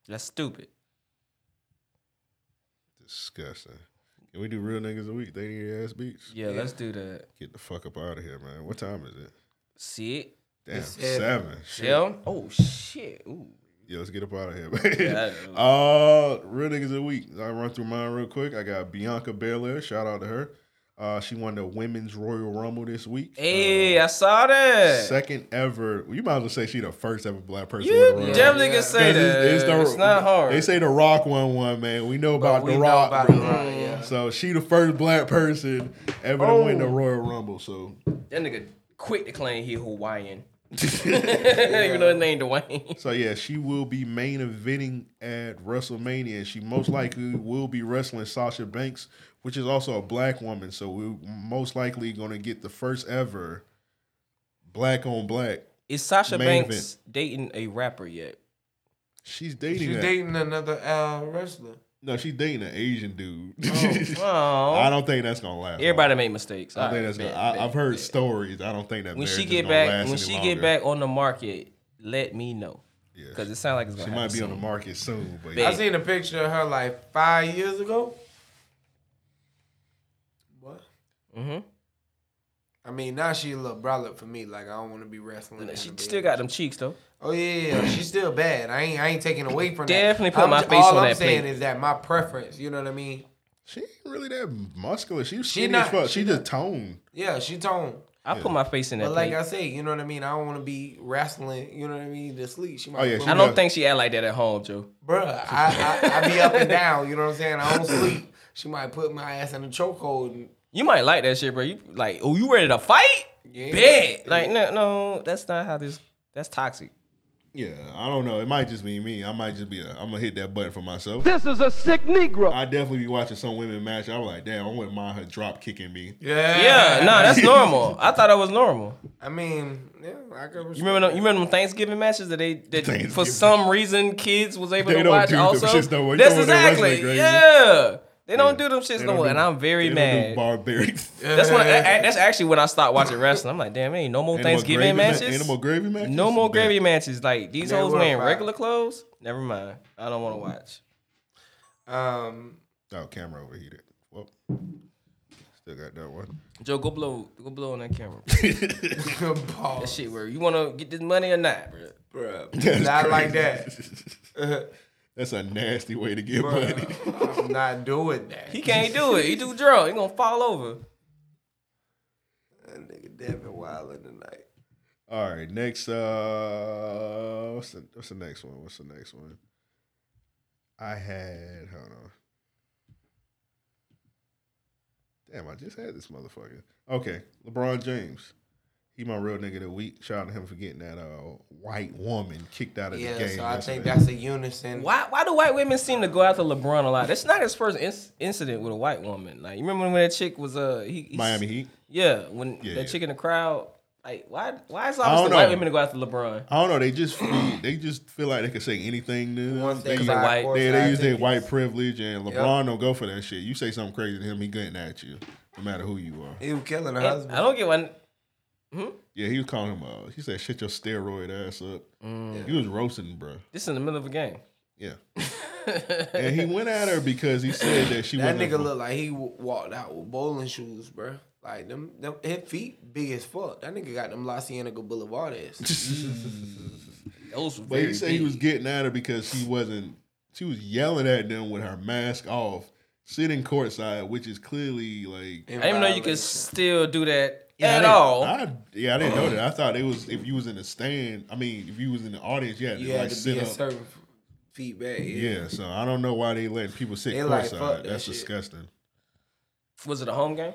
C: That's stupid.
E: disgusting. Can we do real niggas a week? They need their ass beats.
C: Yeah, let's do that.
E: Get the fuck up out of here, man. What time is it?
C: See it?
E: Damn,
C: It's
E: seven.
C: seven.
E: Shit.
C: Yeah. Oh shit. Ooh.
E: Yeah, let's get up out of here.
C: Yeah,
E: Man. uh, real niggas of the week. I run through mine real quick. I got Bianca Belair. Shout out to her. Uh, she won the Women's Royal Rumble this week. Uh,
C: Hey, I saw that.
E: Second ever. You might as well say she the first ever black person.
C: You
E: to win the Royal
C: definitely
E: Rumble.
C: can say
E: 'Cause
C: that. It's not hard.
E: They say the Rock won one, man. We know about
C: we
E: the
C: know
E: Rock.
C: about
E: bro.
C: The Rock, yeah.
E: So she the first black person ever to win the
C: Oh.
E: Royal Rumble. So
C: That nigga quick to claim he Hawaiian. Even though his name Dwayne.
E: So yeah, she will be main eventing at WrestleMania, and she most likely will be wrestling Sasha Banks, which is also a black woman. So we're most likely going to get the first ever black on black.
C: Is Sasha
E: main
C: Banks
E: event.
C: dating a rapper yet?
E: She's dating.
J: She's
E: that-
J: dating another uh, wrestler.
E: No, she's dating an Asian dude.
C: Oh.
E: I don't think that's gonna last.
C: Everybody
E: long.
C: made mistakes.
E: I
C: All
E: think
C: right,
E: that's.
C: bet,
E: gonna, I,
C: bet,
E: I've heard stories. I don't think that
C: When
E: marriage
C: she
E: is
C: get
E: gonna
C: back,
E: last
C: when
E: any
C: she
E: longer.
C: get back on the market, let me know. Because it sounds like it's gonna
E: she might
C: happen
E: be on the
C: soon.
E: market soon. But
J: I seen a picture of her like five years ago. What?
C: Mm-hmm.
J: I mean, now she a little brolic for me. Like I don't want to be wrestling.
C: She
J: in the
C: still
J: bed.
C: got them cheeks though.
J: Oh yeah, yeah, she's still bad. I ain't, I ain't taking away from
C: Definitely
J: that.
C: put
J: I'm
C: my
J: j-
C: face
J: all
C: on
J: I'm
C: that
J: saying
C: plate.
J: is that my preference. You know what I mean?
E: She ain't really that muscular. She was
J: She
E: skinny
J: not-
E: as fuck.
J: she
E: She, just toned.
J: Yeah, she toned.
C: I put my face in that
J: But like
C: plate.
J: I say, you know what I mean. I don't want to be wrestling. You know what I mean? To sleep. She might.
C: Oh, yeah,
J: put
C: I
J: me-
C: don't think she act like that at home, Joe.
J: Bruh, I, I I be up and down. You know what I'm saying? I don't sleep. She might put my ass in a chokehold. and-
C: You might like that shit, bro. You like, oh, you ready to fight?
J: Yeah.
C: Bet. Like, no, no, that's not how this. That's toxic.
E: Yeah, I don't know. It might just be me. I might just be. A, I'm gonna hit that button for myself.
I: This is a sick Negro.
E: I definitely be watching some women match. I'm like, damn, I wouldn't mind her drop kicking me.
C: Yeah, no, that's normal. I thought that was normal.
J: I mean, yeah, I could.
C: You remember, them, you remember them Thanksgiving matches that they that for
E: Thanksgiving.
C: some reason kids was able
E: They
C: to
E: don't
C: watch
E: do them
C: also.
E: shits no more. You
C: That's
E: know when they're
C: exactly
E: wrestling crazy.
C: yeah. They don't do them shits
E: They
C: no
E: don't
C: more,
E: do-
C: and I'm very
E: they don't do
C: mad.
E: barbaric.
C: That's when I, I- that's actually when I stopped watching wrestling. I'm like, damn, ain't no more
E: Animal
C: Thanksgiving
E: gravy ma-
C: matches.
E: animal gravy matches?
C: No more gravy matches. Like these
J: Man,
C: hoes
J: we're
C: wearing
J: fine.
C: regular clothes. Never mind. I don't want to watch.
J: Um,
E: Oh, camera overheated. Well, still got that one.
C: Joe, go blow, go blow on that camera. that shit, where you want to get this money or not, bro?
J: Bruh,
E: That's
J: not like that.
E: crazy. That's a nasty way to get money.
J: Bruh, I'm not doing that.
C: He can't do it. He too drunk. He gonna fall over.
J: That nigga Devin Wilder tonight.
E: All right, next. Uh, what's the what's the next one? What's the next one? I had hold on. Damn, I just had this motherfucker. Okay, LeBron James. He my real nigga of the week. Shout out to him for getting that uh, white woman kicked out of
J: Yeah,
E: the game.
J: so I think
E: yesterday.
J: that's a unison.
C: Why why do white women seem to go after LeBron a lot? That's not his first inc- incident with a white woman. Like you remember when that chick was uh he, he's-
E: Miami Heat?
C: Yeah, when
E: Yeah,
C: that
E: yeah.
C: chick in the crowd. Like why why is
E: I don't
C: always the
E: know.
C: white women to go after LeBron?
E: I don't know. They just feel, they just feel like they can say anything to them.
J: Once they
E: use-
J: buy court
E: They, they
J: side
E: use their
J: tickets.
E: white privilege, and LeBron
J: Yep.
E: don't go for that shit. You say something crazy to him, he getting at you, no matter who you are.
J: He was killing her
C: And
J: husband.
C: I don't get one. Hmm?
E: Yeah, he was calling him. Uh, he said, "Shut your steroid ass up."
J: Mm.
E: He was roasting, bro.
C: This in the middle of a game.
E: Yeah, and he went at her because he said that she
J: that
E: wasn't.
J: nigga looked like he w- walked out with bowling shoes, bruh. Like them, them his feet big as fuck. That nigga got them La Cienega Boulevard ass.
C: Those were
E: but
C: very
E: he said he
C: big.
E: was getting at her because she wasn't. She was yelling at them with her mask off, sitting courtside, which is clearly like.
C: I didn't even know you could still do that
E: Yeah, I
C: at
E: didn't-
C: all.
E: I, yeah, I didn't know that. I thought it was if you was in the stand. I mean, if you was in the audience, you had to
J: you
E: like
J: had to
E: sit
J: be a
E: up.
J: certain f- feet back.
E: yeah. so I don't know why they letting people sit
J: They like,
E: courtside.
J: fuck that
E: That's
J: shit.
E: disgusting.
C: Was it a home game?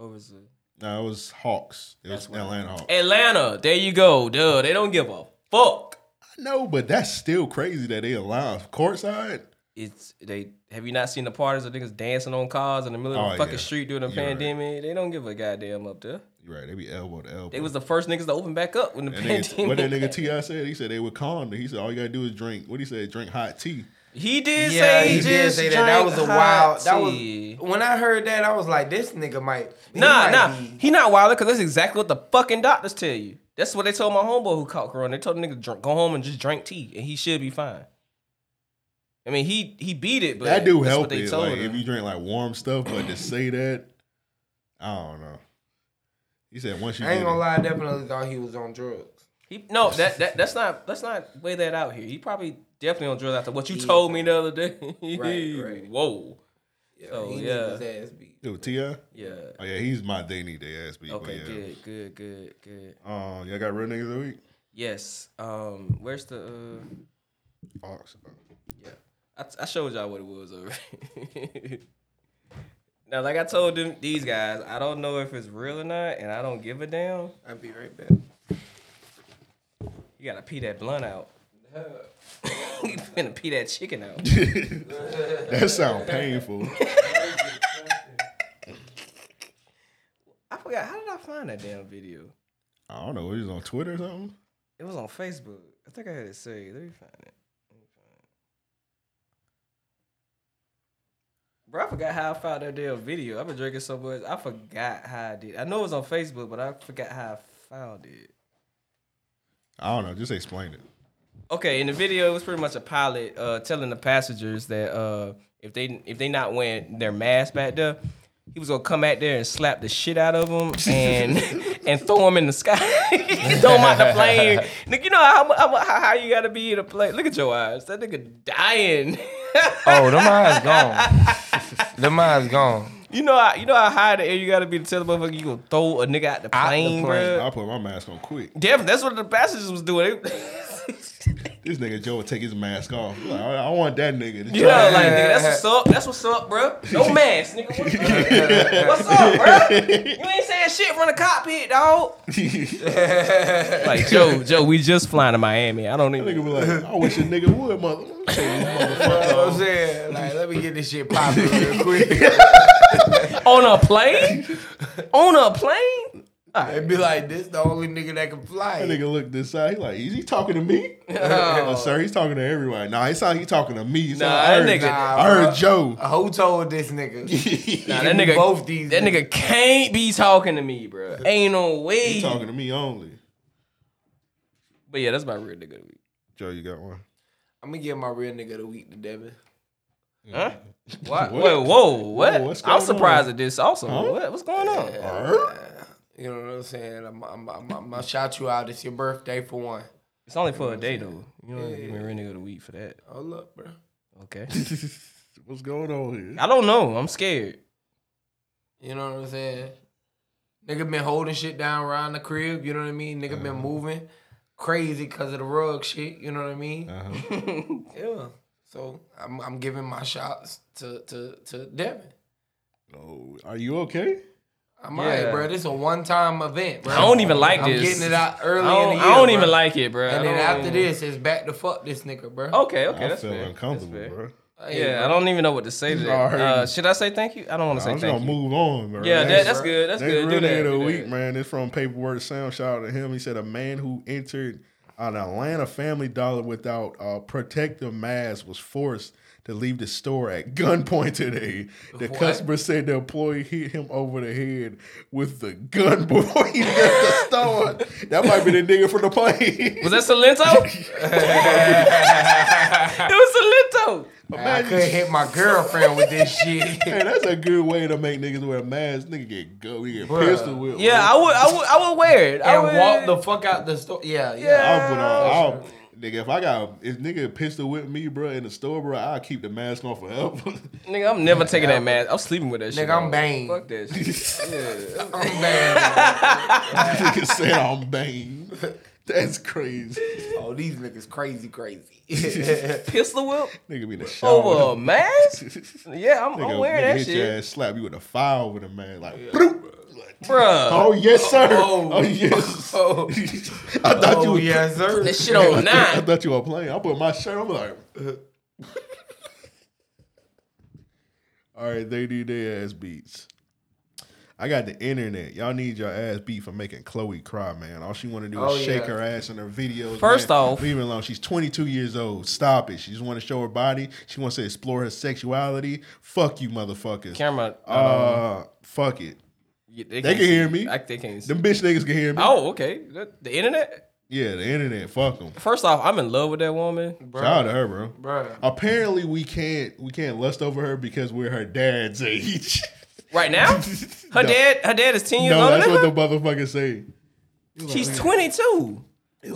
C: Or was it
E: No, it was Hawks. It was Atlanta Hawks.
C: Atlanta? There you go. Duh. They don't give a fuck.
E: No, but that's still crazy that they allow courtside.
C: It's they. Have you not seen the parties of niggas dancing on cars in the middle of
E: Oh,
C: the fucking
E: yeah.
C: street during the
E: You're right.
C: pandemic? They don't give a goddamn up there.
E: You're right. They be elbow to elbow.
C: They was the first niggas to open back up when the
E: That
C: pandemic.
E: nigga, what that nigga Ti said? He said they were calm. He said all you gotta do is drink. What he said? Drink hot tea.
C: He did
J: Yeah, he did say that. That was a wild. That was
C: tea.
J: when I heard that. I was like, this nigga might. he
C: Nah,
J: might
C: nah,
J: be-
C: he not wilder because that's exactly what the fucking doctors tell you. That's what they told my homeboy who caught corona. They told the nigga drink, go home and just drink tea, and he should be fine. I mean, he he beat it, but
E: that do
C: that's
E: help
C: what they
E: it.
C: told
E: Like,
C: him.
E: if you drink like warm stuff, but to say that, I don't know. He said once you
J: I ain't
E: get
J: gonna
E: it-
J: lie. I definitely thought he was on drugs.
C: He, no, that, that that's not let's not weigh that out here. He probably definitely on drugs after what you told me the other day.
J: Right, right.
C: Whoa. so
J: he
C: yeah.
J: needs his ass beat.
E: Who, Ti?
C: Yeah.
E: Oh yeah, he's my they need their ass beat. but
C: Okay,
E: Oh, yeah.
C: good, good, good, good.
E: Um, y'all got real niggas of the week?
C: Yes. Um, where's the uh
E: Fox.
C: Yeah. I, I showed y'all what it was already. now, like I told them these guys, I don't know if it's real or not, and I don't give a damn.
J: I'll be right back.
C: You gotta pee that blunt out. you gonna pee that chicken out.
E: That sound painful.
C: I forgot how did I find that damn video?
E: I don't know. He was on Twitter or something.
C: It was on Facebook. I think I had it saved. Let me find it. Let me find it. Bro, I forgot how I found that damn video. I've been drinking so much. I forgot how I did. I know it was on Facebook, but I forgot how I found it.
E: I don't know. Just explain it.
C: Okay, in the video, it was pretty much a pilot uh, telling the passengers that uh, if they if they not wearing their mask back there, he was gonna come out there and slap the shit out of them and and throw them in the sky, throw them out the plane. Nigga, you know how, mu- how mu- how how you gotta be in a plane. Look at your eyes. That nigga dying.
Q: Oh, them eyes gone. them eyes gone.
C: You know how you know how high the air you gotta be to tell the motherfucker you gonna throw a nigga out the plane, bro.
E: I put my mask on quick.
C: Damn, that's what the passengers was doing. They-
E: This nigga Joe would take his mask off. Like, I, I want that nigga. This
C: You know, like nigga, that's what's up. That's what's up, bro. No mask, nigga. What's up, bro? You ain't saying shit from the cockpit, dog. like Joe, Joe, we just flying to Miami. I don't even.
E: nigga be like, I wish a nigga would, mother.
J: You know what I'm saying? Like, let me get this shit popping real quick.
C: On a plane? On a plane?
J: It'd be like, this the only nigga that can fly.
E: That nigga looked this side. He like, is he talking to me?
J: No.
C: Oh.
E: No, sir, he's talking to everyone. Nah, it sound he talking to me. Nah,
J: Nah,
E: I
J: that
E: heard,
J: nigga-
E: I heard
J: Nah,
E: Joe.
J: Who told this nigga?
C: Nah, that nigga,
J: Both these.
C: that nigga can't be talking to me, bro. Ain't no way.
E: He talking to me only.
C: But yeah, that's my real nigga. of the week.
E: Joe, you got one?
J: I'm gonna give my real nigga of the week to Devin.
C: Huh? What? Wait,
J: What?
C: whoa, what?
J: Whoa, what's
C: I'm
J: going
C: surprised
J: on?
C: at this. Also,
J: Huh?
C: what? What's going on?
J: You know what I'm saying? I'm, I'm, I'm, I'm gonna shout you out. It's your birthday for one.
C: It's only for a day though. You know,
J: Yeah.
C: give me real nigga of the week for that.
J: Oh look, bro.
C: Okay.
E: What's going on here?
C: I don't know. I'm scared.
J: You know what I'm saying? Nigga been holding shit down around the crib. You know what I mean? Nigga been moving crazy because of the rug shit. You know what I mean? yeah. So I'm, I'm giving my shots to to to Devin.
E: Oh, are you okay?
J: I'm alright, bro. This a one time event, bro.
C: I don't even like
J: I'm
C: this.
J: getting it out early
C: I don't-
J: in the year.
C: I don't
J: bro.
C: even like it, bro.
J: And
C: I
J: then
C: don't-
J: after this, it's back to fuck this nigga, bro.
C: Okay, okay,
E: I
C: that's
E: feel
C: fair.
E: uncomfortable,
C: That's
E: bro.
C: yeah, I don't even know what to say to that.
E: Sorry.
C: Uh, should I say thank you? I don't want to say
E: I'm just
C: thank
E: gonna
C: you.
E: move on, bro.
C: Yeah, that, that's good. That's
E: Next
C: good. Do
E: real nigga
C: that.
E: of the
C: do
E: week, man. It's from Paperwork Sound. Shout out to him. He said a man who entered an Atlanta Family Dollar without a protective mask was forced to leave the store at gunpoint today. The
J: What?
E: customer said the employee hit him over the head with the gun before he left the store. That might be the nigga from the plane.
C: that. Was that Salento? it was Salento.
J: I could hit my girlfriend with this shit.
E: Man, that's a good way to make niggas wear a mask. Nigga get go, you get
J: Bruh.
E: pistol whipped.
C: Yeah, I would, I would, I would wear it. I
J: and
C: would-
J: walk the fuck out the store. Yeah,
E: I'll
J: yeah.
E: put on. I'll, nigga, if I got if nigga pistol with me, bro, in the store, bro, I'll keep the mask on forever.
C: Nigga, I'm never taking that mask. I'm sleeping with that shit.
J: Nigga, I'm
C: on.
J: Bane.
C: Fuck that shit. yeah.
J: I'm bad.
E: nigga said I'm Bane. That's crazy.
J: Oh, these niggas crazy, crazy.
C: Pistol whip
E: Nigga be in the shower.
C: over a mask? Yeah, I'm,
E: Nigga,
C: I'm wearing
E: nigga
C: that
E: hit your
C: shit.
E: ass, slap you with a file with a man, like, bloop.
C: Bruh.
E: Oh yes, sir.
C: Oh.
E: Oh, yes.
C: Oh.
E: I thought
C: Oh,
E: you were,
C: yes, sir. That shit on
E: I,
C: nine.
E: thought- I thought you were playing. I put my shirt. I'm like, uh. all right, they need their ass beats. I got the internet. Y'all need your ass beat for making Chloe cry, man. All she want to do is
C: Oh,
E: shake
C: yeah.
E: her ass in her videos.
C: First
E: man.
C: off-
E: leave her alone. She's 22 years old. Stop it. She just want to show her body. She wants to explore her sexuality. Fuck you, motherfuckers.
C: Camera,
E: Uh,
C: uh,
E: fuck it.
C: Yeah,
E: they,
C: can't
E: can
C: see.
E: hear me.
C: I, they can't see.
E: Them bitch niggas can hear me.
C: Oh, okay. The, the internet.
E: Yeah, the internet. Fuck them.
C: First off, I'm in love with that woman.
E: Shout out to her, bro.
C: Bruh.
E: Apparently, we can't we can't lust over her because we're her dad's age.
C: Right now, her
E: No.
C: dad, her dad is ten years
E: no,
C: older
E: that's
C: than
E: what
C: her.
E: the motherfuckers say.
C: she's twenty two.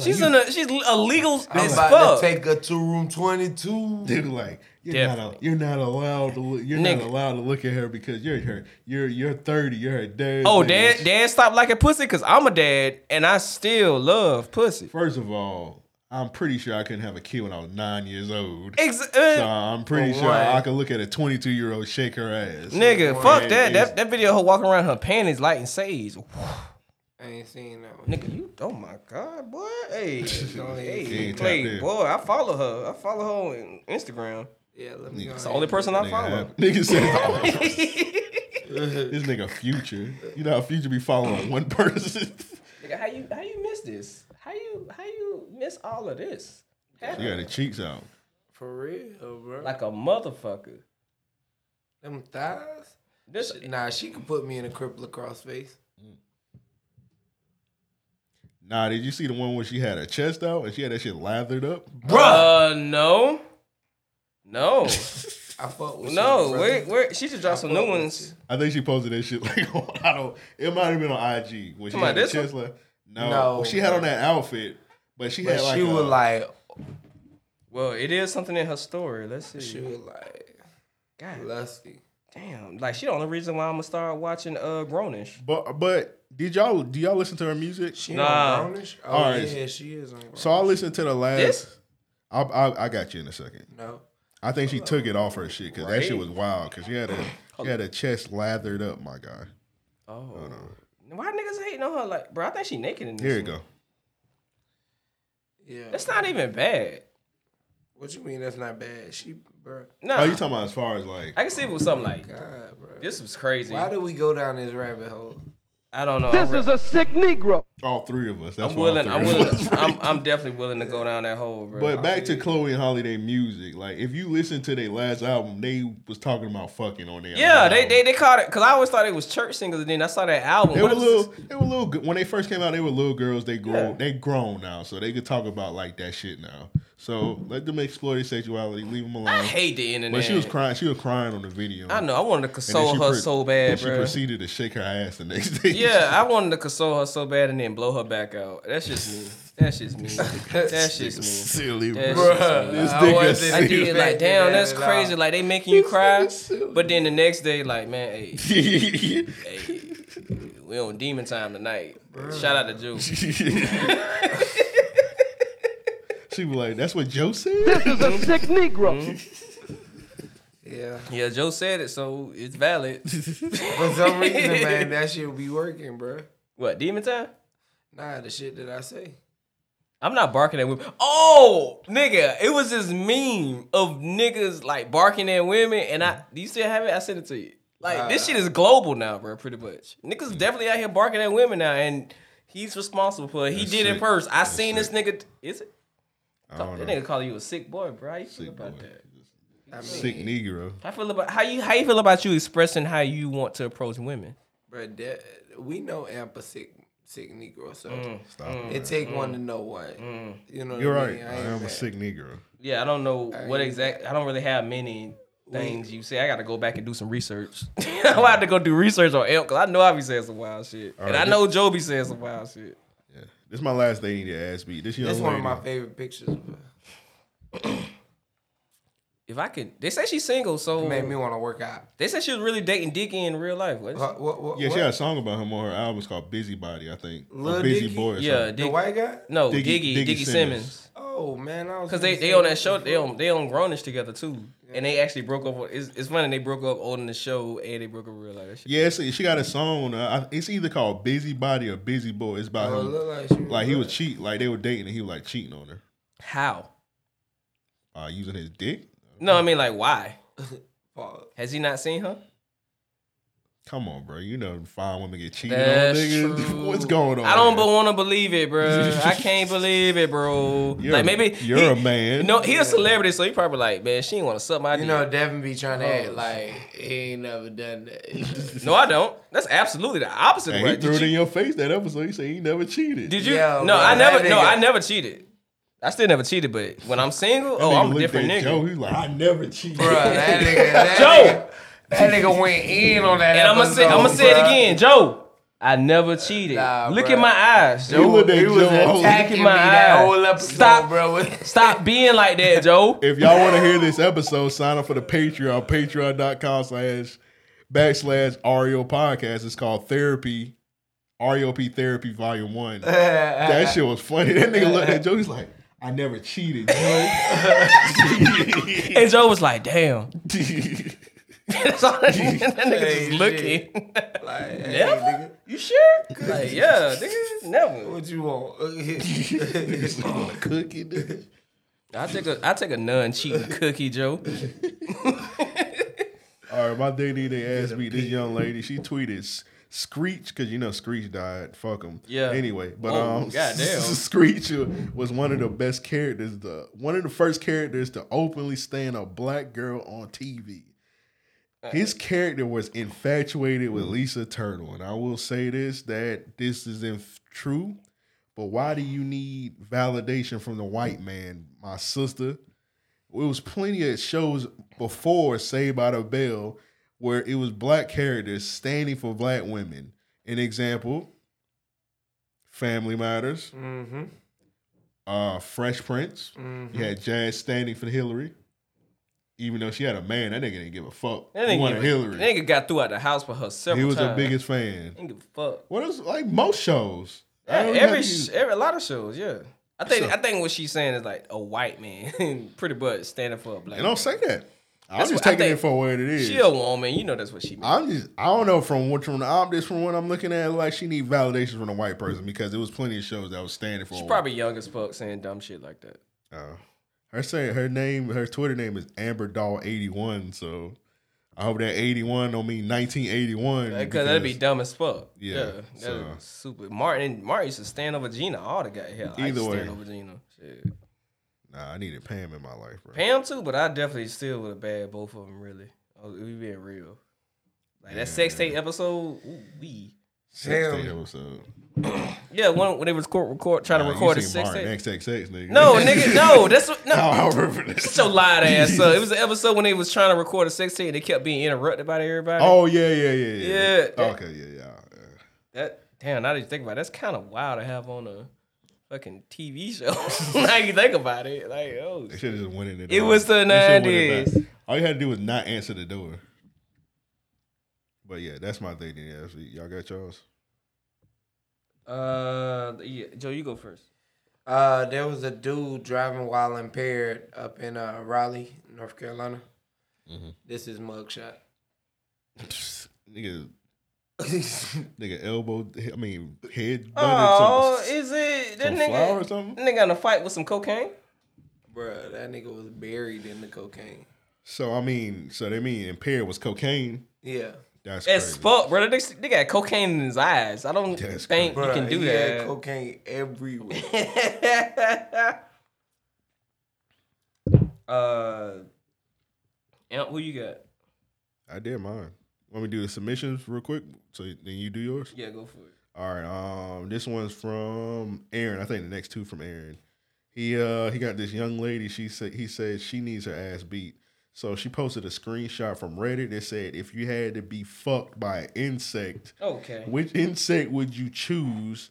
C: She's in a she's illegal as
E: I'm about to
C: fuck.
E: take
R: a two room twenty two.
E: Dude, like you're not a, you're not allowed to look, you're
C: Nigga.
E: not allowed to look at her because you're her you're you're thirty. You're her dad's
C: Oh,
E: age.
C: dad, dad, stop liking pussy because I'm a dad and I still love pussy.
E: First of all, I'm pretty sure I couldn't have a kid when I was nine years old.
C: Ex- uh,
E: so I'm pretty sure
C: Right.
E: I could look at a 22 year old shake her ass.
C: Nigga, fuck
E: And
C: that.
E: it's-
C: That that video of her walking around her panties lighting sage.
J: I ain't seen that one.
C: Nigga, you oh my god, boy. Hey, hey,
E: ain't tapped
C: play,
E: in.
C: boy. I follow her. I follow her on Instagram.
J: Yeah, let
E: Nigga,
C: It's the only person I
E: nigga
C: follow.
E: have- Nigga said, "This nigga future. You know how future be following one person.
C: Nigga, how you how you miss this? How you how you miss all of this?
E: You got the cheeks out.
J: For real, bro.
C: Like a motherfucker.
J: Them thighs?
C: This,
J: nah, she could put me in a cripple across face.
E: Nah, did you see the one where she had her chest out and she had that shit lathered up?
C: Uh, no, no,
J: I fuck with
C: no.
E: brother.
C: Where where she just dropped some new ones.
E: I think she posted that shit like on, I don't. It might have been on IG when she
C: Come on,
E: had the
C: this
E: chest
C: one?
E: lath- No,
C: No.
E: she had on that outfit, but she
C: But
E: had like
C: she
E: a-
J: uh,
C: was like- Well, it is something in her story. Let's see. She was
J: like,
C: God,
J: lusty.
C: Damn, like she the only reason why I'm gonna start watching uh Grownish.
E: But but did y'all do y'all listen to her music? She
C: on Nah. Grownish?
J: Oh, yeah, she is on
E: So I listened to the last.
J: This?
E: I, I I got you in a second.
J: No.
E: I think she took it off her shit because that shit
C: Right.
E: was wild because she had a she had a chest lathered up, my guy.
C: Oh, why niggas hating on her? Like, bro, I think she naked in this.
E: Here you
C: one.
E: go.
J: Yeah.
C: That's not even bad.
J: What you mean that's not bad? She, bro.
C: No,
E: Oh, you talking about as far as like?
C: I can see it was something like
J: God, bro.
C: this was crazy.
J: Why do we go down this rabbit hole?
C: I don't know.
J: This
C: I
J: is
C: re-
J: a sick Negro.
E: All three of us. That's
C: I'm
E: why all
C: willing. I'm
E: three of
C: willing.
E: us.
C: I'm, I'm definitely willing to go down that hole, bro.
E: But back to Chloe and Holiday music. Like if you listen to their last album, they was talking about fucking on there.
C: yeah, they, they they called it because I always thought it was church singles, and then I saw that album.
E: They were
C: What is
E: little. They were little. When they first came out, they were little girls. They grow. They grown now, so they could talk about like that shit now. So let them explore their sexuality. Leave them alone.
C: I hate the internet.
E: But she was crying. She was crying on the video.
C: I know. I wanted to
E: And then
C: console
E: she
C: her
E: pro-
C: so bad,
E: then She
C: bruh.
E: proceeded to shake her ass the next day.
C: Yeah, I wanted to console her so bad and then blow her back out. That's just me. That's just me. That's just me.
E: Silly,
C: That's
E: bruh.
C: just me.
E: This nigga
C: I did
E: silly.
C: like, damn,
E: Yeah,
C: that's
E: nah.
C: crazy. Like they making you cry, but then the next day, like, man, hey, hey, we on demon time tonight. Shout out to Jew.
E: She was like, "That's what Joe said."
C: sick Negro.
J: Yeah.
C: Yeah, Joe said it, so it's valid.
J: For some reason, man, that shit be working, bro.
C: What demon time?
J: Nah, the shit that I say.
C: I'm not barking at women. Oh, nigga, it was this meme of niggas like barking at women, and I do you still have it? I sent it to you. Like this shit is global now, bro. Pretty much, niggas definitely out here barking at women now, and he's responsible for it. He
E: That's
C: did it
E: sick.
C: first. I
E: That's
C: seen this
E: sick.
C: nigga. Is it?
E: I don't
C: that
E: know.
C: nigga call you a sick boy, bro. How you feel about that? I mean,
E: Sick Negro.
C: I feel about how you how you feel about you expressing how you want to approach women.
J: Bro, that, we know Amp a sick, sick Negro, so
E: Stop it,
J: it
E: bruh.
J: take
C: mm,
J: one to know one. You know, what
E: You're
J: I
E: right.
J: mean?
E: I
J: ain't
E: am a
J: mad.
E: sick Negro.
C: Yeah, I don't know
J: I
C: what
J: ain't-
C: exact. I don't really have many things you say. I got to go back and do some research. I will have to go do research on Elk because I know I be saying some wild shit,
E: All
C: and
E: right,
C: I
E: this-
C: know Joe be saying some wild shit.
E: This is my last day. You need to ask me. This young
J: That's
E: lady.
J: one of my favorite pictures. Bro.
C: If I could, they say she's single, so
J: It made me want to work out.
C: They said she was really dating Dickie in real life. What?
E: yeah, she had a song about him on her album. It's called Busybody, I think. Or
C: Lil
E: Busy
C: Dicky?
E: Boy. or
C: Yeah,
E: something.
C: Dick- The white guy? No, Diggy- Diggy Simmons.
J: Oh man, I was
C: Because
J: gonna
C: they, they
J: say-
C: on that show, they on they on Grownish together too, and they actually broke up. It's, it's funny they broke up on the show and they broke up in real life. That shit-
E: Yeah, it's, she got a song. on, Uh, I- it's either called Busybody or Busy Boy. It's about
C: Oh, it
E: him.
C: look like
E: Um, Like,
C: she was
E: he was cheat. Like they were dating, and he was like cheating on her.
C: How?
E: Uh, using his dick.
C: No, I mean like why? Has he not seen her?
E: Come on, bro. You know, fine women get cheated
C: That's
E: on, nigga. What's going on?
C: I don't want to believe it, bro. I can't believe it, bro.
E: You're-
C: like maybe
E: you're
C: he-
E: a man.
C: No, he a celebrity, so he probably like, man, she ain't want to suck my.
J: You
C: dick.
J: know, Devin be trying to
C: Oh.
J: act like he ain't never done that. You know.
C: No, I don't. That's absolutely the opposite.
E: And
C: bro.
E: he
C: Did
E: threw it
C: you-
E: in your face that episode. He said he never cheated.
C: Did you? no, I never. No, I never cheated. I still never cheated, but when I'm single,
E: That
C: oh,
E: nigga
C: I'm a
E: looked
C: different
E: at
C: nigga.
E: Joe, he like, I never cheated.
C: Bro,
J: that nigga- that
C: Joe.
J: That nigga went in on that.
C: And I'm gonna say, I'm gonna say it again, Joe. I never cheated. Look at
J: bruh.
C: my eyes,
J: He
C: Joe.
J: was- he was
C: Look at
J: attacking me that whole episode,
C: Stop,
J: bro.
C: Stop being like that, Joe.
E: If y'all want to hear this episode, sign up for the Patreon, patreon.com slash backslash REO podcast. It's called Therapy, REOP Therapy Volume 1. that shit was funny. That nigga looked at Joe, he's like, I never cheated, Joe.
C: and Joe was like, damn. That's all that, that nigga just looking. never? you sure? Like, yeah, nigga, never.
J: What you want?
E: cookie, dude.
C: I take a I take a non cheating cookie, Joe.
E: All right, my dignity, they asked me, this young lady, she tweeted, Screech, because you know Screech died. Fuck him.
C: Yeah.
E: Anyway, but
C: Oh,
E: um,
C: goddamn.
E: Screech was one of the best characters, the one of the first characters to openly stand a black girl on TV.
C: Uh.
E: His character was infatuated with Lisa Turtle, and I will say this: that this is in true. But why do you need validation from the white man, my sister? It was plenty of shows before Saved by the Bell where it was black characters standing for black women. An example: Family Matters,
J: Mm-hmm.
E: uh, Fresh Prince.
J: Mhm.
E: You had
C: Mm-hmm.
E: Jazz standing for Hillary, even though she had a man. That nigga didn't give a fuck.
C: That
E: he
C: nigga,
E: wanted
C: give a-
E: Hillary.
C: that nigga got threw out the house for her several
E: He was the
C: times.
E: biggest fan.
C: Didn't give a fuck.
E: What is like most shows? I
C: Yeah,
E: don't know
C: every
E: if you-
C: sh- every a lot of shows, yeah. I think I think what she's saying is like a white man, pretty much standing for a black.
E: And
C: man.
E: don't say that. I'm
C: That's
E: just
C: what I
E: taking it
C: think.
E: for what it is.
C: She a woman, you know that's what she. Means.
E: I'm just I don't know from what from the I'm just from what I'm looking at like she need validation from a white person because there was plenty of shows that was standing for.
C: She's
E: a-
C: probably young as fuck saying dumb shit like that.
E: uh, her say her name her Twitter name is Amber Doll eighty one so. I hope that 81 don't mean 1981.
C: Because that'd be dumb as fuck.
E: Yeah,
C: Yeah, that'd
E: so-
C: be stupid. Martin Martin used to stand over Gina all the guy hell. I used to
E: Either way.
C: stand over Gina. Shit.
E: Nah, I needed Pam in my life, bro.
C: Pam too, but I definitely still would have bad both of them. Really, Oh, we being real. Like that sex tape episode, ooh, we.
E: Sex tape episode.
C: Yeah, when, when they was court, record, trying
E: Nah,
C: to
E: you
C: record a
E: seen
C: sex
E: Martin
C: tape.
E: XXX, nigga.
C: No, nigga, no. That's what. No,
E: I remember this.
C: Shut your lied ass up. It was an episode when they was trying to record a sex tape and they kept being interrupted by everybody.
E: Oh yeah, yeah, yeah, yeah.
C: Yeah. that-
E: Okay, yeah, yeah.
C: That damn. Now that you think about it, that's kind of wild to have on a fucking TV show. now you think about it, like oh,
E: They should have just went in.
C: It was the nineties.
E: All you had to do was not answer the door. But yeah, that's my thing. Yeah, so y'all got yours.
C: Uh, yeah, Joe, you go first.
J: Uh, there was a dude driving while impaired up in uh, Raleigh, North Carolina.
C: Mm-hmm.
E: Mhm.
J: This is mugshot.
E: Nigga, nigga, elbow. I mean, head.
C: Oh,
E: butted some-
C: is it that
E: some flour or
C: nigga?
E: something?
C: Nigga in a fight with some cocaine.
J: Bruh, that nigga was buried in the cocaine.
E: So I mean, so they mean impaired was cocaine.
J: Yeah.
E: That's
C: As
E: crazy.
C: fuck, brother. They, they got cocaine in his eyes. I don't think
J: Bruh,
C: you can do
J: he
C: that.
J: Had cocaine everywhere.
C: uh, Amp, who you got?
E: I did mine. Want me to do the submissions real quick? So then you do yours.
C: Yeah, go for it.
E: All right. Um, this one's from Aaron. I think the next two from Aaron. He uh he got this young lady. She said he said she needs her ass beat. So she posted a screenshot from Reddit that said, "If you had to be fucked by an insect,
C: Okay.
E: which insect would you choose,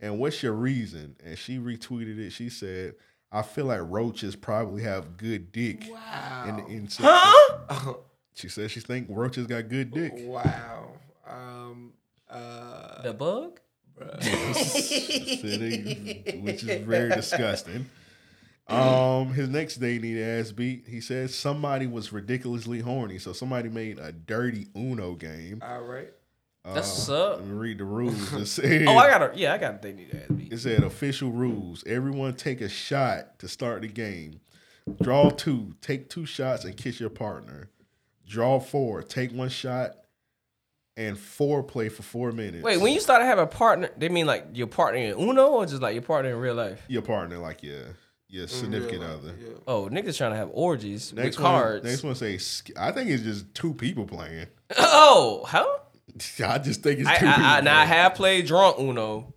E: and what's your reason?" And she retweeted it. She said, I feel like roaches probably have good dick. Wow. In the insect.
S: Huh?
E: She says she think roaches got good dick.
J: Wow. Um. Uh.
C: The bug.
E: City, which is very disgusting. Um, his next day need ass beat. He says somebody was ridiculously horny, so somebody made a dirty Uno game. Uh,
J: All right.
C: That's what's up.
E: Let me read the rules. It said,
C: Oh, I gotta. Yeah, I gotta. They need that.
E: It said official rules. Everyone take a shot to start the game. Draw two, take two shots and kiss your partner. Draw four, take one shot and foreplay for four minutes.
C: Wait, when you started having a partner, they mean like your partner in Uno or just like your partner in real life?
E: your partner, like your your significant other.
C: Oh, niggas trying to have orgies
E: Next
C: with
E: one,
C: cards.
E: next one say. sk- I think it's just two people playing.
C: Oh, huh?
E: I just think it's
C: I,
E: two people.
C: I, I, now I
E: playing.
C: have played drunk Uno.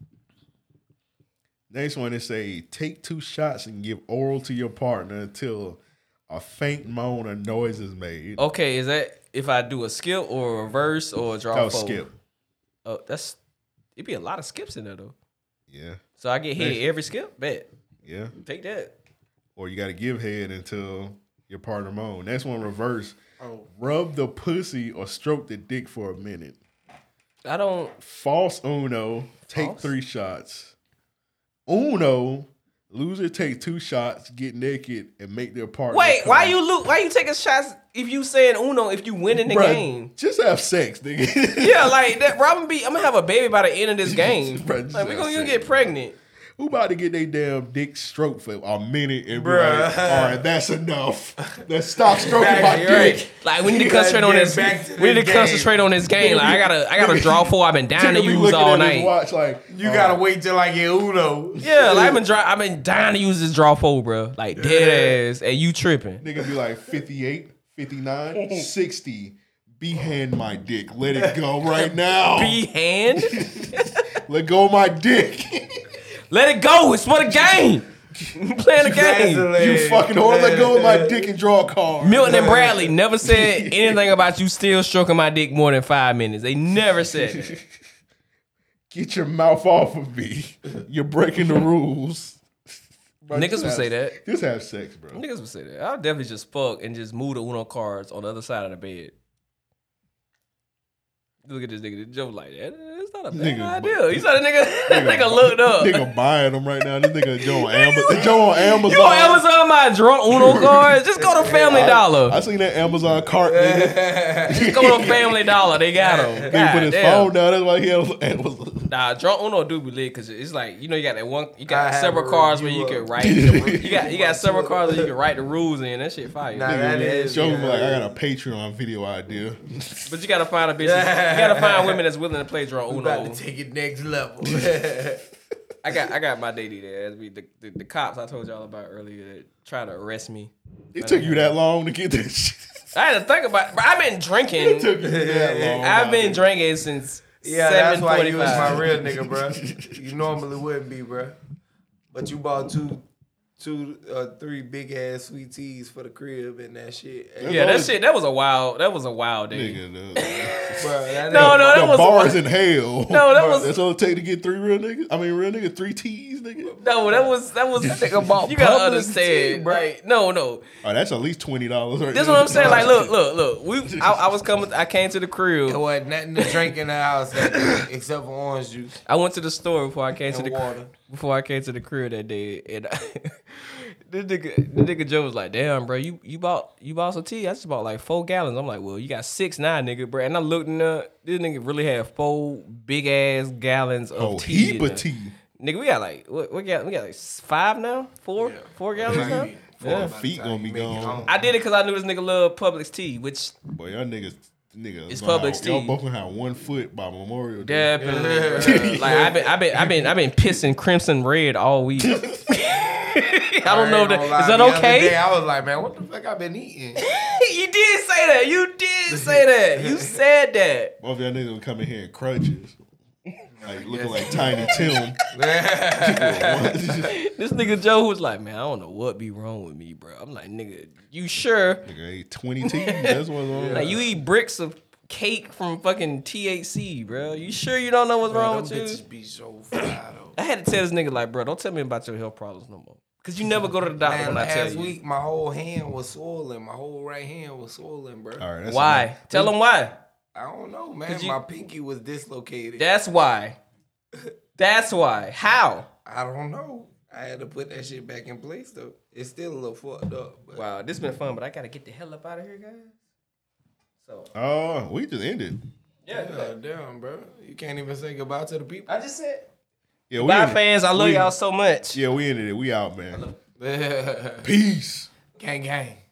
E: Next one is say take two shots and give oral to your partner until a faint moan or noise is made.
C: Okay, is that if I do a skip or a reverse or a draw?
E: Oh,
C: forward?
E: skip.
C: Oh, that's it'd be a lot of skips in there though.
E: Yeah.
C: So I get hit
E: Next-
C: every skip. Bet
E: Yeah.
C: take that.
E: Or you got to give head until your partner moan. Next one reverse.
C: Oh.
E: Rub the pussy or stroke the dick for a minute.
C: I don't.
E: False Uno, take
C: False?
E: three shots. Uno, loser take two shots, get naked, and make their partner.
C: Wait,
E: come.
C: why you look? Why you taking shots if you saying Uno if you winning the
E: Bruh,
C: game?
E: Just have sex, nigga.
C: yeah, like that. Bro, I'm gonna be. I'm gonna have a baby by the end of this game.
E: Bruh,
C: like we
E: just
C: gonna you
E: have
C: get pregnant.
E: Who about to get their damn dick stroked for a minute and be like,
C: Bruh.
E: all right, that's enough. Let's stop stroking my
C: You're right.
E: dick.
C: Like we need to concentrate on this. we need to concentrate on this game. Like I gotta, I gotta draw four. I've been dying to
E: Nigga be
C: use
E: looking
C: all
E: at his
C: night.
E: Watch like
S: You gotta wait till I get Uno.
C: Yeah, like I've been dry, I've been dying to use this draw four, bro. Like dead ass, and you tripping.
E: Nigga be like 58, 59, 60. Be hand my dick. Let it go right now.
C: Be hand.
E: Let go of my dick.
C: Let it go. It's for the game. You playing the game.
E: You fucking whore. Let go of my dick and draw a card.
C: Milton and Bradley never said anything about you still stroking my dick more than five minutes. They never said that.
E: Get your mouth off of me. You're breaking the rules. Bro,
C: Niggas
E: just
C: would
E: have-
C: say that.
E: Just have sex, bro.
C: Niggas would say that. I'll definitely just fuck and just move the Uno cards on the other side of the bed. Look at this nigga. Joe like that. It's not a bad
E: Nigga,
C: idea. You saw the nigga. That nigga looked up.
E: Nigga buying them right now. This nigga Joe on Amazon. Joe on Amazon.
C: You on Amazon my drunk Uno cards? Just go to Family
E: I-
C: Dollar.
E: I seen that Amazon cart, nigga.
C: Just go to Family Dollar. They got them.
E: Nigga put his phone down. That's why he had Amazon.
C: Nah, drunk Uno do be lit because it's like you know you got that one. You
S: I
C: got
S: have
C: several
S: a
C: cards where
S: review
C: you
S: of-
C: can write. the ru- you got you got several cards where you can write the rules in. That shit fire.
S: Nah, that is-
E: Joe was
S: yeah.
E: like, I got a Patreon video idea.
C: But you gotta find a bitch. You gotta find women that's willing to play drunk
J: We
C: Uno.
J: about to take it next level.
C: I got I got my daddy there. As we the, the, the cops I told y'all about earlier that tried to arrest me.
E: It took you that long to get this shit.
C: I had to think about. Bro, I've been drinking.
E: It took you that long.
C: I've been drinking since.
J: yeah, that's why you was
C: 7:45.
J: my real nigga, bro. You normally wouldn't be, bro. But you bought two, two, uh, three big ass sweet teas for the crib and that shit.
C: Yeah, that shit. That was a wild. That was a wild day.
J: Bruh, that
C: No,
J: ain't-
C: no, that
E: the
C: was
E: bars in hell.
C: No, that
E: Bruh,
C: was-
E: That's all it take to get three real niggas. I mean, real nigga, three T's, nigga.
C: No, that was that was.
E: nigga bought
C: you gotta
E: publicity,
C: understand, right? No, no.
E: Oh, that's at least twenty dollars. Right
C: This is
E: there.
C: what I'm saying. Like, look, look, look. We, I, I was coming. I came to the crib.
J: There wasn't nothing to drink in the house that day, except for orange juice.
C: I went to the store before I came to
J: And
C: the
J: water.
C: crib. Before I came to the crib that day, and I, this nigga, this nigga Joe was like, "Damn, bro, you you bought you bought some tea. I just bought like four gallons." I'm like, "Well, you got six nine, nigga, bro." And I looked in there, this nigga really had four big ass gallons of
E: Oh,
C: tea.
E: heap
C: in
E: of
C: there.
E: tea.
C: nigga. We got like what? We got we got like five now, four four gallons now.
E: Boy,
C: Yeah.
E: feet gonna be gone.
C: I did it because I knew this nigga loved Publix tea, which
E: Boy, y'all niggas, nigga,
C: It's
E: gonna
C: Publix
E: have- Y'all
C: tea.
E: both gonna have one foot by Memorial Day.
C: definitely, bruh. like I've been, I've been, I've been, I've been pissing crimson red all week. I don't know. If that, is that okay?
J: Day, I was like, man, what the fuck I been eating?
C: you did say that. You did say that. You said that.
E: Both y'all niggas gonna come in here in crutches, like looking like Tiny Tim.
C: this nigga Joe was like, man, I don't know what be wrong with me, bro. I'm like, nigga, you sure?
E: Nigga, I ate twenty T's. That's what's wrong.
C: Like you eat bricks of cake from fucking THC, bro. You sure you don't know what's wrong
J: Them
C: with you?
J: bitches be so fly, though.
C: I had to tell this nigga like, bro, don't tell me about your health problems no more. Cause you never go to the doctor
J: Man,
C: when I tell
J: last
C: you.
J: week my whole hand was swollen. My whole right hand was swollen, bro.
C: All right, that's Why? enough. Tell 'em why.
J: I don't know,
C: 'Cause
J: man.
C: you-
J: my pinky was dislocated.
C: That's why. That's why. How?
J: I don't know. I had to put that shit back in place though. It's still a little fucked up. But
C: Wow, this been fun, but I gotta get the hell up out of here, guys. So
E: Oh, we just ended.
J: yeah, damn, bro. You can't even say goodbye to the people.
C: I just said.
E: Yeah,
C: Bye,
E: ended-
C: fans. I love
E: we-
C: y'all so much.
E: Yeah, we ended it. We out, man.
J: Peace. Gang gang.